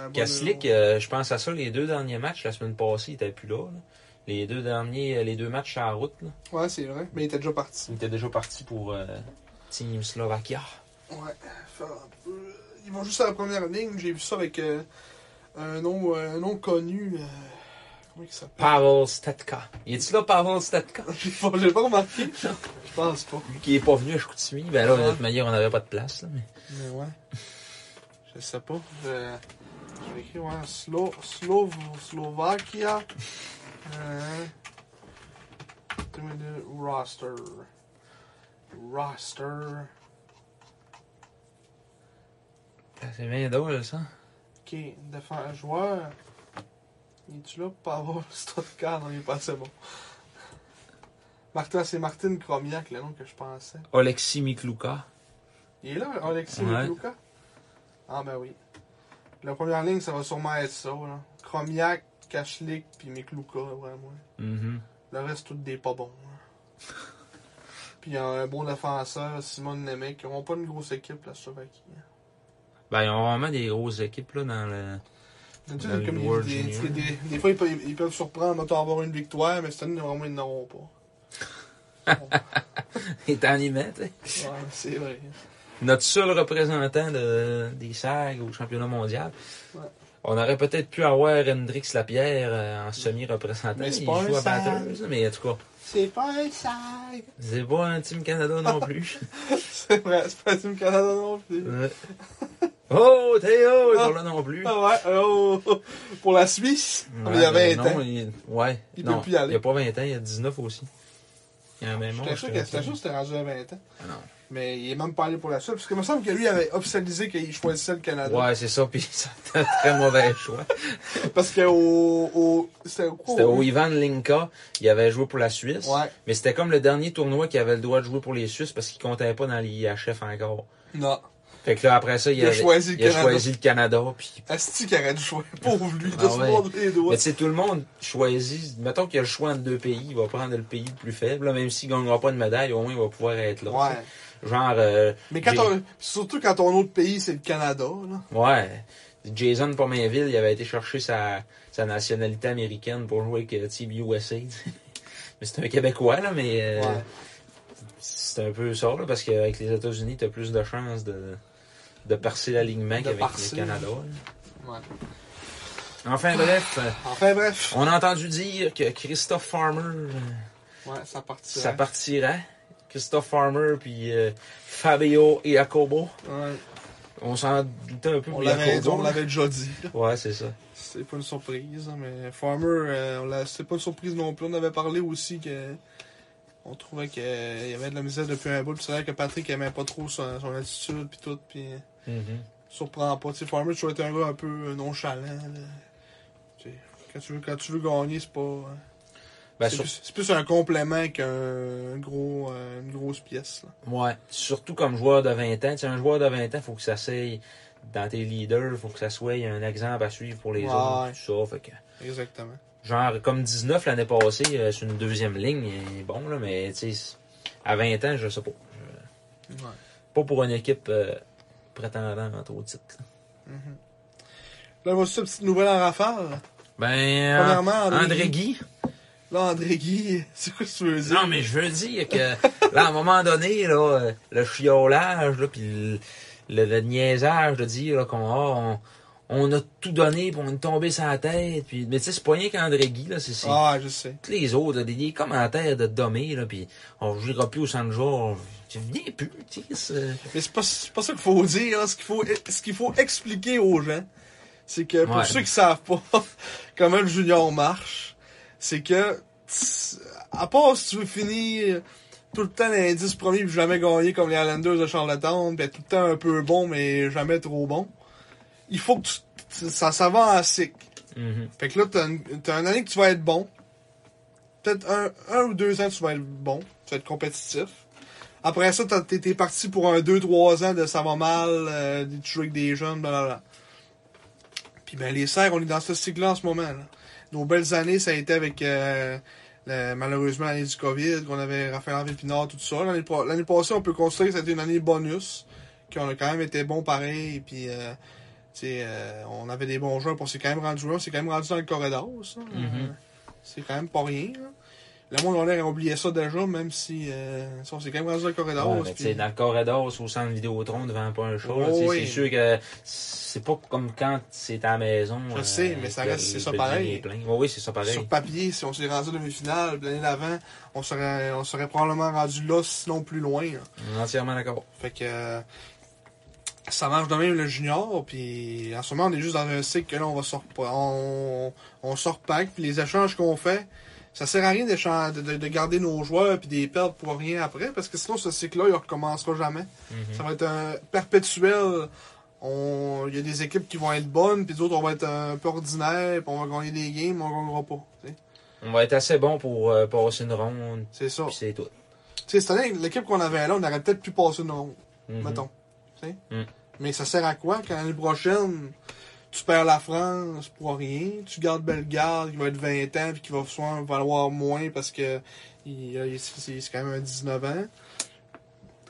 Speaker 2: Un bon
Speaker 3: Kaslik,
Speaker 2: numéro.
Speaker 3: euh, je pense à ça, les deux derniers matchs, la semaine passée, il était plus là. là. Les deux derniers, euh, les deux matchs en route, là.
Speaker 2: Ouais, c'est vrai, mais il était déjà parti.
Speaker 3: il était déjà parti pour euh, Team Slovakia.
Speaker 2: Ouais. Fait un peu- Ils vont juste à la première ligne. J'ai vu ça avec euh, un, nom, un nom connu. euh, Comment il s'appelle
Speaker 3: Pavel Statka. Il est-tu là, Pavel Statka?
Speaker 2: J'ai pas, j'ai pas remarqué. Je pense pas.
Speaker 3: Lui qui est pas venu à Chicoutimi, ben là, de
Speaker 2: Ouais.
Speaker 3: toute manière, on n'avait pas de place, là, mais...
Speaker 2: Mais ouais. Je sais pas. Je, je vais écrire, ouais, Slo, Slo, Slovakia. Euh, deux minutes, roster. Roster.
Speaker 3: Ah, C'est bien drôle, ça.
Speaker 2: Ok, défense joueur. Il est-tu là pour avoir Stotka? Non, il est pas assez bon. Martin, c'est Martin Cromiac, le nom que je pensais.
Speaker 3: Alexis Mikluka.
Speaker 2: Il est là, Alexis
Speaker 3: Ouais.
Speaker 2: Luka? Ah ben oui. La première ligne, ça va sûrement être ça. Là. Chromiak, Kachlik, puis Mikluka, vraiment.
Speaker 3: Mhm.
Speaker 2: Le reste, tout des pas bons. là. puis il y a un bon défenseur, Simon Nemec. Ils n'auront pas une grosse équipe, la Slovaquie. hein.
Speaker 3: Ben, ils ont vraiment des grosses équipes là, dans le.
Speaker 2: D'habitude,
Speaker 3: Dans le
Speaker 2: comme ils-
Speaker 3: World
Speaker 2: des,
Speaker 3: Junior.
Speaker 2: des- des- des fois, ils peuvent, ils peuvent surprendre, mettons, avoir une victoire, mais cette année, vraiment, ils n'auront pas.
Speaker 3: Et t'en y mets, tu sais.
Speaker 2: ouais, c'est vrai.
Speaker 3: Notre seul représentant de, des SAG au championnat mondial.
Speaker 2: Ouais.
Speaker 3: On aurait peut-être pu avoir Hendrix Lapierre euh, en semi-représentant.
Speaker 2: Mais
Speaker 3: Il
Speaker 2: c'est
Speaker 3: joue
Speaker 2: pas un
Speaker 3: à
Speaker 2: SAG.
Speaker 3: batteuse, mais en tout cas,
Speaker 2: C'est pas un sag!
Speaker 3: c'est pas un Team Canada non plus.
Speaker 2: c'est vrai, c'est pas du Canada non plus.
Speaker 3: Ouais. oh, Théo, il est pas là non plus.
Speaker 2: Ah ouais, oh, oh, pour la Suisse,
Speaker 3: Ouais,
Speaker 2: il y
Speaker 3: mais
Speaker 2: avait un
Speaker 3: non,
Speaker 2: temps.
Speaker 3: il- Ouais,
Speaker 2: Il peut
Speaker 3: non,
Speaker 2: plus y aller.
Speaker 3: il a pas 20 ans, il a 19 aussi. Il a un même
Speaker 2: J'étais
Speaker 3: âge.
Speaker 2: sûr
Speaker 3: que
Speaker 2: que
Speaker 3: Théo.
Speaker 2: c'était sûr que c'était rendu à 20 ans.
Speaker 3: Ah non.
Speaker 2: Mais il est même pas allé pour la Suisse, parce qu'il me semble que lui avait officialisé qu'il choisissait le Canada.
Speaker 3: Ouais, c'est ça, puis c'était un très mauvais choix.
Speaker 2: Parce que au. au c'était au quoi
Speaker 3: C'était au Ivan Linka, il avait joué pour la Suisse.
Speaker 2: Oh, Ouais.
Speaker 3: Mais c'était comme le dernier tournoi qu'il avait le droit de jouer pour les Suisses parce qu'il comptait pas dans les IHF encore.
Speaker 2: Non.
Speaker 3: Fait que là, après ça, il,
Speaker 2: Il a
Speaker 3: avait-
Speaker 2: choisi le
Speaker 3: il a
Speaker 2: Canada.
Speaker 3: choisi le Canada. Puis...
Speaker 2: Asti qui aurait dû choisir. Pauvre lui, de
Speaker 3: Ah
Speaker 2: se
Speaker 3: ouais.
Speaker 2: mordre les doigts.
Speaker 3: Mais tu sais, tout le monde choisit. Mettons qu'il a le choix entre deux pays, il va prendre le pays le plus faible. là, même s'il gagnera pas de médaille, au moins il va pouvoir être là.
Speaker 2: Ouais.
Speaker 3: Genre, euh,
Speaker 2: Mais quand
Speaker 3: J'ai-
Speaker 2: on, surtout quand ton autre pays, c'est le Canada, là.
Speaker 3: ouais. Jason Pomainville, il avait été chercher sa, sa nationalité américaine pour jouer avec euh, Team USA. tu sais. mais c'est un Québécois, là, mais. euh,
Speaker 2: Ouais.
Speaker 3: C'est un peu ça, là, parce qu'avec les États-Unis, t'as plus de chances de, de percer l'alignement
Speaker 2: De
Speaker 3: qu'avec
Speaker 2: parcer.
Speaker 3: le Canada. là.
Speaker 2: ouais.
Speaker 3: Enfin bref, euh,
Speaker 2: Enfin, bref.
Speaker 3: on a entendu dire que Christophe Farmer, euh,
Speaker 2: Ouais, ça partira.
Speaker 3: ça partira. Christophe Farmer, puis euh, Fabio et Jacobo.
Speaker 2: Ouais.
Speaker 3: On s'en doutait un peu
Speaker 2: On
Speaker 3: pour
Speaker 2: l'avait
Speaker 3: Jacobo,
Speaker 2: on
Speaker 3: là.
Speaker 2: l'avait déjà dit, là.
Speaker 3: Ouais, c'est ça.
Speaker 2: C'est pas une surprise, hein, mais Farmer, euh, on l'a- c'est pas une surprise non plus. On avait parlé aussi que on trouvait qu'il y avait de la misère depuis un bout. Puis c'est vrai que Patrick aimait pas trop son, son attitude puis tout, puis euh,
Speaker 3: Mhm.
Speaker 2: surprend pas. Tu sais, Farmer, tu dois être un gars un peu euh, nonchalant. là. Tu sais, Quand tu veux, quand tu veux gagner, c'est pas. euh,
Speaker 3: Ben,
Speaker 2: c'est,
Speaker 3: sur-
Speaker 2: plus, c'est plus un complément qu'un gros, euh, une grosse pièce. là.
Speaker 3: Ouais. Surtout comme joueur de 20 ans. Tu sais, un joueur de 20 ans, faut que ça s'aille dans tes leaders, faut que ça soit un exemple à suivre pour les
Speaker 2: Ouais.
Speaker 3: autres, tout ça. Fait que,
Speaker 2: Exactement.
Speaker 3: genre, comme 19 l'année passée, euh, sur une deuxième ligne, il est bon, là, mais tu sais, à 20 ans, je sais pas.
Speaker 2: Ouais.
Speaker 3: Pas pour une équipe euh, prétendante au titre. là.
Speaker 2: Là, voici une petite nouvelle en rafale.
Speaker 3: Ben, euh,
Speaker 2: Premièrement, André
Speaker 3: André Guy.
Speaker 2: Là, André Guy, c'est quoi que tu veux dire?
Speaker 3: Non, mais je veux dire que, là, à un moment donné, là, euh, le chiolage, là, puis le, le- le niaisage de dire là, qu'on a, on, on a tout donné, puis on est tombé sur la tête. Puis, mais tu sais, c'est pas rien qu'André Guy, là, c'est c'est
Speaker 2: Ah, je sais.
Speaker 3: tous les autres, là, des- des commentaires de Domé, là, puis on jouera plus au centre jour. Je viens plus, tu sais. c'est-
Speaker 2: Mais c'est pas, c'est pas ça qu'il faut dire. hein. Ce qu'il faut, ce qu'il faut expliquer aux gens, c'est que pour
Speaker 3: Ouais.
Speaker 2: ceux qui savent pas comment le junior marche, c'est que tss, à part si tu veux finir tout le temps dans les 10 premiers puis jamais gagner comme les Highlanders de Charlottetown, ben tout le temps un peu bon mais jamais trop bon, il faut que tu, tu- ça, ça va en cycle.
Speaker 3: Mhm.
Speaker 2: Fait que là, t'as une, t'as une année que tu vas être bon. Peut-être un, un ou deux ans, tu vas être bon. Tu vas être compétitif. Après ça, t'as- t'es t'es parti pour un 2-3 ans de ça va mal, euh, des trucs avec des jeunes, blablabla. Puis ben, les serres, on est dans ce cycle-là en ce moment. là. Nos belles années, ça a été avec, euh, le- malheureusement, l'année du COVID, qu'on avait Raphaël Henry Pinard, tout ça. L'année pa- l'année passée, on peut considérer que c'était une année bonus, qu'on a quand même été bon pareil, et puis... euh, tu sais, euh, on avait des bons joueurs, pour c'est quand même rendu on s'est quand même rendu dans le corridor, ça.
Speaker 3: Mhm.
Speaker 2: Euh, C'est quand même pas rien. Là. Le monde a l'air à oublier ça déjà, même si, euh, ça, on s'est quand même rendu dans le corridor.
Speaker 3: Ouais, mais tu
Speaker 2: puis-
Speaker 3: sais, dans le corridor, c'est au centre Vidéotron, devant pas un chat, là, tu sais,
Speaker 2: Oh, oui.
Speaker 3: c'est sûr que c'est pas comme quand c'est à la maison. euh,
Speaker 2: Je sais, mais ça
Speaker 3: que
Speaker 2: reste-
Speaker 3: le
Speaker 2: c'est ça
Speaker 3: petit
Speaker 2: pareil.
Speaker 3: est plein. Ouais, oui, c'est ça pareil.
Speaker 2: Sur papier, si on s'est rendu en demi-finale, puis l'année d'avant, on serait, on serait probablement rendu là, sinon plus loin. là.
Speaker 3: On est Entièrement d'accord.
Speaker 2: Fait que euh, ça marche de même le junior, puis en ce moment on est juste dans un cycle que là on va sort on, on sort pack, puis les échanges qu'on fait, ça sert à rien d'échan- de, de- de garder nos joueurs puis des perdre pour rien après, parce que sinon ce cycle-là il recommencera jamais.
Speaker 3: Mhm.
Speaker 2: Ça va être un perpétuel. On, il y a des équipes qui vont être bonnes, puis d'autres on va être un peu ordinaire, puis on va gagner des games, mais on gagnera pas. tu sais.
Speaker 3: On va être assez bon pour euh, passer une ronde,
Speaker 2: C'est ça.
Speaker 3: puis c'est tout.
Speaker 2: Tu sais, cette année, l'équipe qu'on avait là, on aurait peut-être pu passer une ronde.
Speaker 3: Mhm.
Speaker 2: mettons. Tu sais?
Speaker 3: Mm.
Speaker 2: Mais ça sert à quoi quand l'année prochaine, tu perds la France pour rien, tu gardes Bellegarde qui va être 20 ans puis qui va souvent valoir moins parce que il, il- c'est c'est quand même un 19 ans.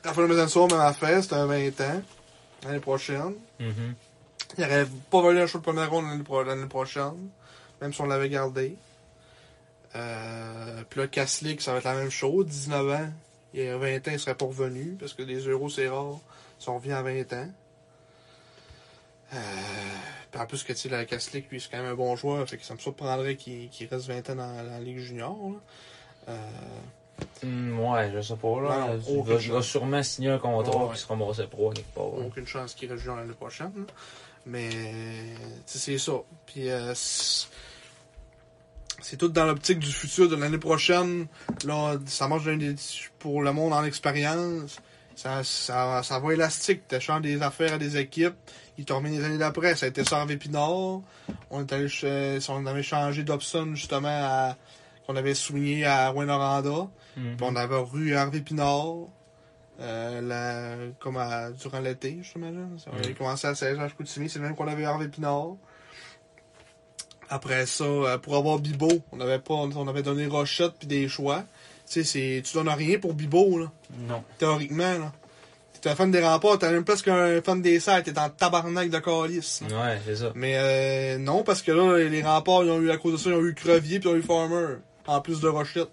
Speaker 2: Raphaël Mezensour, même affaire, c'est un 20 ans. L'année prochaine.
Speaker 3: Mhm.
Speaker 2: Il n'aurait pas valu un show de première ronde l'année pro- l'année prochaine, même si on l'avait gardé. Euh, puis là, Kaslik, ça va être la même chose. 19 ans, il y a 20 ans, il serait pas revenu, parce que les euros, c'est rare. Si on revient à 20 ans. Euh, puis en plus que, tu sais, la Kaslik, lui, c'est quand même un bon joueur, fait que ça me surprendrait qu'il qu'il reste 20 ans dans, dans la Ligue junior. là. Euh,
Speaker 3: Mm, ouais, je sais pas. Là,
Speaker 2: Non,
Speaker 3: il,
Speaker 2: aucune
Speaker 3: va, il va sûrement signer un contrat
Speaker 2: Ouais, ouais.
Speaker 3: qui sera ramassé pro quelque part. là.
Speaker 2: aucune chance qu'il reste junior l'année prochaine. là. Mais tu sais, c'est ça. Puis euh, c'est c'est tout dans l'optique du futur de l'année prochaine. Là, ça marche dans des- pour le monde en expérience. Ça, ça, ça va élastique. Tu changes des affaires à des équipes. Ils te remettent les années d'après. Ça a été ça avec Pinard. On, est allé, chez- on avait changé Dobson justement à qu'on avait souligné à Winoranda.
Speaker 3: Mhm.
Speaker 2: Puis on avait rue Harvey Pinard. Euh, la, comme à- durant l'été, je t'imagine. On avait
Speaker 3: Mm.
Speaker 2: commencé à 16 ans à Chicoutimi, c'est le même qu'on avait Harvey Pinard. Après ça, euh, pour avoir Bibo, on avait pas, on avait donné Rochette puis des choix. Tu sais, c'est, tu donnes rien pour Bibo, là,
Speaker 3: Non.
Speaker 2: théoriquement, là. T'es un fan des remparts, t'es même plus qu'un fan des serres, t'es en tabarnak de calice. là.
Speaker 3: Ouais, c'est ça.
Speaker 2: Mais euh, non, parce que là, les remparts, ils ont eu, à cause de ça, ils ont eu Crevier puis ils ont eu Farmer, en plus de Rochette.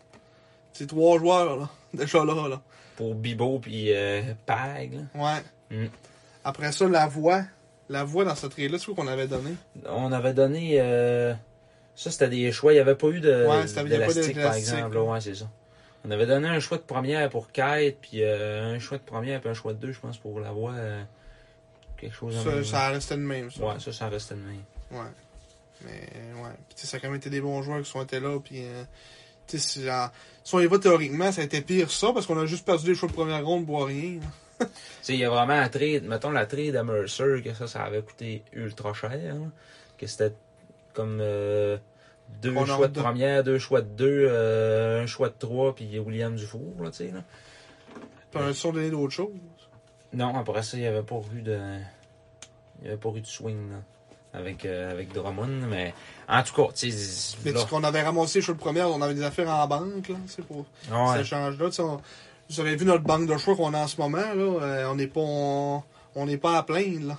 Speaker 2: C'est trois joueurs, là, déjà là, là.
Speaker 3: Pour Bibo puis euh, Pag. là.
Speaker 2: Ouais.
Speaker 3: Mm.
Speaker 2: Après ça, la voix. La voix dans ce trade-là, c'est quoi qu'on avait donné?
Speaker 3: On avait donné. euh, ça, c'était des choix. Il n'y avait pas eu de.
Speaker 2: Ouais, c'était- il y avait pas
Speaker 3: d'élastique, par
Speaker 2: d'élastique.
Speaker 3: exemple. là. Ouais, c'est ça. On avait donné un choix de première pour Kate, puis euh, un choix de première, puis un choix de deux, je pense, pour la voix. euh, quelque chose de
Speaker 2: Ça,
Speaker 3: même.
Speaker 2: ça restait le même, ça.
Speaker 3: Ouais, ça, ça restait de même.
Speaker 2: Ouais. Mais, ouais. Puis, tu sais, ça a quand même été des bons joueurs qui sont été là, puis... euh, tu sais, si, en- si on y va théoriquement, ça a été pire ça, parce qu'on a juste perdu les choix de première ronde pour rien. là.
Speaker 3: Tu sais, il y a vraiment un trade, mettons la trade à Mercer, que ça, ça avait coûté ultra cher. hein, que c'était comme euh, deux
Speaker 2: On en
Speaker 3: choix de
Speaker 2: redonne.
Speaker 3: première, deux choix de deux, euh, un choix de trois, puis William Dufour, là, tu sais, là.
Speaker 2: T'as un surdoné d'autre chose.
Speaker 3: Non, après ça, il n'y avait pas eu de. Il n'y avait pas eu de swing, là, Avec, euh, avec Drummond, mais. En tout cas, tu sais.
Speaker 2: Mais
Speaker 3: là-
Speaker 2: ce qu'on avait ramassé sur le premier, on avait des affaires en banque, là, c'est pour
Speaker 3: Ouais.
Speaker 2: cet échange-là. Tu sais, on- Vous avez vu notre banque de choix qu'on a en ce moment, là. euh, on n'est pas, on on n'est pas à plaindre, là.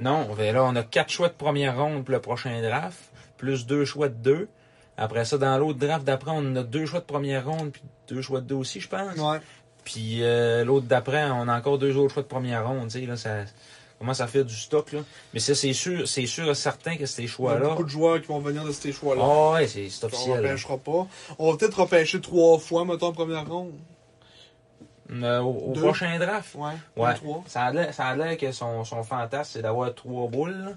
Speaker 3: Non, ben là, on a quatre choix de première ronde pour le prochain draft, plus deux choix de deux. Après ça, dans l'autre draft d'après, on a deux choix de première ronde, puis deux choix de deux aussi, je pense.
Speaker 2: Ouais.
Speaker 3: Puis euh, l'autre d'après, on a encore deux autres choix de première ronde, tu sais, là, ça commence à faire du stock, là. Mais ça, c'est sûr, c'est sûr et certain que ces
Speaker 2: Il y a
Speaker 3: choix-là.
Speaker 2: beaucoup de joueurs qui vont venir de ces choix-là.
Speaker 3: Ah ouais, c'est c'est
Speaker 2: on
Speaker 3: officiel. là.
Speaker 2: repêchera pas. On va peut-être repêcher trois fois, mettons, en première ronde.
Speaker 3: Euh, au au
Speaker 2: Deux.
Speaker 3: prochain draft.
Speaker 2: Ouais.
Speaker 3: Ouais.
Speaker 2: deux, Trois.
Speaker 3: Ça a l'air- ça a l'air que son, son fantasme, c'est d'avoir trois boules. là.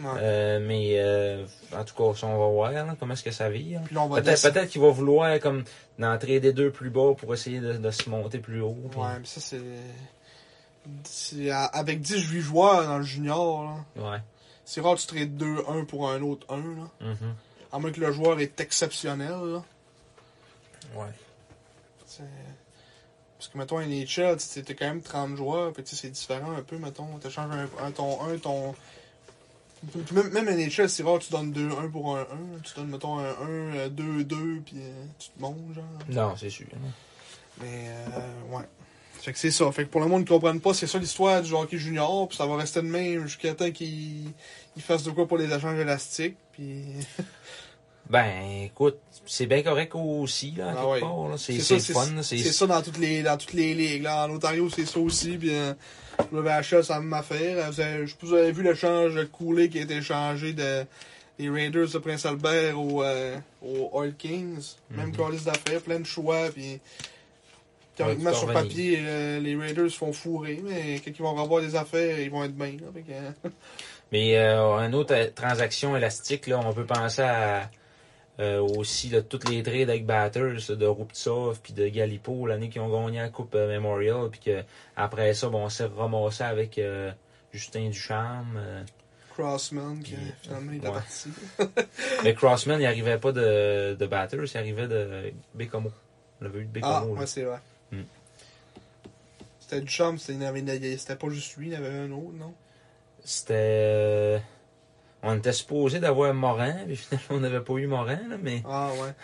Speaker 2: Ouais.
Speaker 3: Euh, mais euh, en tout cas, ça, on va voir là, comment est-ce que ça vit. là.
Speaker 2: Puis là, on va
Speaker 3: Peut-être
Speaker 2: descendre.
Speaker 3: peut-être qu'il va vouloir comme d'entrer des deux plus bas pour essayer de, de se monter plus haut. puis-
Speaker 2: Ouais, mais ça, c'est. c'est à- Avec 18 joueurs dans le junior, là,
Speaker 3: Ouais.
Speaker 2: c'est rare que tu trades 2-1 pour un autre 1. Là.
Speaker 3: Mhm.
Speaker 2: À moins que le joueur est exceptionnel. Là.
Speaker 3: Ouais.
Speaker 2: C'est- Parce que, mettons, NHL, tu sais, t'es quand même 30 joueurs. Fait que, tu sais, c'est différent un peu, mettons. Tu changes un, un- ton 1, ton. Puis Même, même NHL, c'est rare que tu donnes 2-1 pour un 1. Tu donnes, mettons, un 1, euh, 2-2, puis euh, tu te montes, genre.
Speaker 3: Non, c'est sûr.
Speaker 2: Mais, euh, ouais. Fait que c'est ça. Fait que pour le monde qui comprenne pas, c'est ça l'histoire du hockey junior. Puis ça va rester de même jusqu'à temps qu'ils ils fassent de quoi pour les échanges élastiques. Puis
Speaker 3: Ben, écoute, c'est bien correct aussi, là, à
Speaker 2: Ah
Speaker 3: quelque
Speaker 2: ouais.
Speaker 3: part, là. C'est
Speaker 2: C'est
Speaker 3: c'est
Speaker 2: ça,
Speaker 3: le fun, là.
Speaker 2: c'est
Speaker 3: c'est
Speaker 2: ça dans toutes les dans toutes les ligues. Là. En Ontario, c'est ça aussi. Puis euh, le VHL, ça m'a fait. Vous avez, je sais pas si vous avez vu l'échange coulé qui a été échangé de, des Raiders de Prince Albert au, euh, au Oil Kings. Même
Speaker 3: Mhm.
Speaker 2: calice d'affaires, plein de choix. Puis théoriquement,
Speaker 3: Ouais, tu peux
Speaker 2: sur
Speaker 3: revenir.
Speaker 2: papier, euh, les Raiders se font fourrer. Mais quand ils vont revoir des affaires, ils vont être bien. là. Fait que, euh,
Speaker 3: Mais euh, une autre euh, transaction élastique, là, on peut penser à euh, aussi là, toutes les trades avec Batters là, de Ruptsov puis de Galipo l'année qu'ils ont gagné la Coupe euh, Memorial puis que après ça bon, on s'est ramassé avec euh, Justin Ducharme euh.
Speaker 2: Crossman, qui,
Speaker 3: Puis,
Speaker 2: finalement, il est
Speaker 3: ouais.
Speaker 2: parti.
Speaker 3: mais Crossman il arrivait pas de, de Batters il arrivait de Bécomo le vœu de
Speaker 2: Ah,
Speaker 3: Bécomo là.
Speaker 2: ouais, c'est vrai.
Speaker 3: Mm.
Speaker 2: C'était du charme, c'était il y avait- c'était pas juste lui, il y en avait un autre, non?
Speaker 3: c'était euh, on était supposé d'avoir Morin puis finalement on n'avait pas eu Morin là, mais
Speaker 2: Ah ouais.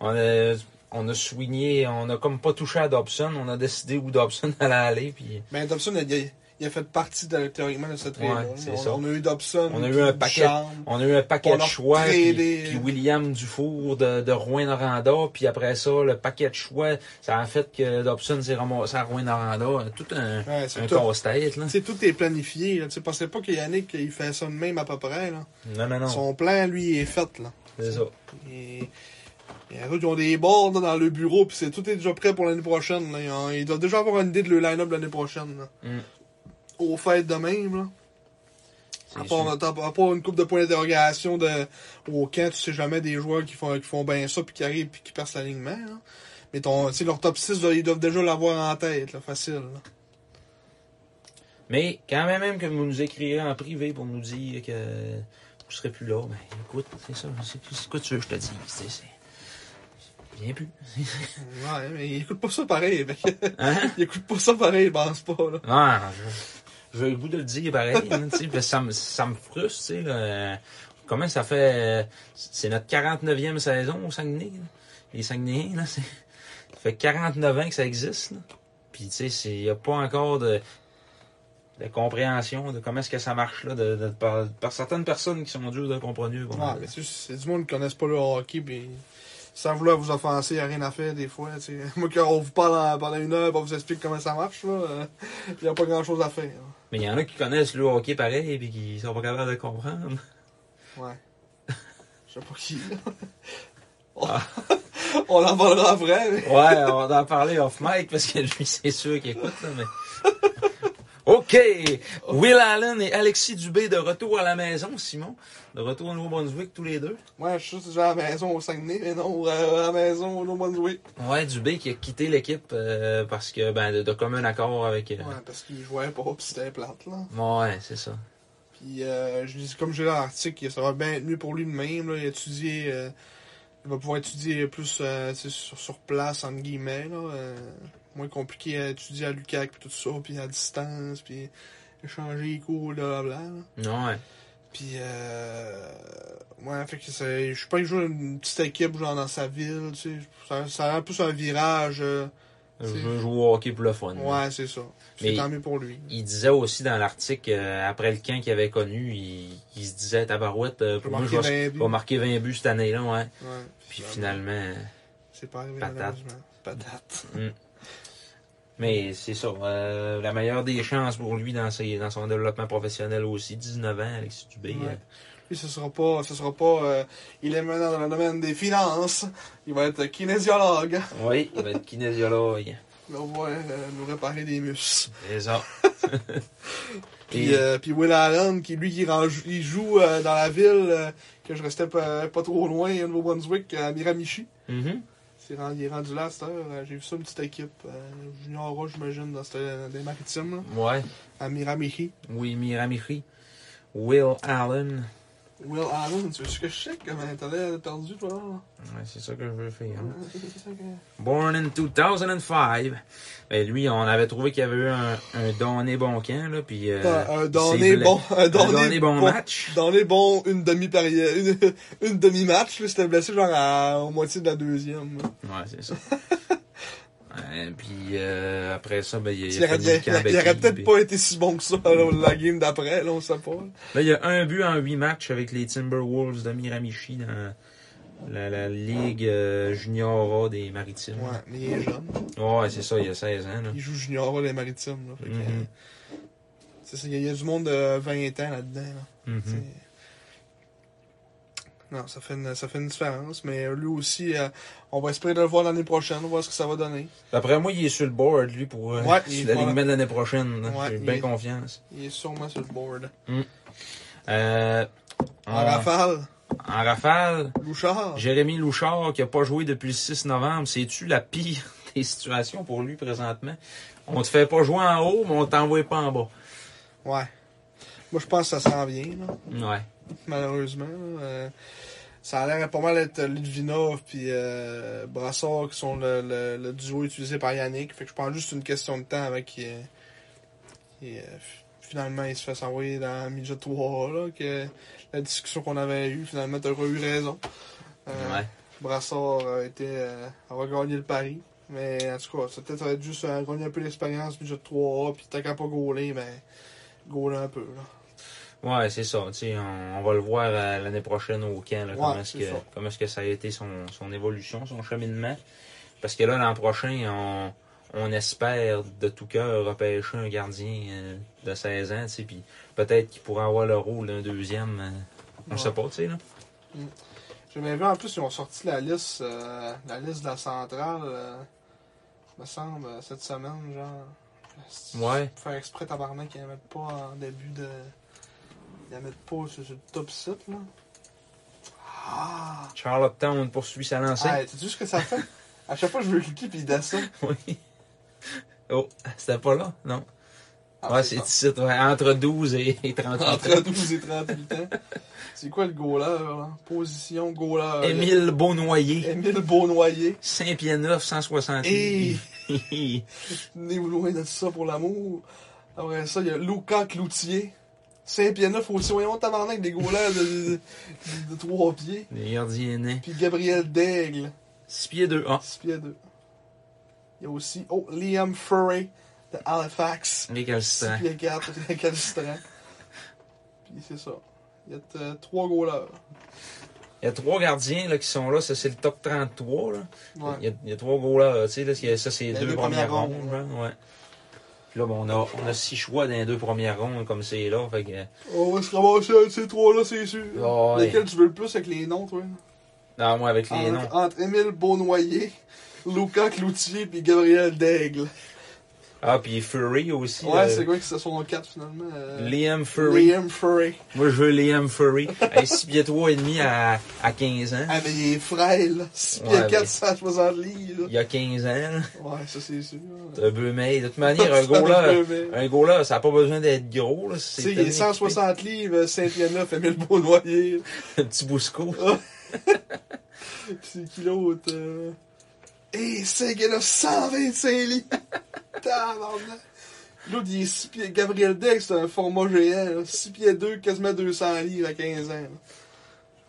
Speaker 3: On a, on a soigné, on a comme pas touché à Dobson, on a décidé où Dobson allait aller, puis
Speaker 2: Ben Dobson, il a, il a fait partie de, théoriquement de cette
Speaker 3: Ouais,
Speaker 2: réunion.
Speaker 3: c'est
Speaker 2: on,
Speaker 3: ça.
Speaker 2: on a eu Dobson,
Speaker 3: On a eu un
Speaker 2: du
Speaker 3: paquet.
Speaker 2: charme.
Speaker 3: on a eu un
Speaker 2: On
Speaker 3: paquet de
Speaker 2: leur
Speaker 3: choix, puis,
Speaker 2: tradé.
Speaker 3: puis William Dufour de, de Rouen-Noranda, puis après ça, le paquet de choix, ça a fait que Dobson s'est ramassé à Rouen-Noranda, tout un,
Speaker 2: Ouais, c'est
Speaker 3: un
Speaker 2: tout.
Speaker 3: casse-tête, là.
Speaker 2: Tu sais, tout est planifié. Là. Tu sais, pensez pas que Yannick, il fait ça de même à peu près. Là.
Speaker 3: Non, non, non,
Speaker 2: Son plan, lui, il est fait. Là.
Speaker 3: c'est ça.
Speaker 2: Et, et eux, ils ont des boards là, dans le bureau, puis c'est tout est déjà prêt pour l'année prochaine. Là. Ils, ont- ils doivent déjà avoir une idée de le line-up l'année prochaine. Là.
Speaker 3: Mm.
Speaker 2: Au fait de même. Là.
Speaker 3: C'est
Speaker 2: À
Speaker 3: sûr.
Speaker 2: part, à part une coupe de points d'interrogation de au camp, tu sais jamais des joueurs qui font qui font bien ça puis qui arrivent puis qui percent l'alignement. là. Mais ton, tu sais, leur top 6, là, ils doivent déjà l'avoir en tête, là, facile. là.
Speaker 3: Mais quand même, même que vous nous écrirez en privé pour nous dire que vous serez plus là, ben écoute, c'est ça, c'est c'est quoi tu veux que je te dise, c'est... c'est- Bien plus.
Speaker 2: Ouais, mais ils écoutent pas ça pareil. mec.
Speaker 3: Hein?
Speaker 2: ils écoutent pas ça pareil, ils pensent pas. Là.
Speaker 3: Non, je- j'ai le goût de le dire pareil, hein, tu sais, parce que ça me, ça me frustre, tu sais, là. Comment ça fait, euh, c'est notre 49e saison au Saguenay, là. les Saguenayens, là, c'est, ça fait 49 ans que ça existe, là. Puis, tu sais, c'est- il n'y a pas encore de, de compréhension de comment est-ce que ça marche, là, de, de- par, par certaines personnes qui sont dures de comprendre. mieux, bon,
Speaker 2: Ouais, mais c'est c'est du monde qui connaissent pas le hockey puis sans vouloir vous offenser, y a rien à faire des fois. tu sais. Moi quand on vous parle en- pendant une heure, on vous explique comment ça marche, là, euh, y a pas grand chose à faire. là.
Speaker 3: mais il y en a qui connaissent le hockey pareil et qui sont pas capables de comprendre.
Speaker 2: Ouais. Je sais pas qui.
Speaker 3: Ah.
Speaker 2: on en parlera après, mais.
Speaker 3: Ouais, on va en parler off mic parce que lui, c'est sûr qu'il écoute, là, mais. OK! Will Allen et Alexis Dubé de retour à la maison, Simon. De retour au Nouveau-Brunswick, tous les deux.
Speaker 2: Moi, je suis juste déjà à la maison au Saguenay, mais non, euh, à la maison au Nouveau-Brunswick.
Speaker 3: Ouais, Dubé qui a quitté l'équipe euh, parce que, ben, de, de commun accord avec. euh,
Speaker 2: Ouais, parce qu'il jouait pas, pis c'était plate, là.
Speaker 3: Ouais, c'est ça.
Speaker 2: Puis, euh, je dis, comme j'ai lu dans l'article, ça va bien être mieux pour lui-même. là. Il a étudié, euh, il va pouvoir étudier plus euh, tu sais, sur, sur place, entre guillemets. Là, euh, moins compliqué à étudier à Lucac, puis tout ça, puis à distance, puis échanger les cours, blablabla. là.
Speaker 3: Ouais.
Speaker 2: Puis, euh, ouais, fait que c'est, je suis pas que joue une petite équipe, genre, dans sa ville, tu sais. Ça, ça a l'air plus un virage. euh,
Speaker 3: Je
Speaker 2: C'est-
Speaker 3: veux jouer au hockey pour le fun.
Speaker 2: ouais, c'est ça. C'est
Speaker 3: Mm. Mais-
Speaker 2: tant mieux pour lui.
Speaker 3: Il disait aussi dans l'article, euh, après le camp qu'il avait connu, il, il se disait, tabarouette, euh,
Speaker 2: Je
Speaker 3: pour
Speaker 2: vais
Speaker 3: moi, je
Speaker 2: marquer
Speaker 3: vais
Speaker 2: 20 buts.
Speaker 3: je vais marquer 20 buts cette année-là, ouais.
Speaker 2: Ouais.
Speaker 3: Puis finalement, euh,
Speaker 2: C'est pas arrivé,
Speaker 3: patate.
Speaker 2: malheureusement. Patate.
Speaker 3: mais c'est ça. euh, la meilleure des chances pour lui dans, ses- dans son développement professionnel aussi, 19 ans, Alexis Dubé.
Speaker 2: Ouais.
Speaker 3: euh,
Speaker 2: Lui, ce sera pas, ce sera pas, euh, il est maintenant dans le domaine des finances. Il va être kinésiologue.
Speaker 3: Oui, il va être kinésiologue.
Speaker 2: Il va pouvoir, euh, nous réparer des muscles.
Speaker 3: C'est ça.
Speaker 2: Puis, euh, puis Will Allen, qui lui, qui ren- il joue euh, dans la ville euh, que je restais pas, pas trop loin, au Nouveau-Brunswick, à Miramichi.
Speaker 3: mhm.
Speaker 2: C'est rendu, il est rendu là à cette heure. Euh, J'ai vu ça, une petite équipe. Euh, junior A, j'imagine, dans, cette, dans les maritimes, là,
Speaker 3: Ouais.
Speaker 2: à Miramichi.
Speaker 3: Oui, Miramichi. Will Allen.
Speaker 2: Will Allen, tu veux que je check comment t'en as perdu, toi? là?
Speaker 3: Ouais, c'est ça que je veux faire.
Speaker 2: Ouais, c'est ça que-
Speaker 3: Born in 2005. Ben lui, on avait trouvé qu'il y avait eu un, un donné bon camp, là, puis... euh,
Speaker 2: Un
Speaker 3: il
Speaker 2: donné
Speaker 3: s'est bla-
Speaker 2: bon, un
Speaker 3: Un
Speaker 2: donné
Speaker 3: donné bon
Speaker 2: bon
Speaker 3: match.
Speaker 2: Dans les bons, une demi-période, une, une demi-match, là, c'était blessé genre à, au moitié de la deuxième. là.
Speaker 3: Ouais, c'est ça. Ouais, puis euh, après ça, ben, il,
Speaker 2: Il,
Speaker 3: il a
Speaker 2: aurait,
Speaker 3: fini le camp avec
Speaker 2: il aurait
Speaker 3: lui,
Speaker 2: peut-être
Speaker 3: puis-
Speaker 2: pas été si bon que ça là, la game d'après, là, on sait pas.
Speaker 3: Là, ben, il y a un but en huit matchs avec les Timberwolves de Miramichi dans la, la Ligue euh, Junior A des Maritimes.
Speaker 2: Ouais, mais il est jeune.
Speaker 3: Ouais, c'est ça, il y a 16 ans. Là.
Speaker 2: Il joue junior, les maritimes. Là, fait que,
Speaker 3: Mhm.
Speaker 2: euh, c'est ça, il y, a- il y a du monde de 20 ans là-dedans. là.
Speaker 3: Mhm.
Speaker 2: C'est- Non, ça fait, une, ça fait une différence, mais lui aussi, euh, on va espérer de le voir l'année prochaine, voir ce que ça va donner.
Speaker 3: Après moi, il est sur le board, lui, pour euh,
Speaker 2: Ouais, il est
Speaker 3: l'alignement de l'année prochaine. là.
Speaker 2: Ouais,
Speaker 3: J'ai
Speaker 2: il
Speaker 3: bien
Speaker 2: est-
Speaker 3: confiance.
Speaker 2: Il est sûrement sur le board.
Speaker 3: Euh,
Speaker 2: En
Speaker 3: en,
Speaker 2: rafale,
Speaker 3: en rafale,
Speaker 2: Bouchard.
Speaker 3: Ah. Jérémy Louchard, qui a pas joué depuis le 6 novembre, c'est-tu la pire des situations pour lui présentement? On te fait pas jouer en haut, mais on t'envoie pas en bas.
Speaker 2: Ouais. Moi, je pense que ça s'en vient, là,
Speaker 3: Ouais.
Speaker 2: malheureusement. là. Euh, ça a l'air pas mal d'être Litvinov puis euh, Brassard qui sont le, le- le duo utilisé par Yannick. Fait que je pense juste une question de temps avec qui, euh, qui, euh, f- finalement il se fait s'envoyer dans la midget 3 là, que la discussion qu'on avait eue, finalement t'auras eu raison. Euh,
Speaker 3: Ouais.
Speaker 2: Brassard a été euh, a gagné le pari. Mais en tout cas, ça peut-être être juste euh, gagner un peu d'expérience, budget 3A, puis t'as qu'à pas gauler, mais gauler un peu. Là.
Speaker 3: Ouais, c'est ça. Tu sais, on, on va le voir euh, l'année prochaine au camp. là,
Speaker 2: Ouais,
Speaker 3: comment
Speaker 2: c'est
Speaker 3: est-ce que
Speaker 2: ça.
Speaker 3: comment est-ce que ça a été son, son évolution, son cheminement Parce que là, l'an prochain, on, on espère de tout cœur repêcher un gardien euh, de 16 ans. Tu sais, puis peut-être qu'il pourra avoir le rôle d'un deuxième. euh, on
Speaker 2: Ouais.
Speaker 3: sait pas, tu sais là.
Speaker 2: J'ai même vu en plus, ils ont sorti la liste, euh, la liste de la centrale, euh, me semble, euh, cette semaine, genre. C'est-
Speaker 3: Ouais.
Speaker 2: Faire exprès, tabarnak, qu'ils la mettent pas en début de. Ils la mettent pas sur, sur le top site, là. Ah!
Speaker 3: Charlottetown poursuit sa lancée.
Speaker 2: Hey, T'as vu ce que ça fait? à chaque fois, je veux cliquer puis il descend.
Speaker 3: Oui. Oh, c'était pas là, non.
Speaker 2: Ah,
Speaker 3: ouais, c'est
Speaker 2: ça.
Speaker 3: ici, ouais, entre 12 et, et 38
Speaker 2: Entre 12 et 38 ans. hein. C'est quoi le goaler, là? Position, goaler.
Speaker 3: Émile Beaunoyer,
Speaker 2: Émile Beaunoyer.
Speaker 3: 5 pieds 9, 160
Speaker 2: Et-
Speaker 3: livres.
Speaker 2: Né ou loin de ça pour l'amour. Après ça, il y a Luca Cloutier. 5 pieds 9 aussi. Voyons, tabarnak, des goalers de, de, 3 pieds.
Speaker 3: Les gardiens nains.
Speaker 2: Puis Gabriel Daigle.
Speaker 3: 6 pieds 2. Ah,
Speaker 2: 6 pieds 2. Il y a aussi, oh, Liam Furry de Halifax.
Speaker 3: récalcitrant.
Speaker 2: 6 pieds 4, récalcitrant. Puis c'est ça. Il y a euh, 3 goalers.
Speaker 3: Il y a trois gardiens là, qui sont là. Ça, c'est le top 33. Là.
Speaker 2: Ouais.
Speaker 3: Il, y a, il y a trois gros là. Tu sais, là, c'est- ça, c'est les
Speaker 2: Les
Speaker 3: deux,
Speaker 2: deux
Speaker 3: premières,
Speaker 2: premières
Speaker 3: rondes.
Speaker 2: rondes,
Speaker 3: hein, ouais. Puis là, ben, on, a, on a six choix dans les deux premières rondes, comme c'est là. Fait que,
Speaker 2: On va se ramasser un de ces trois-là, c'est sûr.
Speaker 3: Ah ouais.
Speaker 2: Lesquels tu veux le plus avec les noms, toi?
Speaker 3: non, moi, avec les
Speaker 2: entre,
Speaker 3: noms.
Speaker 2: entre Émile Beaunoyer, Lucas Cloutier puis Gabriel Daigle.
Speaker 3: Ah, puis Fury aussi.
Speaker 2: Ouais,
Speaker 3: euh,
Speaker 2: c'est quoi qui se sont en 4 finalement? euh,
Speaker 3: Liam Fury.
Speaker 2: Liam Fury.
Speaker 3: Moi, je veux Liam Fury. hey, 6 pieds 3 et demi à, à 15 ans.
Speaker 2: Ah, mais il est frêle, là. 6
Speaker 3: Ouais,
Speaker 2: pieds
Speaker 3: mais-
Speaker 2: 460 livres,
Speaker 3: Il y a 15 ans.
Speaker 2: là. Ouais, ça, c'est sûr. là.
Speaker 3: Un bleu mais De toute manière, un
Speaker 2: C'est
Speaker 3: gros là,
Speaker 2: un bleu-mail.
Speaker 3: un gros là, ça a pas besoin d'être gros, là.
Speaker 2: Tu
Speaker 3: C'est
Speaker 2: sais, il est 160 livres, Saint-Yana fait 1000 noyer.
Speaker 3: Un petit bousco.
Speaker 2: Puis c'est qui l'autre? Euh... Et c'est qu'il a 125 livres! Tabarnak! L'autre, il est 6 pieds. Gabriel Dex, c'est un format géant, 6 pieds 2, quasiment 200 livres à 15 ans, là.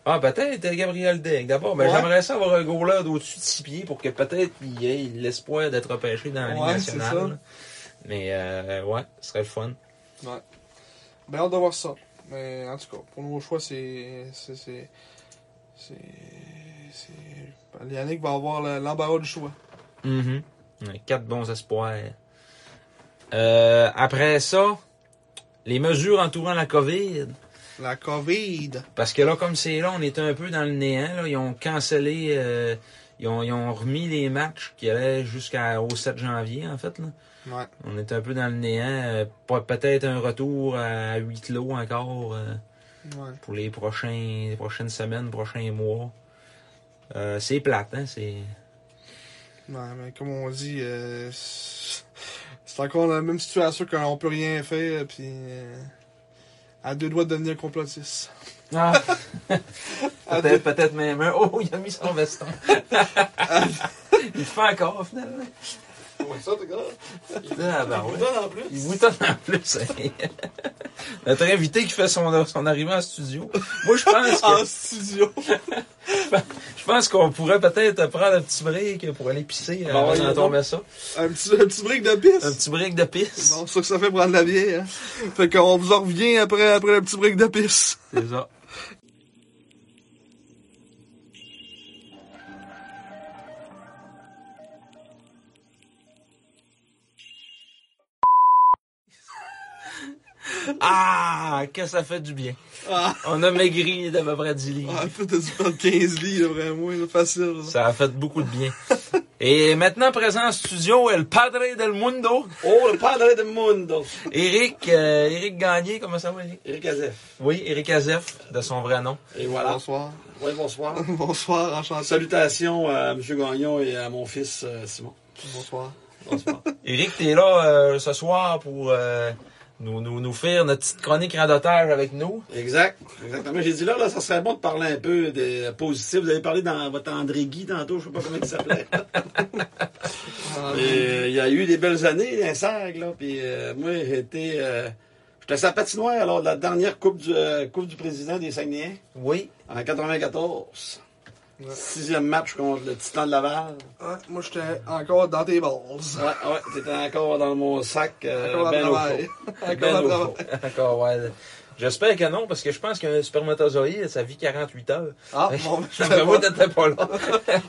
Speaker 3: Ah, peut-être euh, Gabriel Deck. D'abord, ben,
Speaker 2: Ouais.
Speaker 3: j'aimerais ça avoir un gros là d'au-dessus de 6 pieds pour que peut-être il y ait l'espoir d'être repêché dans la Ligue
Speaker 2: Ouais, c'est ça.
Speaker 3: nationale. là. Mais, euh, ouais, ce serait le fun.
Speaker 2: Ben, hâte de voir ça. Mais en tout cas, pour nos choix, c'est. C'est. C'est. c'est- c'est- Yannick va avoir le- l'embarras du choix. Mm-hmm.
Speaker 3: Mhm. Ouais, Quatre bons espoirs. Euh, après ça, les mesures entourant la COVID.
Speaker 2: La COVID.
Speaker 3: Parce que là, comme c'est là, on était un peu dans le néant. Là. Ils ont cancellé, euh, ils, ont, ils ont remis les matchs qui allaient jusqu'au 7 janvier, en fait. Là.
Speaker 2: Ouais.
Speaker 3: On était un peu dans le néant. euh, pas- Peut-être un retour à huis clos encore euh,
Speaker 2: Ouais.
Speaker 3: pour les, prochains, les prochaines semaines, prochains mois. Euh, c'est plate, hein? C'est...
Speaker 2: Ouais, mais comme on dit, euh, c'est c'est encore la même situation qu'on peut rien faire, puis. euh, à deux doigts de devenir complotiste.
Speaker 3: Ah,
Speaker 2: À
Speaker 3: peut-être,
Speaker 2: deux,
Speaker 3: peut-être même un. Oh, il a mis son veston. il le fait encore, finalement.
Speaker 2: ça, t'es grave.
Speaker 3: Ah, ben ouais.
Speaker 2: en plus.
Speaker 3: Il vous donne en plus. hein. Notre invité qui fait son, son arrivée en studio. Moi, je pense
Speaker 2: En
Speaker 3: que,
Speaker 2: Ah, studio.
Speaker 3: je pense qu'on pourrait peut-être prendre un petit break pour aller pisser euh,
Speaker 2: Ah,
Speaker 3: avant
Speaker 2: ouais,
Speaker 3: d'en
Speaker 2: non.
Speaker 3: tomber ça.
Speaker 2: un, petit, un petit break de piste.
Speaker 3: Un petit break de pisse.
Speaker 2: Bon, c'est ça que ça fait prendre la bière. Hein. Fait qu'on vous en revient après, après le petit break de piste.
Speaker 3: C'est ça. Ah, que ça fait du bien.
Speaker 2: Ah,
Speaker 3: On a maigri d'à peu près 10 livres.
Speaker 2: ah putain, t'as dû prendre 15 lits, là, vraiment, là, facile. là.
Speaker 3: Ça a fait beaucoup de bien. Et maintenant présent en studio est le Padre del Mundo,
Speaker 4: Oh, le padre del mundo.
Speaker 3: Eric, euh, Eric Gagné. Comment ça va, Eric?
Speaker 4: Eric Azef.
Speaker 3: Oui, Eric Azef, de son vrai nom.
Speaker 4: Et voilà.
Speaker 2: Bonsoir.
Speaker 4: Oui, Ah, bonsoir.
Speaker 2: Bonsoir, enchanté.
Speaker 4: Salutations à M. Gagnon et à mon fils euh, Simon.
Speaker 2: Bonsoir.
Speaker 4: Bonsoir.
Speaker 3: Eric, t'es là euh, ce soir pour euh, nous, nous, nous faire notre petite chronique radotage avec nous.
Speaker 4: exact. Exactement. J'ai dit là, là, ça serait bon de parler un peu de positif. Vous avez parlé dans votre André Guy tantôt, je ne sais pas comment il s'appelait.
Speaker 2: Ah,
Speaker 4: Et, euh, Il y a eu des belles années, un cercle, là. Puis euh, moi, j'ai été. euh, J'étais sa patinoire lors de la dernière Coupe du, euh, coupe du Président des Saguenayens
Speaker 3: Oui.
Speaker 4: en 94.
Speaker 2: Ouais.
Speaker 4: Sixième match contre le Titan de Laval.
Speaker 2: ouais, moi, j'étais encore dans tes balles.
Speaker 4: Ouais, ouais, t'étais encore dans mon sac. euh,
Speaker 2: Encore dans le
Speaker 4: ben au
Speaker 2: travail.
Speaker 4: chaud.
Speaker 2: Encore
Speaker 3: Ben
Speaker 2: dans
Speaker 3: au
Speaker 2: le travail.
Speaker 3: fond. Encore, ouais. J'espère que non, parce que je pense qu'un spermatozoïde, ça vit 48 heures.
Speaker 2: Ah, bon, ben, je
Speaker 3: D'après
Speaker 2: sais
Speaker 3: moi,
Speaker 2: pas.
Speaker 3: t'étais pas là.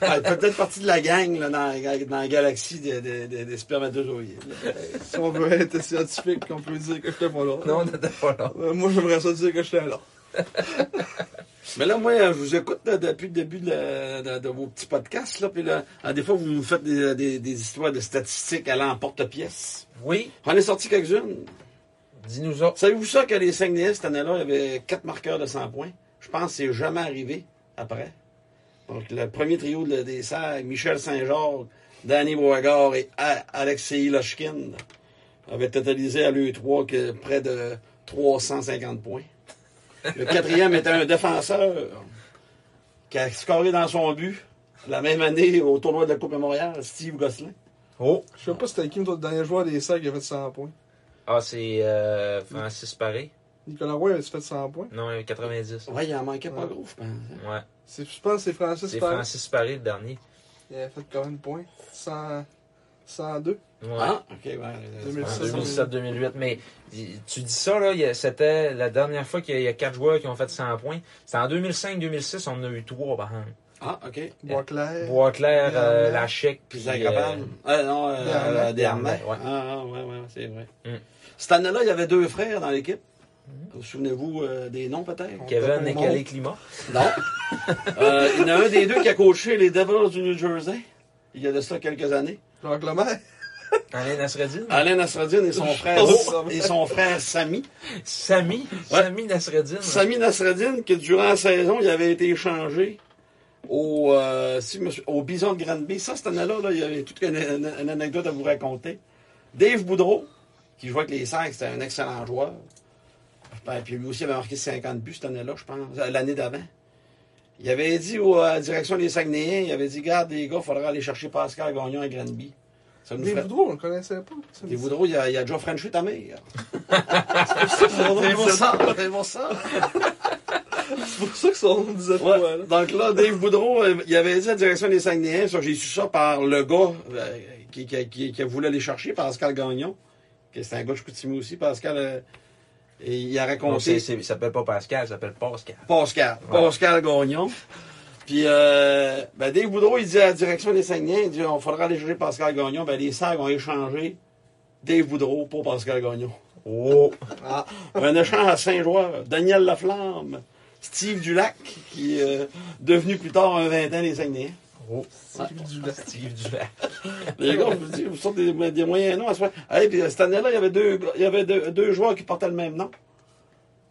Speaker 4: Ah, il fait peut-être partie de la gang là, dans, la- dans la galaxie des, des, des, des spermatozoïdes. là.
Speaker 2: Si on veut être scientifique, on peut dire que j'étais pas là.
Speaker 3: Non, t'étais pas là.
Speaker 2: Euh, Moi, j'aimerais ça dire que j'étais là.
Speaker 4: Mais là, moi, je vous écoute là, depuis le début de, la- de- de vos petits podcasts. Là, puis là, ah, des fois, vous me faites des, des, des histoires de statistiques allant en porte-pièce.
Speaker 3: Oui.
Speaker 4: On est sorti quelques-unes.
Speaker 3: Dis-nous autres.
Speaker 4: Savez-vous ça que les Saguenayens, cette année-là, il y avait quatre marqueurs de 100 points? Je pense que c'est jamais arrivé après. Donc, le premier trio de, des Sagues, Michel Saint-Georges, Danny Boisgard et A- Alexei Loshkin avaient totalisé à l'E3 que près de 350 points. Le quatrième était un défenseur qui a scoré dans son but la même année au tournoi de la Coupe de Montréal, Steve Gosselin.
Speaker 3: Oh.
Speaker 2: Je sais pas si c'était qui, toi, le dernier joueur des sacs qui a fait 100 points.
Speaker 3: Ah, c'est euh, Francis Paré.
Speaker 2: Nicolas Roy a fait 100 points.
Speaker 3: Non, euh, 90.
Speaker 4: Ouais, il en manquait pas gros, je pense. hein.
Speaker 3: Ouais.
Speaker 2: C'est- Je pense que c'est Francis
Speaker 3: C'est
Speaker 2: Perrin.
Speaker 3: Francis Paré, le dernier.
Speaker 2: Il a fait combien de points 100... 102.
Speaker 3: Ouais.
Speaker 4: Ah, ok, ouais.
Speaker 3: En
Speaker 2: 2006,
Speaker 3: 2007-2008, mais tu dis ça, là, il y a- c'était la dernière fois qu'il y a- il y a quatre joueurs qui ont fait 100 points. C'était en 2005-2006, on en a eu trois, par exemple.
Speaker 4: Ah, ok.
Speaker 2: Bois clair.
Speaker 3: Boisclair, euh,
Speaker 2: Bernard.
Speaker 3: Lachec,
Speaker 4: Puis
Speaker 3: puis... euh,
Speaker 4: Zagrabal. Ah non, euh,
Speaker 2: Desharnais.
Speaker 4: euh, Desharnais.
Speaker 3: Ouais.
Speaker 4: Ah, ah, ouais, ouais, c'est vrai.
Speaker 3: Mm.
Speaker 4: Cette année-là, il y avait deux frères dans l'équipe. Vous souvenez-vous euh, des noms, peut-être?
Speaker 3: euh, Kevin et
Speaker 2: Bon.
Speaker 3: Calais Climat.
Speaker 4: Non. Euh, il y en a un des deux qui a coaché les Devils du New Jersey. Il y a de ça quelques années.
Speaker 2: Jacques Lemaire.
Speaker 3: Alain Nasreddin.
Speaker 4: Alain Nasreddin et son frère,
Speaker 2: Oh.
Speaker 4: et son frère Sami.
Speaker 3: Samy.
Speaker 4: Ouais.
Speaker 3: Samy Nasreddin.
Speaker 4: Sami Nasreddin, qui durant la saison, il avait été échangé au, euh, si je me sou- au Bison de Granby. Ça, cette année-là, là, il y avait toute une, une- une anecdote à vous raconter. Dave Boudreau, qui jouait avec les Sacs, c'était un excellent joueur. Ben, puis lui aussi, il avait marqué 50 buts cette année-là, je pense, euh, l'année d'avant. Il avait dit au- à la direction des Saguenayens, il avait dit, garde les gars, il faudra aller chercher Pascal Gagnon à Granby. Ça nous
Speaker 2: Des
Speaker 4: ferait-
Speaker 2: Boudreaux, on le connaissait pas. Ça me
Speaker 4: Des
Speaker 2: dit-
Speaker 4: Boudreau, il y a, il y a déjà Frenché ta mère. C'est pour ça, c'est pour ça.
Speaker 2: C'est pour ça que son nom disait
Speaker 4: Ouais.
Speaker 2: quoi, là.
Speaker 4: Donc là, Dave Boudreau, euh, il avait dit à la direction des Saguenayens, ça, j'ai su ça par le gars euh, qui, qui, qui, qui voulait les chercher, Pascal Gagnon, que c'est un gars de Chicoutimi aussi, Pascal, euh, et il a
Speaker 3: Non, c'est-
Speaker 4: raconté
Speaker 3: c'est- il s'appelle pas Pascal, il s'appelle Pascal.
Speaker 4: Pascal, Pascal Gagnon. Puis, euh, ben, Dave Boudreau, il dit à la direction des Saguenayens, il dit, on faudra aller chercher Pascal Gagnon. Ben, les Sags ont échangé Dave Boudreau pour Pascal Gagnon.
Speaker 3: Oh!
Speaker 2: Ah,
Speaker 4: Un échange à Saint-Joueur. Daniel Laflamme, Steve Dulac, qui est euh, devenu plus tard un 20 ans des Saguenayens.
Speaker 3: Oh!
Speaker 2: Steve Dulac.
Speaker 3: Steve Dulac.
Speaker 4: Les gars, je vous dis, vous sortez des, des moyens noms à ce moment. Hey, puis, euh, cette année-là, il y avait, deux, il y avait deux, deux joueurs qui portaient le même nom.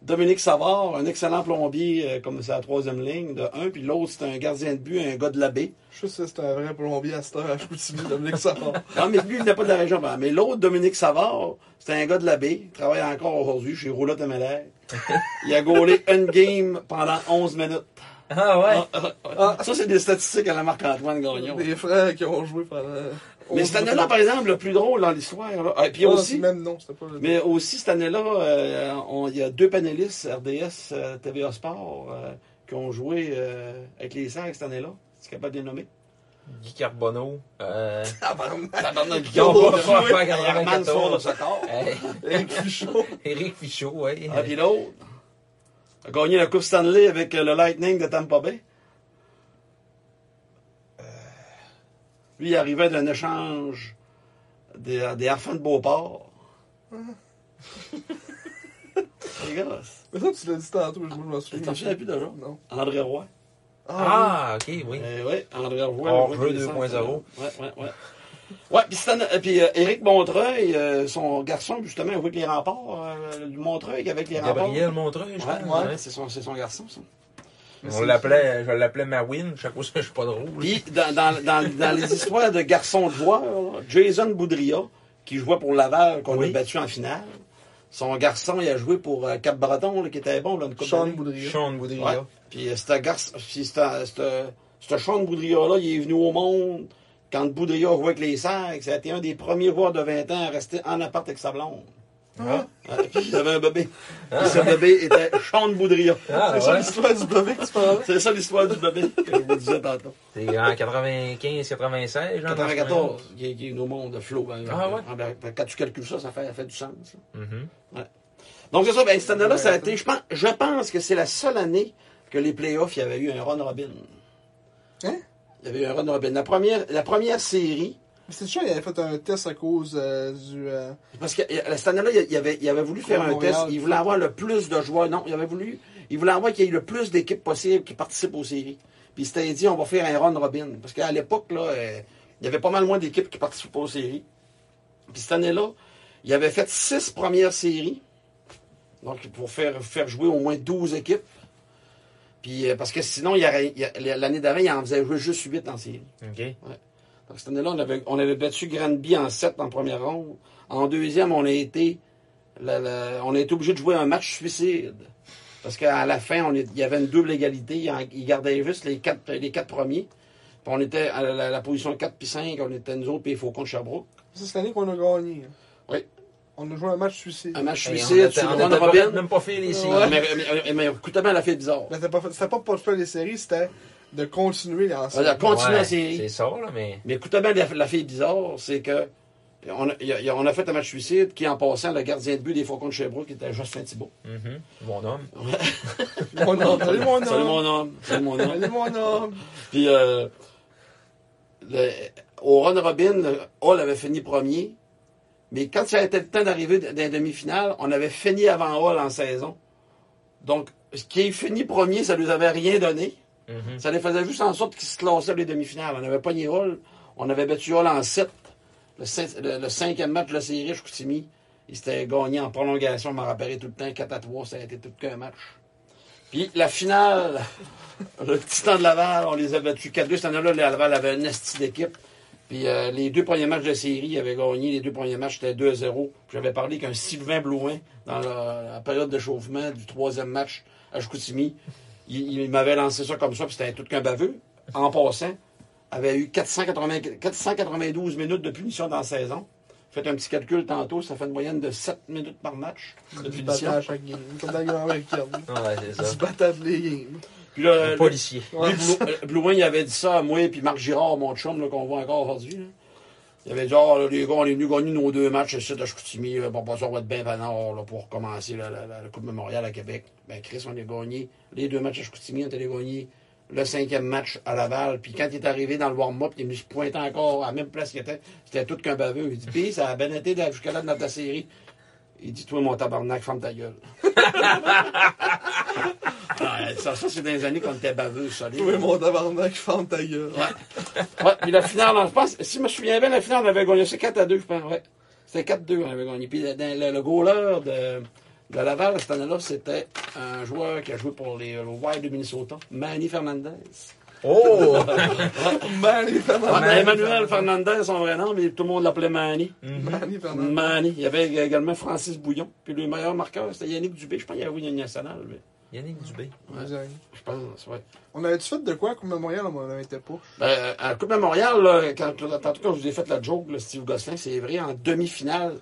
Speaker 4: Dominique Savard, un excellent plombier, euh, comme c'est la troisième ligne, de un, puis l'autre, c'était un gardien de but, un gars de la baie.
Speaker 2: Je sais que c'est un vrai plombier à cette heure à Chicoutimi, Dominique Savard.
Speaker 4: Non, mais lui, il venait pas de la région. ben, Mais l'autre, Dominique Savard, c'était un gars de la baie, il travaille encore aujourd'hui chez Roulotte de Meller. Il a gaulé une game pendant 11 minutes.
Speaker 3: Ah ouais!
Speaker 4: Ah, ah, ah. Ça, c'est des statistiques à la Marc-Antoine Gagnon.
Speaker 2: Des frères qui ont joué pendant.
Speaker 4: Mais cette année-là, par exemple, le plus drôle dans l'histoire. là. Ah, et puis
Speaker 2: Ah,
Speaker 4: aussi,
Speaker 2: c'est Même non, c'était pas le.
Speaker 4: mais aussi cette année-là, euh, on- il y a deux panélistes RDS euh, TVA Sport euh, qui ont joué euh, avec les Sacs cette année-là. Tu es capable de les nommer?
Speaker 3: Guy Carbonneau. Euh...
Speaker 2: Ah,
Speaker 3: Ils
Speaker 4: Ils
Speaker 3: ont
Speaker 4: ont
Speaker 3: pas
Speaker 4: joué.
Speaker 3: fait en
Speaker 4: Herman Soir
Speaker 3: 94.
Speaker 4: de Soccer.
Speaker 3: Hey,
Speaker 2: Eric Fichot.
Speaker 3: Éric Fichot, ouais.
Speaker 4: Ah, puis l'autre a gagné la Coupe Stanley avec euh, le Lightning de Tampa Bay. Euh, Lui, il arrivait d'un échange des, des enfants de Beauport. Les gars,
Speaker 2: Mais ça, tu l'as dit tantôt, je me
Speaker 4: tu
Speaker 2: souviens.
Speaker 4: t'en souviens plus de ça?
Speaker 2: Non.
Speaker 4: André Roy.
Speaker 2: Ah,
Speaker 3: Ah, ok, oui.
Speaker 4: Eh oui, André Roy.
Speaker 3: Hors
Speaker 4: le
Speaker 3: jeu
Speaker 4: qui descend,
Speaker 3: 2.0.
Speaker 4: Ouais, ouais, ouais. Ouais, puis cette année- euh, puis euh, Éric Montreuil, euh, son garçon, justement, avec les remparts, euh, du Montreuil avec les remparts.
Speaker 3: Gabriel Montreuil, je
Speaker 4: Ouais,
Speaker 3: pense.
Speaker 4: ouais,
Speaker 3: ouais.
Speaker 4: c'est son, c'est son garçon, ça.
Speaker 3: On l'appelait, je l'appelais Mawin, chaque fois que je suis pas drôle.
Speaker 4: Puis, dans, dans, dans, dans les histoires de garçons de joueurs, là, Jason Boudria, qui jouait pour Laval, qu'on
Speaker 3: Oui.
Speaker 4: a battu en finale, son garçon, il a joué pour euh, Cap-Breton, là, qui était bon, là, une coupe
Speaker 2: Sean
Speaker 4: d'année.
Speaker 2: Boudria.
Speaker 3: Sean Boudria.
Speaker 4: Ouais. Puis, euh, c'était garçon, puis c'était- c'était- c'était Sean Boudria-là, il est venu au monde quand Boudria jouait avec les Sacs. Ça a été un des premiers joueurs de 20 ans à rester en appart avec sa blonde.
Speaker 3: Ah.
Speaker 4: Ah, Puis, il avait un bébé. Puis, ce bébé était Sean Boudria.
Speaker 3: Ah,
Speaker 2: C'est ça
Speaker 3: ouais.
Speaker 2: l'histoire du bébé que tu parlais.
Speaker 4: C'est ça l'histoire du bébé que je vous disais tantôt.
Speaker 3: C'est en 95, 96, genre.
Speaker 4: 94, qui est, qui est au monde de Flo. ben,
Speaker 3: Ah ouais?
Speaker 4: en- ben, Quand tu calcules ça, ça fait, ça fait du sens. là.
Speaker 3: Mhm.
Speaker 4: Donc, c'est ça, ben, cette année-là, ça a été, je pense, je pense que c'est la seule année que les playoffs, il y avait eu un Ron Robin.
Speaker 2: Hein?
Speaker 4: Il y avait eu un Ron Robin. La première, la première série,
Speaker 2: Mais C'est sûr, il avait fait un test à cause euh, du. euh,
Speaker 4: parce que euh, cette année-là, il y avait, il avait voulu faire un
Speaker 2: Montréal.
Speaker 4: test. Il voulait avoir le plus de joueurs. Non, il avait voulu, il voulait avoir qu'il y ait le plus d'équipes possibles qui participent aux séries. Puis, c'était dit, on va faire un Ron Robin. Parce qu'à l'époque, là, euh, il y avait pas mal moins d'équipes qui participaient aux séries. Puis cette année-là, il avait fait six premières séries. Donc, pour faire, faire jouer au moins 12 équipes. Puis, euh, parce que sinon, il y aurait- il y a- l'année d'avant, il en faisait jouer juste 8 en série.
Speaker 3: Ok.
Speaker 4: Donc, cette année-là, on avait, on avait battu Granby en 7 en première ronde. En deuxième, on a été, la- la- on a été obligé de jouer un match suicide. Parce qu'à la fin, on est- il y avait une double égalité. Ils en- Ils gardaient juste les quatre, les quatre premiers. Puis on était à la, la- la position 4 puis 5. On était nous autres, puis les Faucons de Sherbrooke.
Speaker 2: C'est cette année qu'on a gagné. hein.
Speaker 4: Oui.
Speaker 2: On a joué un match suicide.
Speaker 4: Un match
Speaker 3: Hey,
Speaker 4: suicide
Speaker 3: on était-
Speaker 4: sur le
Speaker 3: on était
Speaker 4: Ron
Speaker 3: peut-être
Speaker 4: Robin.
Speaker 3: même pas fait les signes.
Speaker 4: Ouais, Mais, mais, mais, mais écoute, la fête bizarre.
Speaker 2: Mais c'était pas, fait- c'était pas pour faire les séries, c'était de continuer les
Speaker 4: On a
Speaker 2: séries.
Speaker 4: continué la
Speaker 3: Ouais,
Speaker 4: série.
Speaker 3: C'est ça, là, mais.
Speaker 4: Mais écoutez bien, la, la fille bizarre, c'est que on a, il y a- il y a- on a fait un match suicide qui, en passant, le gardien de but des Faucons de Sherbrooke était Justin Thibault.
Speaker 3: Mhm. Mon homme.
Speaker 2: Mon homme, salut mon
Speaker 4: Salut
Speaker 2: homme.
Speaker 4: mon homme. Salut mon homme.
Speaker 2: Salut mon homme.
Speaker 4: Puis, euh, le- au Ron Robin, le- Hall avait fini premier. Mais quand ça a été le temps d'arriver d- dans la demi-finale, on avait fini avant Hall en saison. Donc, ce qui est fini premier, ça ne nous avait rien donné.
Speaker 3: Mhm.
Speaker 4: Ça les faisait juste en sorte qu'ils se classaient les demi-finales. On avait pas Hall. On avait battu Hall en 7. Le, cin- le- le cinquième match de la série, Chicoutimi, il s'était gagné en prolongation, je m'en rappellerai tout le temps, 4 à 3, ça a été tout qu'un match. Puis la finale, le petit temps de Laval, on les a battus 4-2. Cette année-là, Laval avait un esti d'équipe. Puis euh, les deux premiers matchs de série, il avait gagné. Les deux premiers matchs, c'était 2-0. Puis J'avais parlé qu'un Sylvain Blouin, dans la, la période d'échauffement du troisième match à Chicoutimi, il, il m'avait lancé ça comme ça, puis c'était tout qu'un baveux. En passant, avait eu 480 492 minutes de punition dans la saison. Faites un petit calcul tantôt, ça fait une moyenne de 7 minutes par match de
Speaker 2: Du battage
Speaker 4: punition.
Speaker 2: à chaque game. Comme dans le Grand Weekend.
Speaker 3: Ah, Ouais, c'est
Speaker 2: Ils
Speaker 3: ça.
Speaker 2: se battent à tous les games.
Speaker 4: Puis là,
Speaker 3: Un
Speaker 4: le-
Speaker 3: policier.
Speaker 4: Lui, Blou- euh, Blouin, il avait dit ça à moi et puis Marc Girard, mon chum, là, qu'on voit encore aujourd'hui. là. Il avait dit, ah, là, les gars, on est venus gagner nos deux matchs, c'est ça, de Chicoutimi, là, bon, pas ça, on va être bien vanard, là, pour commencer la, la- la- la Coupe Mémoriale à Québec. Ben, Chris, on a gagné les deux matchs à Chicoutimi, on a gagné le cinquième match à Laval. Puis quand il est arrivé dans le warm-up, il est venu se pointer encore à la même place qu'il était. C'était tout qu'un baveux. Il dit, pis ça a bien été de- jusqu'à là de notre série. Il dit, toi, mon tabarnak, ferme ta gueule. Ah, ça, ça, c'est dans les années qu'on était baveux, solide.
Speaker 2: Oui, mon tabarnak, ferme ta gueule.
Speaker 4: Ouais, puis la finale, on- je pense, si je me souviens bien, la finale, on avait gagné, c'est 4 à 2, je pense, ouais. C'était 4 à 2, on avait gagné. Puis le, le, le goaler de, de Laval, cette année-là, c'était un joueur qui a joué pour les Wild de Minnesota, Manny Fernandez.
Speaker 3: Oh!
Speaker 2: Manny
Speaker 4: Ouais,
Speaker 2: Fernandez.
Speaker 4: Emmanuel Fernandez, son vrai nom, mais tout le monde l'appelait Manny.
Speaker 2: Manny Fernandez.
Speaker 4: Manny. Il y avait également Francis Bouillon. Puis le meilleur marqueur, c'était Yannick Dubé. Je pense qu'il y avait une nationale, mais
Speaker 3: Yannick Dubé.
Speaker 2: Ouais.
Speaker 4: je pense, ouais.
Speaker 2: On avait-tu fait de quoi comme mémorial? On en était pas.
Speaker 4: Ben, à la Coupe Memorial, là, quand, tantôt quand je vous ai fait la joke, là, Steve Gosselin, c'est vrai, en demi-finale,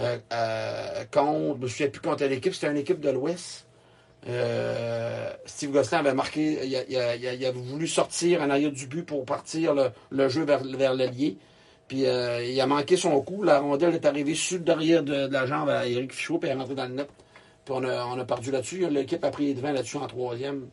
Speaker 4: euh, euh, contre, je me souviens plus contre l'équipe, c'était une équipe de l'Ouest. Euh, Steve Gosselin avait marqué, il, a- il a- il a- il avait voulu sortir en arrière du but pour partir le, le jeu vers, vers l'allié. Puis euh, il a manqué son coup, la rondelle est arrivée sur le derrière de, de la jambe à Eric Fichot, puis elle est rentrée dans le net. Puis on a, on a perdu là-dessus, l'équipe a pris les devants là-dessus en troisième,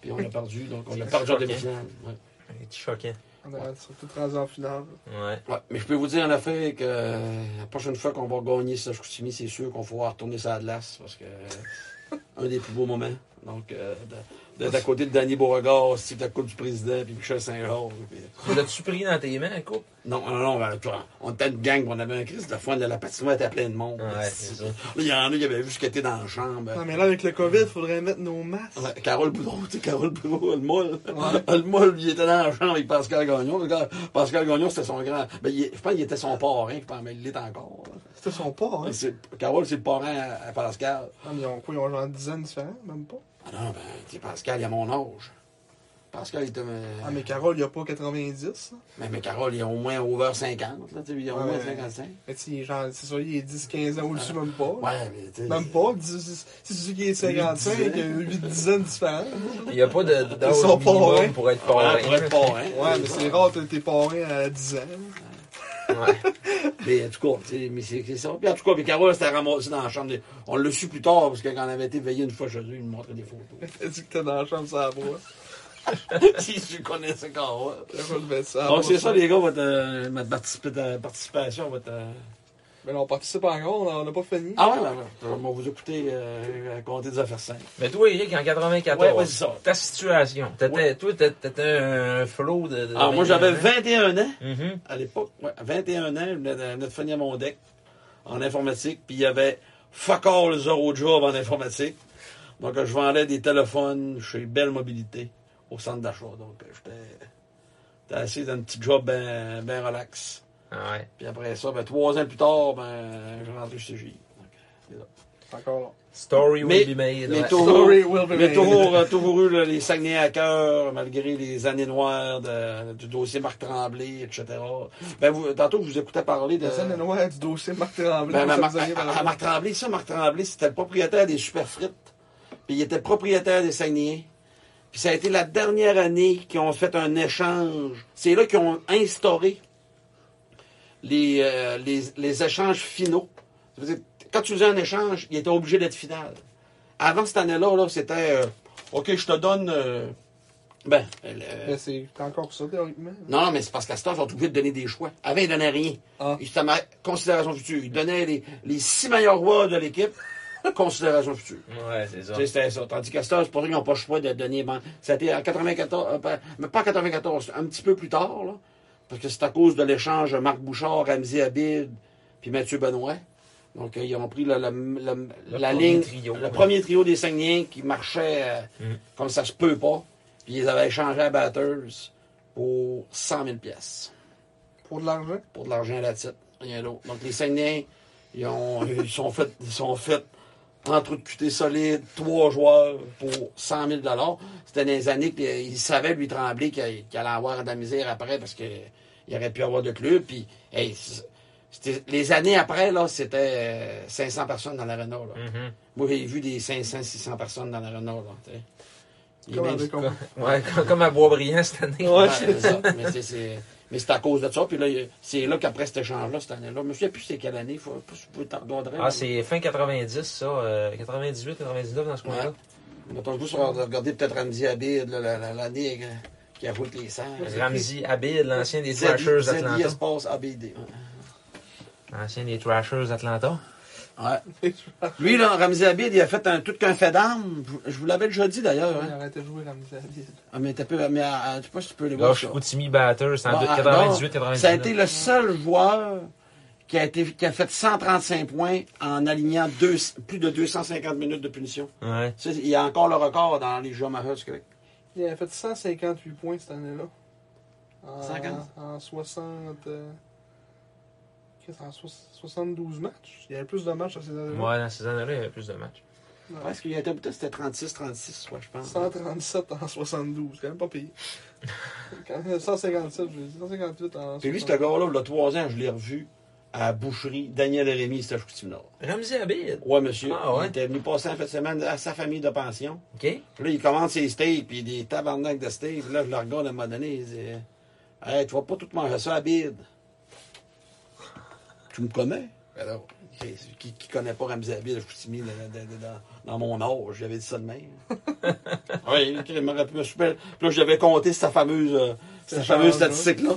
Speaker 4: puis on a perdu, donc on a perdu en demi-finale. ouais.
Speaker 3: Il est choquant.
Speaker 2: On avait surtout rendu en finale.
Speaker 3: Ouais.
Speaker 4: Ouais, mais je peux vous dire en effet que euh, la prochaine fois qu'on va gagner ce Chicoutimi, c'est sûr qu'on va pouvoir retourner ça à glace parce que euh, un des plus beaux moments. Donc, euh, de- d'être à côté de Danny Beauregard, Steve la Coupe du Président, puis Michel Saint-Jean. puis-
Speaker 3: Tu l'as-tu pris dans tes mains, la coupe?
Speaker 4: Non, non, non, ben, toi, on était une gang, on avait un crise de fun, là, la patinoire était pleine de monde.
Speaker 3: Ouais, c'est ça.
Speaker 4: Là, Il y en a qui avaient vu ce qui était dans la chambre.
Speaker 2: Non, mais là, avec le COVID, faudrait mettre nos masques.
Speaker 4: Ouais, Carole Boudreau, tu sais, Carole Boudreau, le moule. Le moule, il était dans la chambre avec Pascal Gagnon. Le gars, Pascal Gagnon, c'était son grand. Ben, il est- je pense qu'il était son parrain, je pense, mais il l'est encore. là.
Speaker 2: C'était son port, hein.
Speaker 4: Mais c'est- Carole, c'est le parrain à, à Pascal.
Speaker 2: Ah, mais ils ont quoi? Ils ont genre une dizaine différents, même pas.
Speaker 4: Ah non, ben, tu sais, Pascal, il a mon âge. Pascal, il était. euh,
Speaker 2: Ah, mais Carole, il n'y a pas 90. là.
Speaker 4: mais, mais Carole, il a au moins over 50, là, tu sais, il a au moins
Speaker 2: Ouais.
Speaker 4: 55.
Speaker 2: Mais tu sais, genre, c'est ça, il est 10-15 ans au-dessus, même pas.
Speaker 4: Ouais, mais tu sais.
Speaker 2: Même pas. dix- C'est celui qui est 55, il y a 8 dizaines différents.
Speaker 3: Il n'y a pas de-
Speaker 2: Ils
Speaker 3: d'âge
Speaker 2: sont
Speaker 3: minimum
Speaker 2: parrains.
Speaker 3: pour être parrain.
Speaker 4: Ouais, hein. pour être parrain.
Speaker 2: Ouais, mais c'est rare que t'es parrain à 10 ans.
Speaker 3: Ouais.
Speaker 4: Mais en tout cas, tu sais, mais c'est c'est ça. Puis en tout cas, puis Carole, c'était ramassé dans la chambre. des- On l'a su plus tard, parce que quand on avait été veillé une fois chez eux, il nous montrait des photos.
Speaker 2: T'as dit que t'es dans la chambre, ça va.
Speaker 4: si je connaissais Carole.
Speaker 2: Je relevais ça.
Speaker 4: Ah, Donc c'est ça, les gars, votre, euh, ma participa- participation, votre. euh,
Speaker 2: Mais là, on participe encore, on a- on n'a pas fini.
Speaker 4: Ah ouais, ouais, ouais. on va vous écouter euh, raconter des affaires simples.
Speaker 3: Mais toi, Eric, en
Speaker 4: Ouais, ouais,
Speaker 3: 94,
Speaker 4: c'est ça.
Speaker 3: ta situation, t'étais,
Speaker 4: Ouais.
Speaker 3: toi, t'étais- t'étais un flow de... de-
Speaker 4: Ah, moi, j'avais 21 ans
Speaker 3: Mhm.
Speaker 4: à l'époque. Ouais, à 21 ans, je venais de, je venais de finir mon deck en informatique. Puis il y avait fuck all zero job en informatique. Donc, euh, je vendais des téléphones chez Belle Mobilité au centre d'achat. Donc, euh, j'étais j'étais assis dans un petit job ben, ben relax.
Speaker 3: Ah ouais.
Speaker 4: Puis après ça, ben, trois ans plus tard, ben, je rentrais chez CGI. Donc, c'est ça.
Speaker 2: Encore là.
Speaker 3: Story
Speaker 4: Mais-
Speaker 3: will be made.
Speaker 4: mais
Speaker 3: ouais.
Speaker 4: toi-
Speaker 2: Story will be
Speaker 4: Mais
Speaker 2: made.
Speaker 4: toujours, euh, toujours eu là, les Saguenay à cœur, malgré les années noires de- du dossier Marc Tremblay, etc. Ben, vous, tantôt, je vous écoutais parler de.
Speaker 2: La scène est noire du dossier de Marc Tremblay.
Speaker 4: Euh, Ben, ben,
Speaker 2: ça
Speaker 4: Mar-
Speaker 2: vous arrive à la-
Speaker 4: à- à Marc Tremblay, ça, Marc Tremblay, c'était le propriétaire des Super Frites. Puis il était propriétaire des Saguenayens. Puis ça a été la dernière année qu'ils ont fait un échange. C'est là qu'ils ont instauré les, euh, les, les échanges finaux. Ça veut dire, Quand tu faisais un échange, il était obligé d'être final. Avant cette année-là, là, c'était euh, OK, je te donne. euh, ben, euh,
Speaker 2: Mais c'est encore ça, théoriquement.
Speaker 4: non, non, mais c'est parce qu'à ce temps, ils sont obligés de donner des choix. Avant, ils donnaient rien.
Speaker 2: Ah.
Speaker 4: Ils étaient ma- considération future. Ils donnaient les, les six meilleurs rois de l'équipe, considération future.
Speaker 3: Ouais, c'est ça.
Speaker 4: Tu sais, C'était ça. Tandis qu'à ce temps, c'est pour ça qu'ils n'ont pas le choix de donner. Ben, ça a été en 94, euh, pas- mais pas en 94, un petit peu plus tard, là. Parce que c'est à cause de l'échange Marc Bouchard, Ramzi Abid, puis Mathieu Benoît. Donc, euh, ils ont pris la, la- la- la
Speaker 3: premier
Speaker 4: ligne,
Speaker 3: trio,
Speaker 4: le
Speaker 3: ouais.
Speaker 4: premier trio des Saguenayens qui marchait euh,
Speaker 3: Mm.
Speaker 4: comme ça se peut pas. Puis ils avaient échangé à Batters pour 100 000 pièces
Speaker 2: Pour de l'argent.
Speaker 4: pour de l'argent à la titre, rien d'autre. Donc les Saguenayens, ils, ont, ils sont faits ils sont faits entre de QT solide, trois joueurs pour 100 000 C'était des années qu'il savait, lui, Tremblay, qu'il qu'il allait avoir de la misère après parce qu'il aurait pu avoir de club. Puis, hey, c'est- c'était- les années après, là, c'était euh, 500 personnes dans l'aréna. là.
Speaker 3: Mhm.
Speaker 4: Moi, j'ai vu des 500, 600 personnes dans l'aréna. là, tu sais. Et
Speaker 2: Comme
Speaker 4: même-
Speaker 2: avec on-
Speaker 3: Ouais, comme, comme à Boisbriand cette année.
Speaker 2: Ouais.
Speaker 4: Ouais, c'est ça. Mais c'est- c'est mais c'est à cause de ça. Puis là, il- c'est là qu'après cet échange-là, cette année-là, je me souviens plus c'est quelle année. Faut, faut- faut- faut- t'en regarderais, là.
Speaker 3: Ah, c'est fin 90, ça. euh, 98, 99, dans ce coin-là.
Speaker 4: Mettons, vous regardez peut-être Ramzi Abid, là, la- la- l'année avec, euh, qui a roulé les sangs.
Speaker 3: Ramsey Abid, l'ancien des
Speaker 4: Z-
Speaker 3: Thrashers
Speaker 4: Z-
Speaker 3: d'Atlanta.
Speaker 4: Espace ABD. ouais.
Speaker 3: L'ancien des Thrashers d'Atlanta.
Speaker 4: Ouais. Lui, là, Ramzi Abid, il a fait un, tout qu'un fait d'armes. Je- Je vous l'avais déjà dit d'ailleurs.
Speaker 2: Il
Speaker 4: Hein.
Speaker 2: arrêtait de jouer Ramzi Abid.
Speaker 4: Ah, mais t'as peu, mais ah, ah, je sais pas si tu peux le voir.
Speaker 3: Gauche
Speaker 4: ça.
Speaker 3: Outimi Batters, c'est en
Speaker 4: Bon, alors,
Speaker 3: 98-99.
Speaker 4: Ça a été le seul joueur qui a, été, qui a fait 135 points en alignant deux- plus de 250 minutes de punition.
Speaker 3: Ouais.
Speaker 4: Ça, il y a encore le record dans les Jeux Mahas du Québec.
Speaker 2: Il avait fait 158 points cette année-là. En,
Speaker 4: 50?
Speaker 2: en 60. euh, qu'est-ce, en soix- 72 matchs. Il y avait plus de matchs à ces
Speaker 3: Ouais,
Speaker 2: années-là.
Speaker 3: dans ces années-là, il y avait plus de matchs.
Speaker 2: Ouais.
Speaker 4: Parce qu'il y a été peut-être c'était 36, 36, ouais, je pense.
Speaker 2: 137 en 72, quand même pas payé. 157, je veux dire, 158 en
Speaker 4: Puis lui,
Speaker 2: 72.
Speaker 4: ce gars-là, il y a trois ans, je l'ai revu à la Boucherie, Daniel Rémy, c'était à Chicoutimi-Nord.
Speaker 3: Ramsey Abid.
Speaker 4: Ouais, monsieur.
Speaker 3: Ah, ouais?
Speaker 4: Il était venu passer en fin de semaine à sa famille de pension.
Speaker 3: OK?
Speaker 4: Puis là, il commande ses steaks, puis des tabarnak de steaks. Puis là, je le regarde à un moment donné, il dit « Hey, tu vas pas tout manger ça à bide. »« Tu me connais? » Alors, qui, qui- qui connaît pas Ramzi Abid, je vous dans, dans mon âge, j'avais dit ça de même. oui, il m'aurait pu me souper. Puis là, j'avais compté sa fameuse, euh, sa
Speaker 2: Cette
Speaker 4: fameuse
Speaker 2: chance-là.
Speaker 4: statistique-là.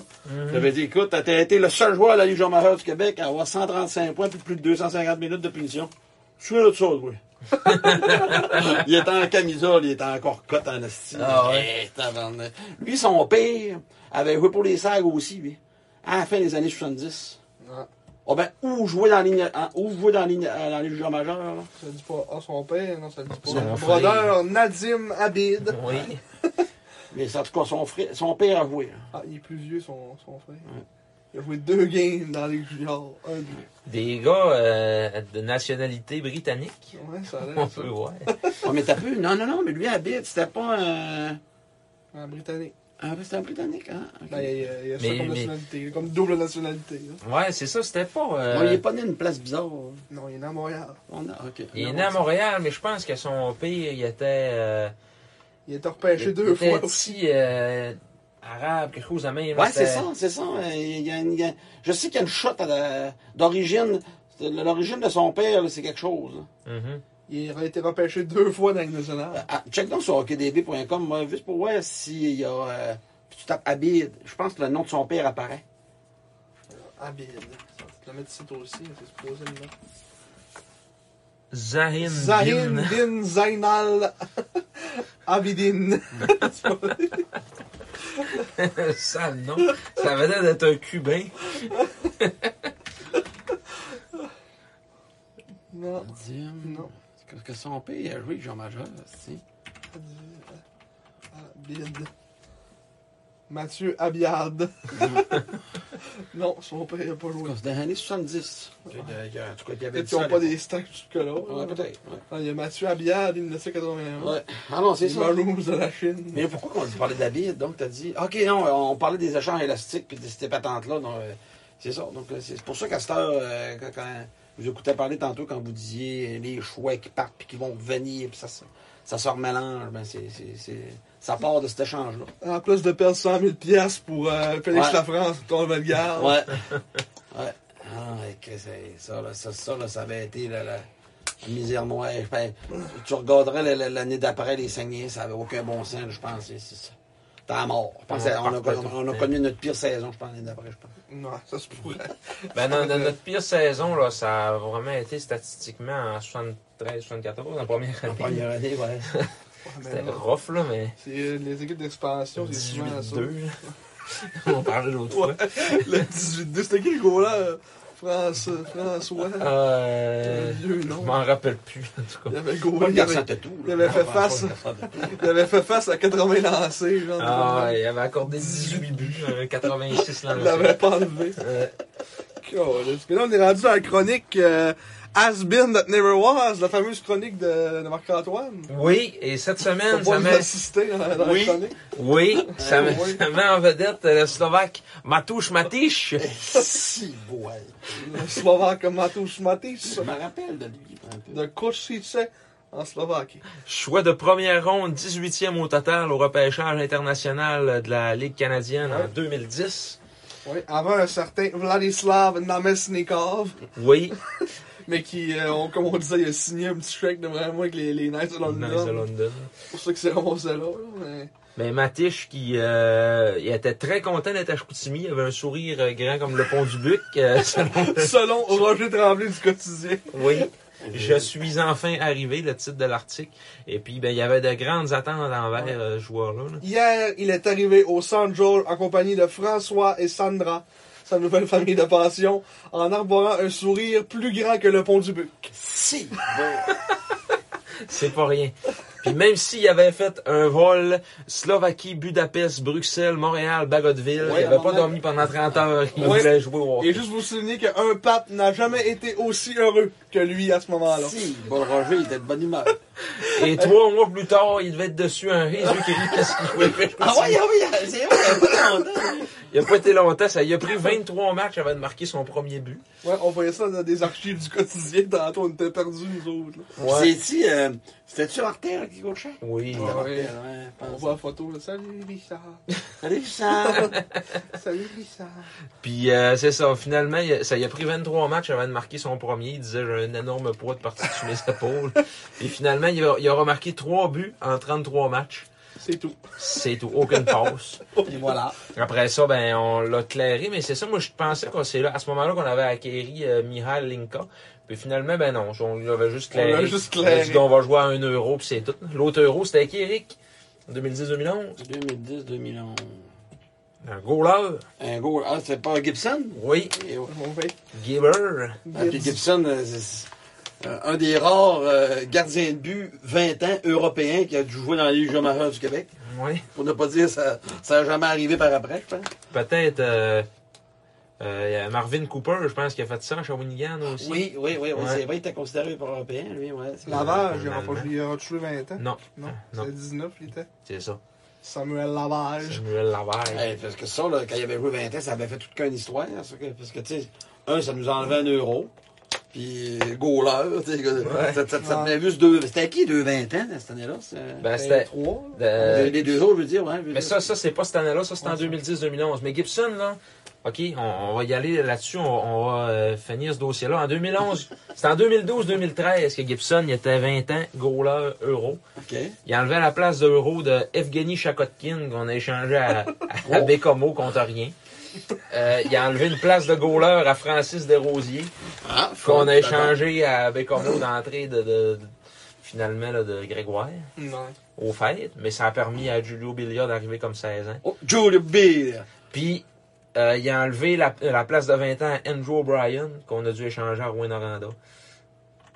Speaker 4: J'avais dit, écoute, t'as été le seul joueur de la Ligue Jean-Marie du Québec à avoir 135 points puis plus de 250 minutes de punition. Je suis là de ça, oui. il était en camisole, il était encore cote en estime.
Speaker 3: Ah ouais.
Speaker 4: Lui, son père avait joué pour les Sags aussi, lui, à la fin des années 70.
Speaker 2: Ah,
Speaker 4: Ah ben, où jouer dans la ligne, en- où jouer dans la ligne, euh, dans les joueurs majeurs, là.
Speaker 2: ça dit pas. Ah, son père, non, ça dit pas.
Speaker 3: Son
Speaker 2: Son
Speaker 3: frère.
Speaker 2: brodeur Nadim Abid.
Speaker 3: Oui.
Speaker 4: Mais en tout cas, son, frère, son père a joué. hein.
Speaker 2: Ah, il est plus vieux, son, son frère. Il a joué deux games dans les juniors. Un, deux.
Speaker 3: Des gars euh, de nationalité britannique.
Speaker 2: Ouais, ça a
Speaker 3: On
Speaker 2: l'air ça.
Speaker 3: peut, ouais.
Speaker 4: Ah, mais t'as pu, non, non, non, mais lui, habite, c'était pas un,
Speaker 2: En Britannique.
Speaker 4: un- c'était un Britannique, hein. Ok.
Speaker 2: Ben, il y a, il y a ça
Speaker 3: Mais-
Speaker 2: comme
Speaker 3: mais-
Speaker 2: nationalité, comme double nationalité. hein. là.
Speaker 3: Ouais, c'est ça, c'était pas. euh,
Speaker 4: Ouais, il est pas né d'une place bizarre.
Speaker 2: Non, il est né à Montréal.
Speaker 4: On a, ok.
Speaker 3: il est né à Montréal, mais je pense que son père, il était. euh,
Speaker 2: Il a été repêché
Speaker 3: il
Speaker 2: deux
Speaker 3: était
Speaker 2: fois.
Speaker 3: petit, euh, arabe, quelque chose de même.
Speaker 4: Ouais,
Speaker 3: c'était-
Speaker 4: c'est ça, c'est ça. Euh, il y a une- il y a- je sais qu'il y a une shot à la- d'origine. L'origine de son père, là, c'est quelque chose. là.
Speaker 3: Mhm.
Speaker 2: Il a été repêché deux fois dans les nationale.
Speaker 4: Ah, check donc sur hockeydb.com, moi, juste pour voir s'il y a. euh, puis tu tapes Abid. Je pense que le nom de son père apparaît.
Speaker 2: Abid. Tu le mets ici toi aussi, hein, c'est supposé le nom.
Speaker 3: Zahin.
Speaker 2: Zahin
Speaker 3: Bin.
Speaker 2: Bin Zainal Abidin.
Speaker 4: Mm.
Speaker 3: Sale nom. Ça avait l'air d'être un Cubain.
Speaker 2: Non.
Speaker 4: Non.
Speaker 2: Non.
Speaker 4: Qu'est-ce que son père a joué, Jean Major, si.
Speaker 2: Abid. Mathieu Abiad.
Speaker 4: Mm.
Speaker 2: non, son père n'a pas joué.
Speaker 4: C'est dans les années 70. Il y a- En tout cas, il y
Speaker 2: Peut-être
Speaker 4: avait dit
Speaker 2: qu'ils
Speaker 4: ça
Speaker 2: n'ont
Speaker 4: à
Speaker 2: pas des
Speaker 4: l'époque.
Speaker 2: stacks jusque-là.
Speaker 4: Ouais, peut-être. ouais.
Speaker 2: Ah, Il y a Mathieu Abiad, 1981.
Speaker 4: Ouais. Ah non, c'est
Speaker 2: Les
Speaker 4: ça.
Speaker 2: Maroons de la Chine.
Speaker 4: Mais pourquoi qu'on parlait de la bide? Donc, t'as dit, OK, non, euh, on parlait des échanges élastiques puis de cette patente-là. donc, euh, c'est ça. Donc, euh, c'est pour ça qu'à cette heure, euh, quand, quand vous écoutez parler tantôt, quand vous disiez les choix qui partent puis qui vont revenir, puis ça, se- ça se remélange, ben, c'est, c'est, c'est- ça part de cet échange-là.
Speaker 2: En plus de perdre 100 000 piastres pour euh, Félix
Speaker 4: Ouais.
Speaker 2: Lafrance, ton Bellegarde.
Speaker 4: Ouais. ouais. Ah, ouais, que c'est- ça, là, ça, ça, là, ça avait été la, la misère noire. Je pense- tu regarderais la- la- l'année d'après, les Saguenayens, ça avait aucun bon sens, je pense. C'est- c'est ça. T'es à mort. Je pense
Speaker 3: On
Speaker 4: que on, a,
Speaker 3: partait
Speaker 4: on a-
Speaker 3: tout
Speaker 4: on a
Speaker 3: le
Speaker 4: connu notre pire saison, je pense, l'année d'après, je pense.
Speaker 2: Non, ça se pourrait.
Speaker 3: Ben, dans, dans notre pire saison, là, ça a vraiment été statistiquement en 73-74, la première
Speaker 4: La
Speaker 3: année.
Speaker 4: première année, ouais.
Speaker 2: Ouais, mais
Speaker 3: C'était
Speaker 2: non.
Speaker 3: rough, là, mais.
Speaker 2: C'est euh, les équipes d'expansion, c'est souvent ça.
Speaker 3: 18-2. On parlait l'autre fois.
Speaker 2: Le 18-2, c'était qui le gros-là? euh, France, François.
Speaker 3: Euh,
Speaker 2: Un vieux
Speaker 3: je
Speaker 2: nom.
Speaker 3: m'en rappelle plus, en tout
Speaker 2: Il
Speaker 3: cas.
Speaker 2: avait
Speaker 4: Pas
Speaker 2: goalé,
Speaker 4: le
Speaker 2: il
Speaker 4: garçon
Speaker 2: avait,
Speaker 4: tatou.
Speaker 2: il avait fait face. il avait fait face à 80 lancés, genre.
Speaker 3: Ah, il avait accordé 18 buts, euh, 86
Speaker 2: il
Speaker 3: lancés.
Speaker 2: l'avait pas enlevé.
Speaker 3: Euh,
Speaker 2: Caliste. Puis là, on est rendu à la chronique euh, Has Been That Never Was, la fameuse chronique de, de Marc-Antoine.
Speaker 3: oui, et cette
Speaker 2: On
Speaker 3: semaine,
Speaker 2: va
Speaker 3: ça
Speaker 2: nous
Speaker 3: met,
Speaker 2: assister hein, dans, dans
Speaker 4: Oui.
Speaker 2: la chronique.
Speaker 3: Eh oui, ça met,
Speaker 2: oui.
Speaker 3: ça met en vedette euh, le Slovaque Matouche Matiche.
Speaker 4: Si, boy.
Speaker 2: Le Slovaque Matouš Matis
Speaker 4: Je me rappelle de lui. un peu.
Speaker 2: de Košice en Slovaquie.
Speaker 3: Choix de première ronde, 18e au total au repêchage international de la Ligue canadienne en 2010.
Speaker 2: Oui, avant un certain Vladislav Namesnikov,
Speaker 3: Oui,
Speaker 2: mais qui, euh, on- comme on disait, il a signé un petit chèque de vraiment avec les, les Knights de
Speaker 3: Nice de
Speaker 2: London.
Speaker 3: London.
Speaker 2: C'est pour ça que c'est ramassé là. là, Mais...
Speaker 3: Mais Matiche, qui euh, il était très content d'être à Chicoutimi, il avait un sourire euh, grand comme le pont du Buc. euh, selon-
Speaker 2: Selon Roger Tremblay du quotidien.
Speaker 3: Oui, je suis enfin arrivé, le titre de l'article. Et puis, ben, il y avait de grandes attentes envers euh, ce joueur-là. là.
Speaker 2: Hier, il est arrivé au San Joel en compagnie de François et Sandra, sa nouvelle famille de passion, en arborant un sourire plus grand que le pont du Buc.
Speaker 4: Si, boy.
Speaker 3: C'est pas rien. Puis même s'il avait fait un vol Slovaquie, Budapest, Bruxelles, Montréal, Bagotville,
Speaker 2: Ouais,
Speaker 3: il avait
Speaker 2: à
Speaker 3: pas
Speaker 2: Montréal.
Speaker 3: dormi pendant 30 heures. Il
Speaker 2: Ouais.
Speaker 3: voulait jouer au hockey.
Speaker 2: Et juste vous souligner qu'un pape n'a jamais été aussi heureux que lui à ce moment-là.
Speaker 4: Si, bon, Roger, il était de bonne humeur.
Speaker 3: Et trois mois plus tard, il devait être dessus un riz, lui, qui rit parce qu'il jouait plus.
Speaker 4: Ah ouais, ah ouais, c'est vrai, il était pas content.
Speaker 3: Il a pas été longtemps, ça il a pris 23 matchs avant de marquer son premier but.
Speaker 2: Ouais, on voyait ça dans des archives du quotidien, tantôt on était perdus nous autres. là.
Speaker 4: C'est-tu, euh, c'était-tu Artère qui coachait?
Speaker 3: Oui.
Speaker 2: Ouais.
Speaker 4: Artère, ouais, je
Speaker 2: On
Speaker 4: pense.
Speaker 2: voit la photo, là. Salut Richard!
Speaker 4: Allez, Richard.
Speaker 2: Salut Richard!
Speaker 3: Puis euh, c'est ça, finalement, il a- ça il a pris 23 matchs avant de marquer son premier. Il disait j'ai un énorme poids de partie sur mes épaules. Et finalement, il a, il a remarqué trois buts en 33 matchs.
Speaker 2: C'est tout.
Speaker 3: C'est tout, aucune passe.
Speaker 4: Et voilà.
Speaker 3: Après ça, ben on l'a clairé, mais c'est ça, moi je pensais qu'on c'est là à ce moment-là qu'on avait acquéri euh, Mihal Linka. Puis finalement, ben non, on l'avait juste
Speaker 2: On l'a
Speaker 3: clairé.
Speaker 2: juste
Speaker 3: On a
Speaker 2: clairé.
Speaker 3: dit qu'on va jouer à 1 euro, puis c'est tout. L'autre euro, c'était qui, Eric? 2010-2011?
Speaker 4: 2010-2011.
Speaker 3: Un goaler.
Speaker 4: Un goal. Ah, c'est pas Gibson?
Speaker 3: Oui.
Speaker 4: Et ouais.
Speaker 2: Mon père.
Speaker 3: Giver.
Speaker 4: Ah, puis Gibson, euh, c'est- c'est, euh, un des rares euh, gardiens de but 20 ans européens qui a dû jouer dans la Ligue majeure du Québec.
Speaker 3: Oui.
Speaker 4: Pour ne pas dire ça ça a jamais arrivé par après, je pense.
Speaker 3: Peut-être euh, euh, il y a Marvin Cooper, je pense, qui a fait ça à Shawinigan aussi.
Speaker 4: Oui, oui, oui, oui,
Speaker 3: Ouais.
Speaker 4: c'est vrai, il était considéré par européen, lui, ouais. c'est-
Speaker 2: Lavage, il aura pas joué, il aura tué 20 ans.
Speaker 3: Non,
Speaker 2: Non,
Speaker 3: Non.
Speaker 2: c'est 19, il était.
Speaker 3: c'est ça.
Speaker 2: Samuel Lavage.
Speaker 3: Samuel Lavert.
Speaker 4: Ouais, parce que ça, là, quand il avait joué 20 ans, ça avait fait toute qu'une histoire. hein, ça, que- parce que, tu sais, un, ça nous enlevait un euro. Puis, euh, goaler, tu sais, que- ça, ça, ça tenait juste deux. C'était qui, deux 20 ans, cette année-là? c'est-
Speaker 3: Ben,
Speaker 2: C'était
Speaker 3: c'était.
Speaker 2: 3.
Speaker 3: euh,
Speaker 4: les, les deux autres, je veux dire, ouais. je veux
Speaker 3: mais
Speaker 4: dire.
Speaker 3: ça, ça c'est pas cette année-là, ça c'est en 2010-2011. Mais Gibson, là, OK, on, on va y aller là-dessus, on, on va euh, finir ce dossier-là. En 2011, c'est en 2012-2013 que Gibson, il était 20 ans, goaler euro.
Speaker 4: OK.
Speaker 3: Il enlevait la place d'euro de Evgeny Chakotkin qu'on a échangé à, à Bécomo contre rien. Euh, il a enlevé une place de goaler à Francis Desrosiers.
Speaker 4: Ah,
Speaker 3: qu'on a
Speaker 4: d'accord.
Speaker 3: échangé à Bécomo d'entrée de, de- de- finalement là, de Grégoire
Speaker 2: Non.
Speaker 3: au fait, mais ça a permis à Julio Billia d'arriver comme 16 ans.
Speaker 4: Oh, Julie Beer.
Speaker 3: Puis euh, il a enlevé la, la place de 20 ans à Andrew O'Brien qu'on a dû échanger à Rouen Oranda.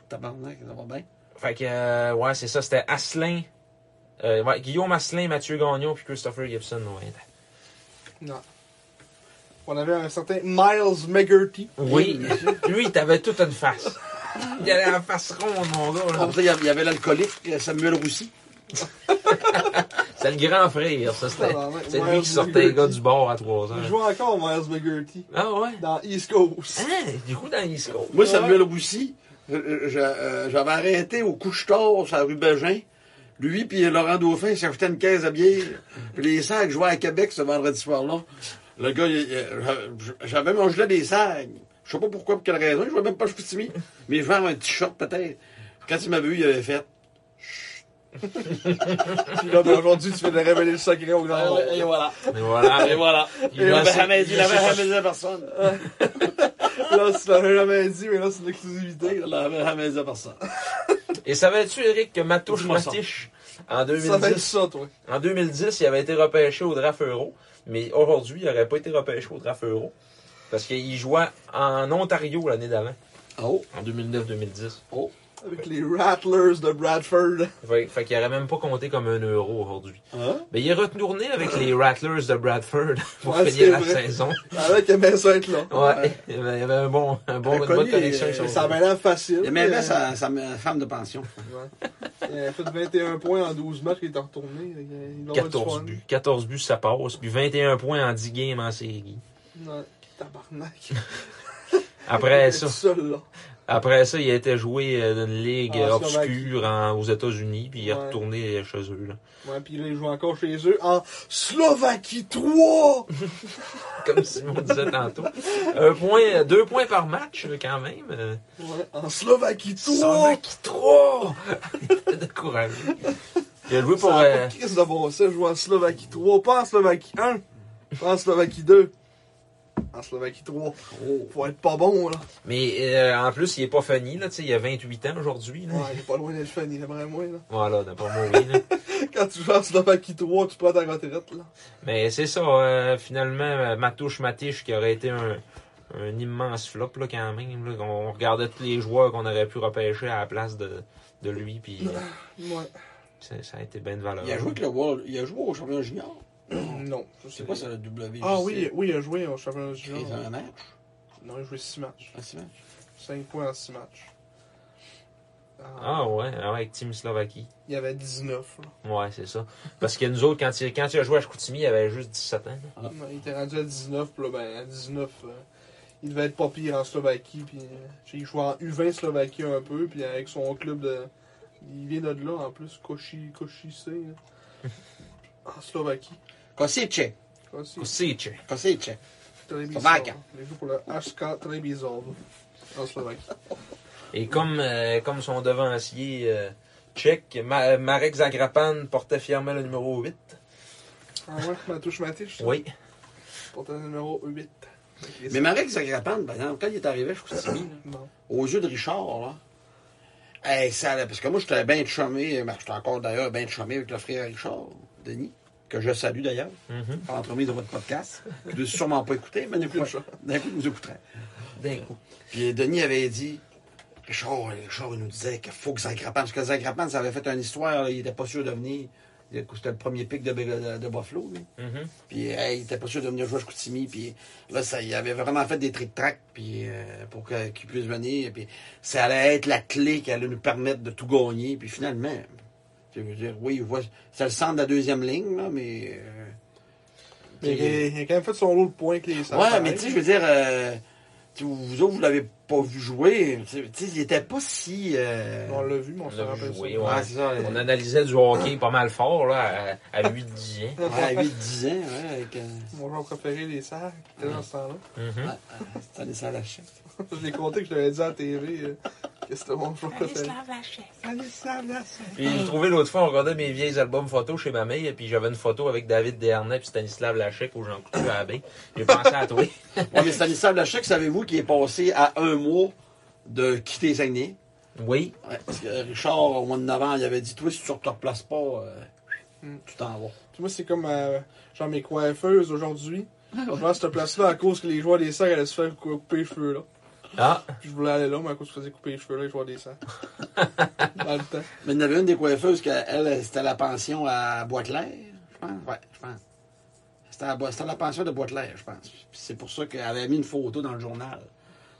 Speaker 4: Tabarnak, ça va bien.
Speaker 3: Fait que euh, ouais, c'est ça, c'était Asselin. euh, ouais, Guillaume Asselin, Mathieu Gagnon puis Christopher Gibson au 20 ans.
Speaker 2: Non. On avait un certain Miles McGurty.
Speaker 3: Oui, lui, il t'avait toute une face. Il avait la face ronde, mon gars. là.
Speaker 4: Après ça, il y avait- il y avait l'alcoolique euh, Samuel Roussy.
Speaker 3: C'est le grand frère, ça. C'était c'est lui
Speaker 2: Ah, Ouais,
Speaker 3: qui sortait les
Speaker 2: Mugurty.
Speaker 3: gars du bord à 3
Speaker 2: Il
Speaker 3: heures.
Speaker 2: joue encore Miles McGurty
Speaker 3: Ah ouais?
Speaker 2: dans East Coast.
Speaker 3: Hein? Du coup, dans East Coast.
Speaker 4: Moi, Samuel Roussy, euh, je- euh, j'avais arrêté au couche-tard sur la rue Bégin. Lui puis Laurent Dauphin s'achetaient une caisse à bière. Puis les sacs jouaient à Québec ce vendredi soir-là. Le gars, il- il- j'avais mon gilet des sacs. Je sais pas pourquoi, pour quelle raison. Je vois même pas Chicoutimi. Mais genre un t-shirt peut-être. Quand il m'avait vu, il avait fait.
Speaker 2: Puis là, ben, aujourd'hui, tu viens de révéler le secret au grand monde.
Speaker 4: Et voilà.
Speaker 3: Mais voilà.
Speaker 4: Et voilà.
Speaker 3: Il
Speaker 4: Il l'avait
Speaker 3: l'a-
Speaker 4: jamais dit, il l'avait
Speaker 3: il l'a-
Speaker 4: jamais dit à personne.
Speaker 2: Là, tu l'avais jamais dit, mais là, c'est de l'exclusivité.
Speaker 4: Il l'avait jamais dit à personne.
Speaker 3: Et savais-tu, Eric, que Matouche
Speaker 4: Dis-moi ça.
Speaker 3: Matiche En
Speaker 2: Ça fait
Speaker 3: 2010,
Speaker 2: ça, toi.
Speaker 3: en 2010, il avait été repêché au draft euro, mais aujourd'hui, il n'aurait pas été repêché au draft euro parce qu'il jouait en Ontario l'année d'avant,
Speaker 4: Oh,
Speaker 3: en 2009-2010.
Speaker 4: oh.
Speaker 2: Avec les Rattlers de Bradford.
Speaker 3: Fait, fait qu'il n'aurait même pas compté comme un euro aujourd'hui.
Speaker 4: Hein?
Speaker 3: Mais il est retourné avec les Rattlers de Bradford pour
Speaker 2: Ouais, c'est
Speaker 3: finir la
Speaker 2: vrai.
Speaker 3: saison.
Speaker 2: Avec aimait ça être là.
Speaker 3: Ouais, il y avait un bon, un bon,
Speaker 2: Bon,
Speaker 3: une bonne connexion avec son
Speaker 2: euh, ça avait l'air facile.
Speaker 4: Il aimait
Speaker 2: Euh,
Speaker 4: sa, sa me- femme de pension.
Speaker 2: Il a fait 21 points en 12 matchs, il est retourné. Il doit avoir du
Speaker 3: 14
Speaker 2: fun.
Speaker 3: buts. 14 buts, ça passe. Puis 21 points en 10 games en série.
Speaker 2: Ouais, tabarnak.
Speaker 3: Après
Speaker 2: Il
Speaker 3: ça,
Speaker 2: est seul, là.
Speaker 3: après ça, il a été joué euh, dans une ligue
Speaker 2: En
Speaker 3: obscure en- aux États-Unis, puis il est
Speaker 2: Ah, Ouais.
Speaker 3: retourné chez eux. Là.
Speaker 2: Ouais, puis là, ils jouent encore chez eux en Slovaquie 3!
Speaker 3: Comme Simon disait tantôt. Un point, deux points par match, euh, quand même. euh.
Speaker 2: Ouais, en Slovaquie 3!
Speaker 3: Slovaquie 3! de courage. Il a joué pour.
Speaker 2: Ça a pas
Speaker 3: euh,
Speaker 2: de crise de bon sens, jouer en Slovaquie 3, pas en Slovaquie 1, pas en Slovaquie 2, en Slovaquie 3.
Speaker 4: Oh.
Speaker 2: Faut être pas bon, là.
Speaker 3: mais euh, en plus, il est pas funny, là, tu sais, il a 28 ans aujourd'hui. là.
Speaker 2: Ouais, il est pas loin d'être fan, il aimerait moins, là.
Speaker 3: Voilà, d'après moi, oui. là.
Speaker 2: Quand tu joues en Slovaquie 3, tu prends ta retraite, là.
Speaker 3: Mais c'est ça, euh, finalement, euh, Matouche Matiche qui aurait été un, un immense flop là, quand même. Là, on regardait tous les joueurs qu'on aurait pu repêcher à la place de, de lui, puis euh,
Speaker 2: Ouais.
Speaker 3: ça, ça a été bien de valeur.
Speaker 4: Il a joué avec le World, il a joué au championnat junior.
Speaker 2: Non, je
Speaker 4: C'est
Speaker 2: sais
Speaker 4: quoi ça, le WJC?
Speaker 2: Ah oui, oui, il a joué au championnat du
Speaker 4: C'est un
Speaker 2: monde.
Speaker 4: match.
Speaker 2: Non, il a joué 6 matchs.
Speaker 4: Un six matchs.
Speaker 2: 5 points en 6 matchs. Ah,
Speaker 3: Ah ouais, ah ouais, avec Team Slovaquie.
Speaker 2: Il y avait 19, là.
Speaker 3: Ouais, c'est ça. Parce que nous autres, quand il, quand il a joué à Chicoutimi, il avait juste 17 ans. là.
Speaker 4: Ah.
Speaker 2: Non, Il était rendu à 19, puis là, ben, à 19, euh, il devait être pas pire en Slovaquie, puis euh, il jouait en U20 Slovaquie un peu, puis avec son club de... Il vient de là, en plus, Kochi, Kochi C, là. en Slovaquie.
Speaker 4: Kosice.
Speaker 2: Kochi,
Speaker 3: Kosice.
Speaker 4: Kosice.
Speaker 2: Trebizond.
Speaker 4: Slovaque.
Speaker 2: Il joue pour le HK Trebizond, en Slovaquie.
Speaker 3: Et comme, euh, comme son devancier euh, tchèque, Ma- Marek Zagrapan portait fièrement le numéro 8.
Speaker 2: Ah ouais, Matouche Matiche,
Speaker 3: Oui.
Speaker 2: pour ton numéro 8. Avec les-
Speaker 4: Mais Marek Zagrapan, par exemple, quand il est arrivé, je suis timide,
Speaker 2: Non.
Speaker 4: aux yeux de Richard, là, hey, ça, allait- parce que moi, j'étais bien chômé, ben, j'étais encore d'ailleurs bien chômé avec le frère Richard, Denis, que je salue d'ailleurs,
Speaker 3: Mhm.
Speaker 4: par l'entremise de votre podcast, que vous n'avez sûrement pas écouté, mais d'un coup, d'un coup, vous écouterez.
Speaker 3: D'un coup.
Speaker 4: Puis Denis avait dit, Richard, Richard, il nous disait qu'il faut que Zagrapan, parce que Zagrapan, ça avait fait une histoire, là, il n'était pas sûr de venir, c'était le premier pic de, de, de Buffalo, lui.
Speaker 3: Mhm.
Speaker 4: Puis hey, il était pas sûr de venir jouer à Chicoutimi. Puis là, ça, il avait vraiment fait des tricks tracks puis euh, pour que- qu'il puisse venir. Puis ça allait être la clé qui allait nous permettre de tout gagner. Puis finalement, je veux dire, oui, il voit- c'est le centre de la deuxième ligne, là, mais. euh,
Speaker 2: Mais euh, il, a- il a quand même fait son lot de points que les
Speaker 4: ouais, mais tu sais, je veux dire, euh, tu- vous autres, vous l'avez pas vu jouer. Tu sais, tu sais, il était pas si. euh,
Speaker 2: On l'a vu, mais on
Speaker 3: On
Speaker 2: s'en
Speaker 3: l'a vu
Speaker 2: rappelle
Speaker 3: jouer,
Speaker 2: ça.
Speaker 4: ouais, c'est ça.
Speaker 3: Euh, On analysait du hockey pas mal fort là, à, à 8-10 ans.
Speaker 4: ouais, à 8-10 ans, ouais, avec. Euh,
Speaker 2: Mon joueur préféré, les Serres, qui était dans ce temps-là.
Speaker 3: Mhm.
Speaker 4: ça laissait à la chef.
Speaker 2: Je l'ai compté que je l'avais dit à la TV euh, que c'était mon joueur préféré.
Speaker 3: Puis j'ai trouvé l'autre fois, on regardait mes vieilles albums photos chez ma mère, et puis j'avais une photo avec David Dernay puis Stanislav Lachec où Jean Coutu à la baie. J'ai pensé à toi.
Speaker 4: Ouais, mais Stanislav Lachec, savez-vous qu'il est passé à un mois de quitter Saguenay?
Speaker 3: Oui,
Speaker 4: Ouais, parce que Richard, au mois de novembre, il avait dit Toi, si tu ne te replaces pas, euh, tu t'en vas.
Speaker 2: Puis moi, c'est comme euh, genre mes coiffeuses aujourd'hui. Je vais à cette place-là à cause que les joueurs des Serres allaient se faire cou- couper les cheveux là.
Speaker 3: ah,
Speaker 2: Puis je voulais aller là, mais à cause que je faisais couper les cheveux là, les joueurs des Serres. dans le temps.
Speaker 4: Mais il y en avait une des coiffeuses, qu'elle, elle, c'était à la pension à Bois-Claire, je pense. Ouais, je pense. C'était à, Bois- c'était à la pension de Bois-Claire, je pense. Puis c'est pour ça qu'elle avait mis une photo dans le journal.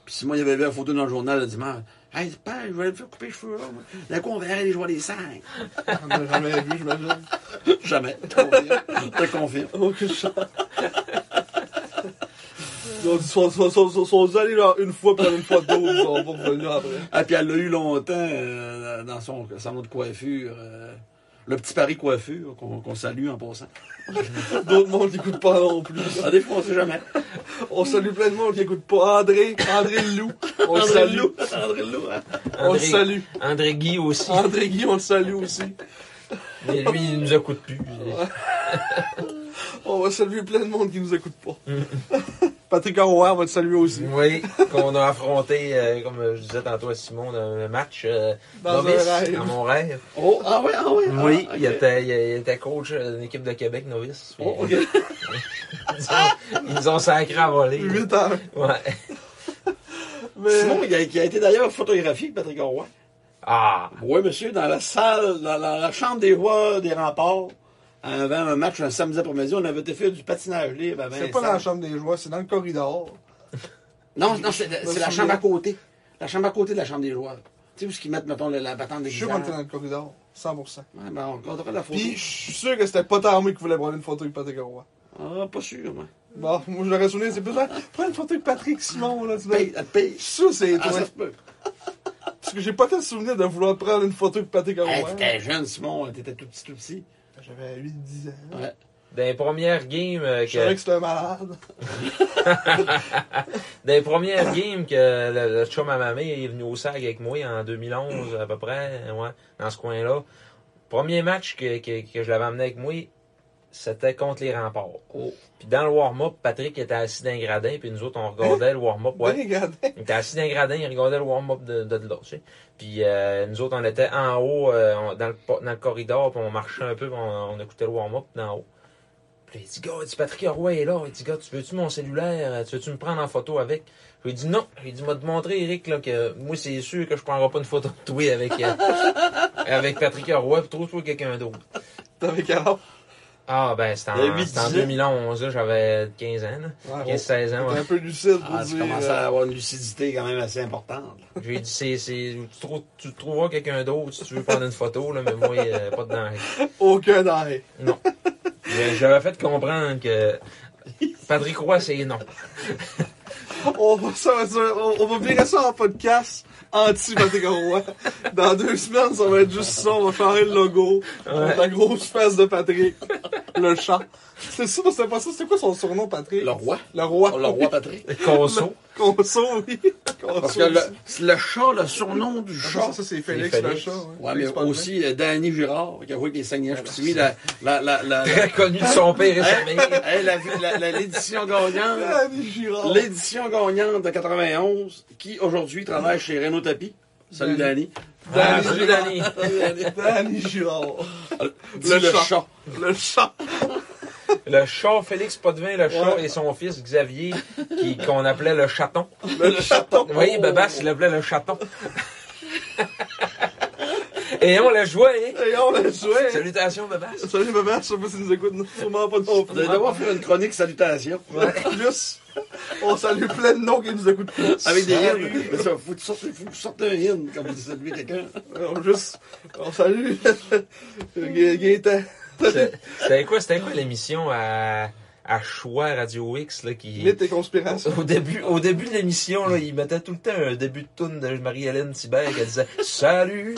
Speaker 4: Puis si moi, il y avait vu la photo dans le journal le dimanche, Hey, père, je vais aller me faire couper les cheveux là. moi. D'un coup, on verrait les joueurs des cinq.
Speaker 2: On l'a jamais vu, j'imagine.
Speaker 4: Jamais. Je te confirme. Je te confirme.
Speaker 2: Aucune chance. Ils ont dit, sont, sont, sont, sont, sont allés là une fois, puis une fois d'autres, ils sont pas revenus après.
Speaker 4: Ah, puis elle l'a eu longtemps euh, dans son salon de coiffure. euh, le petit Paris coiffure qu'on qu'on salue en passant.
Speaker 2: D'autres mondes n'écoutent pas non plus.
Speaker 4: Ah, des fois, on sait jamais.
Speaker 2: On salue plein de monde qui écoute pas. André, André le loup. On le salue.
Speaker 4: Loup. André Loup, hein.
Speaker 2: On le
Speaker 3: André,
Speaker 2: salue.
Speaker 3: André Guy aussi.
Speaker 2: André Guy, on le salue aussi.
Speaker 3: Mais lui, il nous écoute plus.
Speaker 2: On va saluer plein de monde qui nous écoute pas. Patrick Arouard va te saluer aussi.
Speaker 3: Oui, qu'on a affronté, euh, comme je disais tantôt à Simon, un match euh,
Speaker 2: Dans
Speaker 3: novice,
Speaker 2: un rêve.
Speaker 3: dans mon rêve.
Speaker 4: Oh, ah ouais, ah ouais. ah,
Speaker 3: Oui,
Speaker 4: ok.
Speaker 3: il, était, il, il était coach euh, d'une équipe de Québec novice.
Speaker 4: Oh, ok.
Speaker 3: Ils, ont, ils ont sacré à voler.
Speaker 2: 8 heures.
Speaker 3: Ouais.
Speaker 2: Mais...
Speaker 4: Simon, il a, qui a été d'ailleurs photographié, Patrick Roy.
Speaker 3: Ah,
Speaker 4: Oui, monsieur, dans la salle, dans la, la chambre des rois des remparts, avant un match un samedi après-midi, on avait été faire du patinage libre à
Speaker 2: c'est
Speaker 4: Vincent.
Speaker 2: pas dans la chambre des joueurs, c'est dans le corridor.
Speaker 4: Non, non, c'est la- c'est la chambre à côté. La chambre à côté de la chambre des joueurs. Tu sais où ce qu'ils mettent, mettons, la, la patente des
Speaker 2: Je suis sûr
Speaker 4: guitares?
Speaker 2: qu'on était dans le corridor, 100%.
Speaker 4: Ouais, ben, on regardera la photo.
Speaker 2: Puis, je suis sûr que c'était pas Tarmé qui voulait prendre une photo avec Patrick Arouard.
Speaker 4: Ah, pas sûr, moi.
Speaker 2: Bon, moi, je l'aurais souvenir, c'est plus vrai. Prends une photo avec Patrick Simon, là, tu dois...
Speaker 4: Paye,
Speaker 2: Je
Speaker 4: elle paye.
Speaker 2: suis sûr que c'est
Speaker 4: Ben, Ah,
Speaker 2: toi.
Speaker 4: ça se peut.
Speaker 2: Parce que j'ai pas tant de souvenirs de vouloir prendre une photo avec Patrick
Speaker 4: Hey,
Speaker 2: Arouard.
Speaker 4: t'étais jeune, Simon. hein, T'étais tout petit, tout petit.
Speaker 2: J'avais 8-10 ans.
Speaker 4: Ouais.
Speaker 3: des premières games euh,
Speaker 2: Je savais
Speaker 3: que,
Speaker 2: que c'était un malade.
Speaker 3: des premières games que le, le chum à mamie est venu au SAG avec moi en 2011 à peu près, ouais, dans ce coin-là. Premier match que, que, que je l'avais amené avec moi, c'était contre les remparts.
Speaker 4: Oh.
Speaker 3: Puis dans le warm-up, Patrick était assis d'un gradin, puis nous autres, on regardait le warm-up. Ouais.
Speaker 2: Ben, regardez.
Speaker 3: Il était assis dans le gradin, il regardait le warm-up de, de, de l'autre. tu sais. Puis euh, nous autres, on était en haut, euh, on- dans, le, po- dans le corridor, puis on marchait un peu, puis on, on écoutait le warm-up d'en haut. Puis il dit, gars, il dit, Patrick Roy est là. Il dit, gars, tu veux-tu mon cellulaire? Euh, Tu veux-tu me prendre en photo avec? Je lui ai dit, non. Il dit, m'a te montrer, Eric, là, que moi, c'est sûr que je prendrai pas une photo de toi avec, euh, avec Patrick Roy, puis trouve-toi quelqu'un d'autre.
Speaker 2: T'avais quel âge?
Speaker 3: Ah, ben, c'était
Speaker 4: Il y a
Speaker 3: en,
Speaker 4: huit,
Speaker 3: c'était en
Speaker 4: dix ans.
Speaker 3: 2011, là, j'avais 15 ans,
Speaker 2: Ouais,
Speaker 3: là. 15, 16 ans,
Speaker 2: T'étais
Speaker 3: ouais.
Speaker 2: un peu lucide pour
Speaker 4: Ah, tu
Speaker 2: dire...
Speaker 4: commences
Speaker 2: euh,
Speaker 4: à avoir une lucidité quand même assez importante.
Speaker 3: J'ai dit, c'est, c'est, tu, trou- tu trouveras quelqu'un d'autre si tu veux prendre une photo, là, mais moi, euh, pas de danger.
Speaker 2: Aucun arrêt.
Speaker 3: Non. Mais J'avais fait comprendre que Patrick Roy, c'est non.
Speaker 2: On va, ça, ça- on, on va virer ça en podcast anti-Patrick Roy. Dans deux semaines, ça va être juste ça. On va changer le logo.
Speaker 3: Ouais.
Speaker 2: La grosse face de Patrick. Le chat. C'est ça, c'était pas ça. C'était quoi son surnom, Patrick?
Speaker 4: Le roi.
Speaker 2: Le roi.
Speaker 4: Le roi Patrick.
Speaker 3: Conso.
Speaker 2: Conso, oui. Conso.
Speaker 4: Parce que le, le chat, le surnom du
Speaker 2: chat,
Speaker 4: chat,
Speaker 2: ça, c'est Félix,
Speaker 3: C'est
Speaker 2: le
Speaker 3: Félix.
Speaker 2: chat.
Speaker 4: Ouais, Ah, mais
Speaker 2: Félix Palmer.
Speaker 4: aussi euh, Danny Girard, qui a joué avec les Saguenay-Chicoutimi, la, la, la, la, la-
Speaker 3: Très connu de son père et sa
Speaker 4: Hey,
Speaker 3: mère.
Speaker 4: hey, la- la- la- l'édition gagnante,
Speaker 2: Danny Girard.
Speaker 4: l'édition gagnante de 91, qui aujourd'hui travaille chez Renault Tapis. Salut Danny.
Speaker 3: Ah, salut, Danny.
Speaker 2: Danny Girard.
Speaker 4: Dis le
Speaker 2: chat.
Speaker 4: chat.
Speaker 2: Le chat.
Speaker 3: Le chat Félix Potvin, le chat
Speaker 2: Ouais.
Speaker 3: et son fils Xavier, qui, qu'on appelait le chaton.
Speaker 2: Le chaton.
Speaker 3: Oui, Babas, il l'appelait le chaton. Et on l'a joué, hein?
Speaker 2: Et on le souhaite.
Speaker 3: Salutations, Babas.
Speaker 2: Salut, maman. Je sais pas si tu nous écoutes. Sûrement pas de ton
Speaker 4: Vous allez devoir faire une chronique salutation.
Speaker 2: Juste, on salue plein de noms qui nous écoutent pas.
Speaker 4: Avec des hymnes. Mais ça, faut que tu sortes, faut que tu sortes un hymne, comme disait lui quelqu'un.
Speaker 2: On juste, on salue Gu- Gaétan.
Speaker 3: C'est- C'était quoi, c'était quoi l'émission à, à Choix Radio X là, qui
Speaker 2: Mythes et conspirations.
Speaker 3: au début, au début de l'émission, là, il mettait tout le temps un début de tune de Marie-Hélène Thibert qui disait Salut!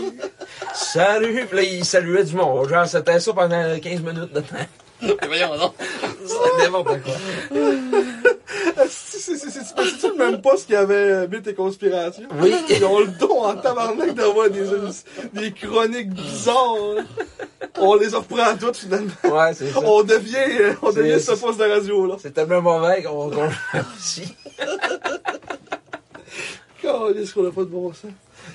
Speaker 3: Salut! Puis là, il saluait du monde. Genre, c'était ça pendant 15 minutes de temps.
Speaker 4: Mais voyons donc.
Speaker 3: C'était n'importe quoi.
Speaker 2: C'est- c'est- c'est- C'est parce que tu ne même pas ce qu'il y avait euh, Mythes et conspirations.
Speaker 3: Oui.
Speaker 2: Ils ont le don en tabarnak d'avoir des, euh, des chroniques bizarres. hein. On les reprend toutes finalement.
Speaker 3: Ouais, c'est ça.
Speaker 2: On devient, euh, on devient ce
Speaker 3: C'est-
Speaker 2: poste de radio là.
Speaker 3: C'est tellement mauvais qu'on qu'on l'a aussi.
Speaker 2: Qu'est-ce qu'on a pas de bon sens?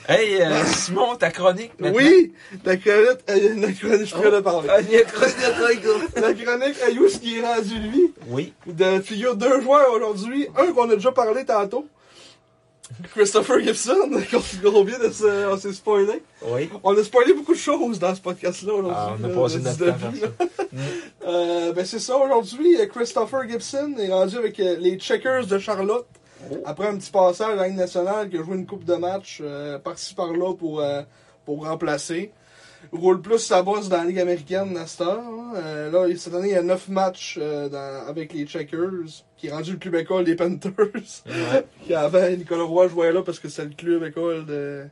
Speaker 3: Hey, euh, Simon, ta chronique maintenant.
Speaker 2: Oui! La chronique, euh, la chronique, je suis prêt de parler.
Speaker 3: Ah, il y a chronique de chronique.
Speaker 2: La chronique, à où ce qui est rendu lui?
Speaker 3: Oui.
Speaker 2: de figure deux joueurs aujourd'hui. Un qu'on a déjà parlé tantôt. Christopher Gibson, qu'on qu'on vient de se, on s'est spoilé.
Speaker 3: Oui.
Speaker 2: On a spoilé beaucoup de choses dans ce podcast-là
Speaker 3: Ah,
Speaker 2: aujourd'hui.
Speaker 3: on a
Speaker 2: là,
Speaker 3: passé
Speaker 2: le
Speaker 3: notre
Speaker 2: 19
Speaker 3: temps à
Speaker 2: août.
Speaker 3: faire ça.
Speaker 2: Euh, ben c'est ça, aujourd'hui, euh, Christopher Gibson est rendu avec euh, les Checkers de Charlotte. Après un petit passage à la Ligue nationale, qui a joué une coupe de match euh, par-ci par-là pour, euh, pour remplacer. Roule plus sa bosse dans la Ligue américaine à cette heure. hein. Euh, là, cette année, il y a 9 matchs euh, dans- avec les Checkers, qui est rendu le club école des Panthers. qui avant, Nicolas Roy jouait là parce que c'est le club école de,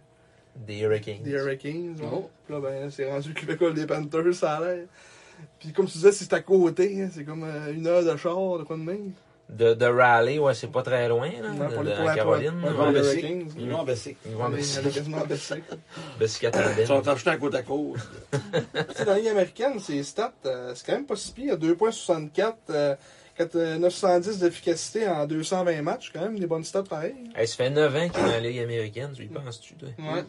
Speaker 3: Des Hurricanes.
Speaker 2: des Hurricanes. ouais.
Speaker 4: Oh.
Speaker 2: Puis Là, ben, c'est rendu le club école des Panthers, ça a l'air. Puis comme tu disais, c'est à côté, hein, c'est comme euh, une heure de char, de quoi de même.
Speaker 3: De, de Raleigh, ouais, c'est pas très loin, là.
Speaker 2: Non,
Speaker 3: Ah. de,
Speaker 2: pour
Speaker 3: de
Speaker 2: les- pour
Speaker 3: la
Speaker 2: la-
Speaker 3: Caroline.
Speaker 2: pour la-
Speaker 3: ouais.
Speaker 2: les
Speaker 4: baisser.
Speaker 2: Vikings,
Speaker 4: Ils vont baisser.
Speaker 3: Ils vont
Speaker 2: Mais
Speaker 3: baisser.
Speaker 2: elle est quasiment baissée.
Speaker 3: Baisser
Speaker 4: Ils
Speaker 3: Catalabelle.
Speaker 4: sont achetés à côte à côte.
Speaker 2: Tu sais, dans la Ligue américaine, ses stats, euh, c'est quand même pas si pire. 2.64, euh, Quatre- euh, 910 d'efficacité en 220 matchs, quand même, des bonnes stats pareilles.
Speaker 3: Hey, ça fait 9 ans qu'il est dans la Ligue américaine, tu y penses-tu, toi?
Speaker 2: Ouais.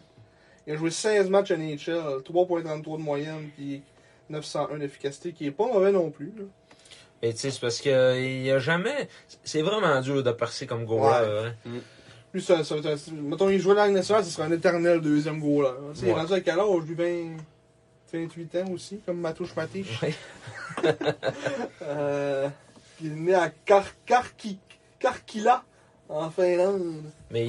Speaker 2: Il a joué 16 matchs à NHL, 3.33 de moyenne, puis 901 d'efficacité, qui est pas mauvais non plus. là.
Speaker 3: Et tu sais, c'est parce que euh, il y a jamais. C'est vraiment dur de percer comme goaler. hein.
Speaker 2: Lui, ça, ça, ça- ça- mettons, il jouait dans la Ligue nationale, ce serait un éternel deuxième goaler. là. Tu sais, Il est
Speaker 3: Ouais.
Speaker 2: rendu à quel âge? Lui, 20 28 ans aussi, comme Matouche Matiche.
Speaker 3: Ouais.
Speaker 2: Euh, il est né à Kar Karki- Karkila, en Finlande.
Speaker 3: Mais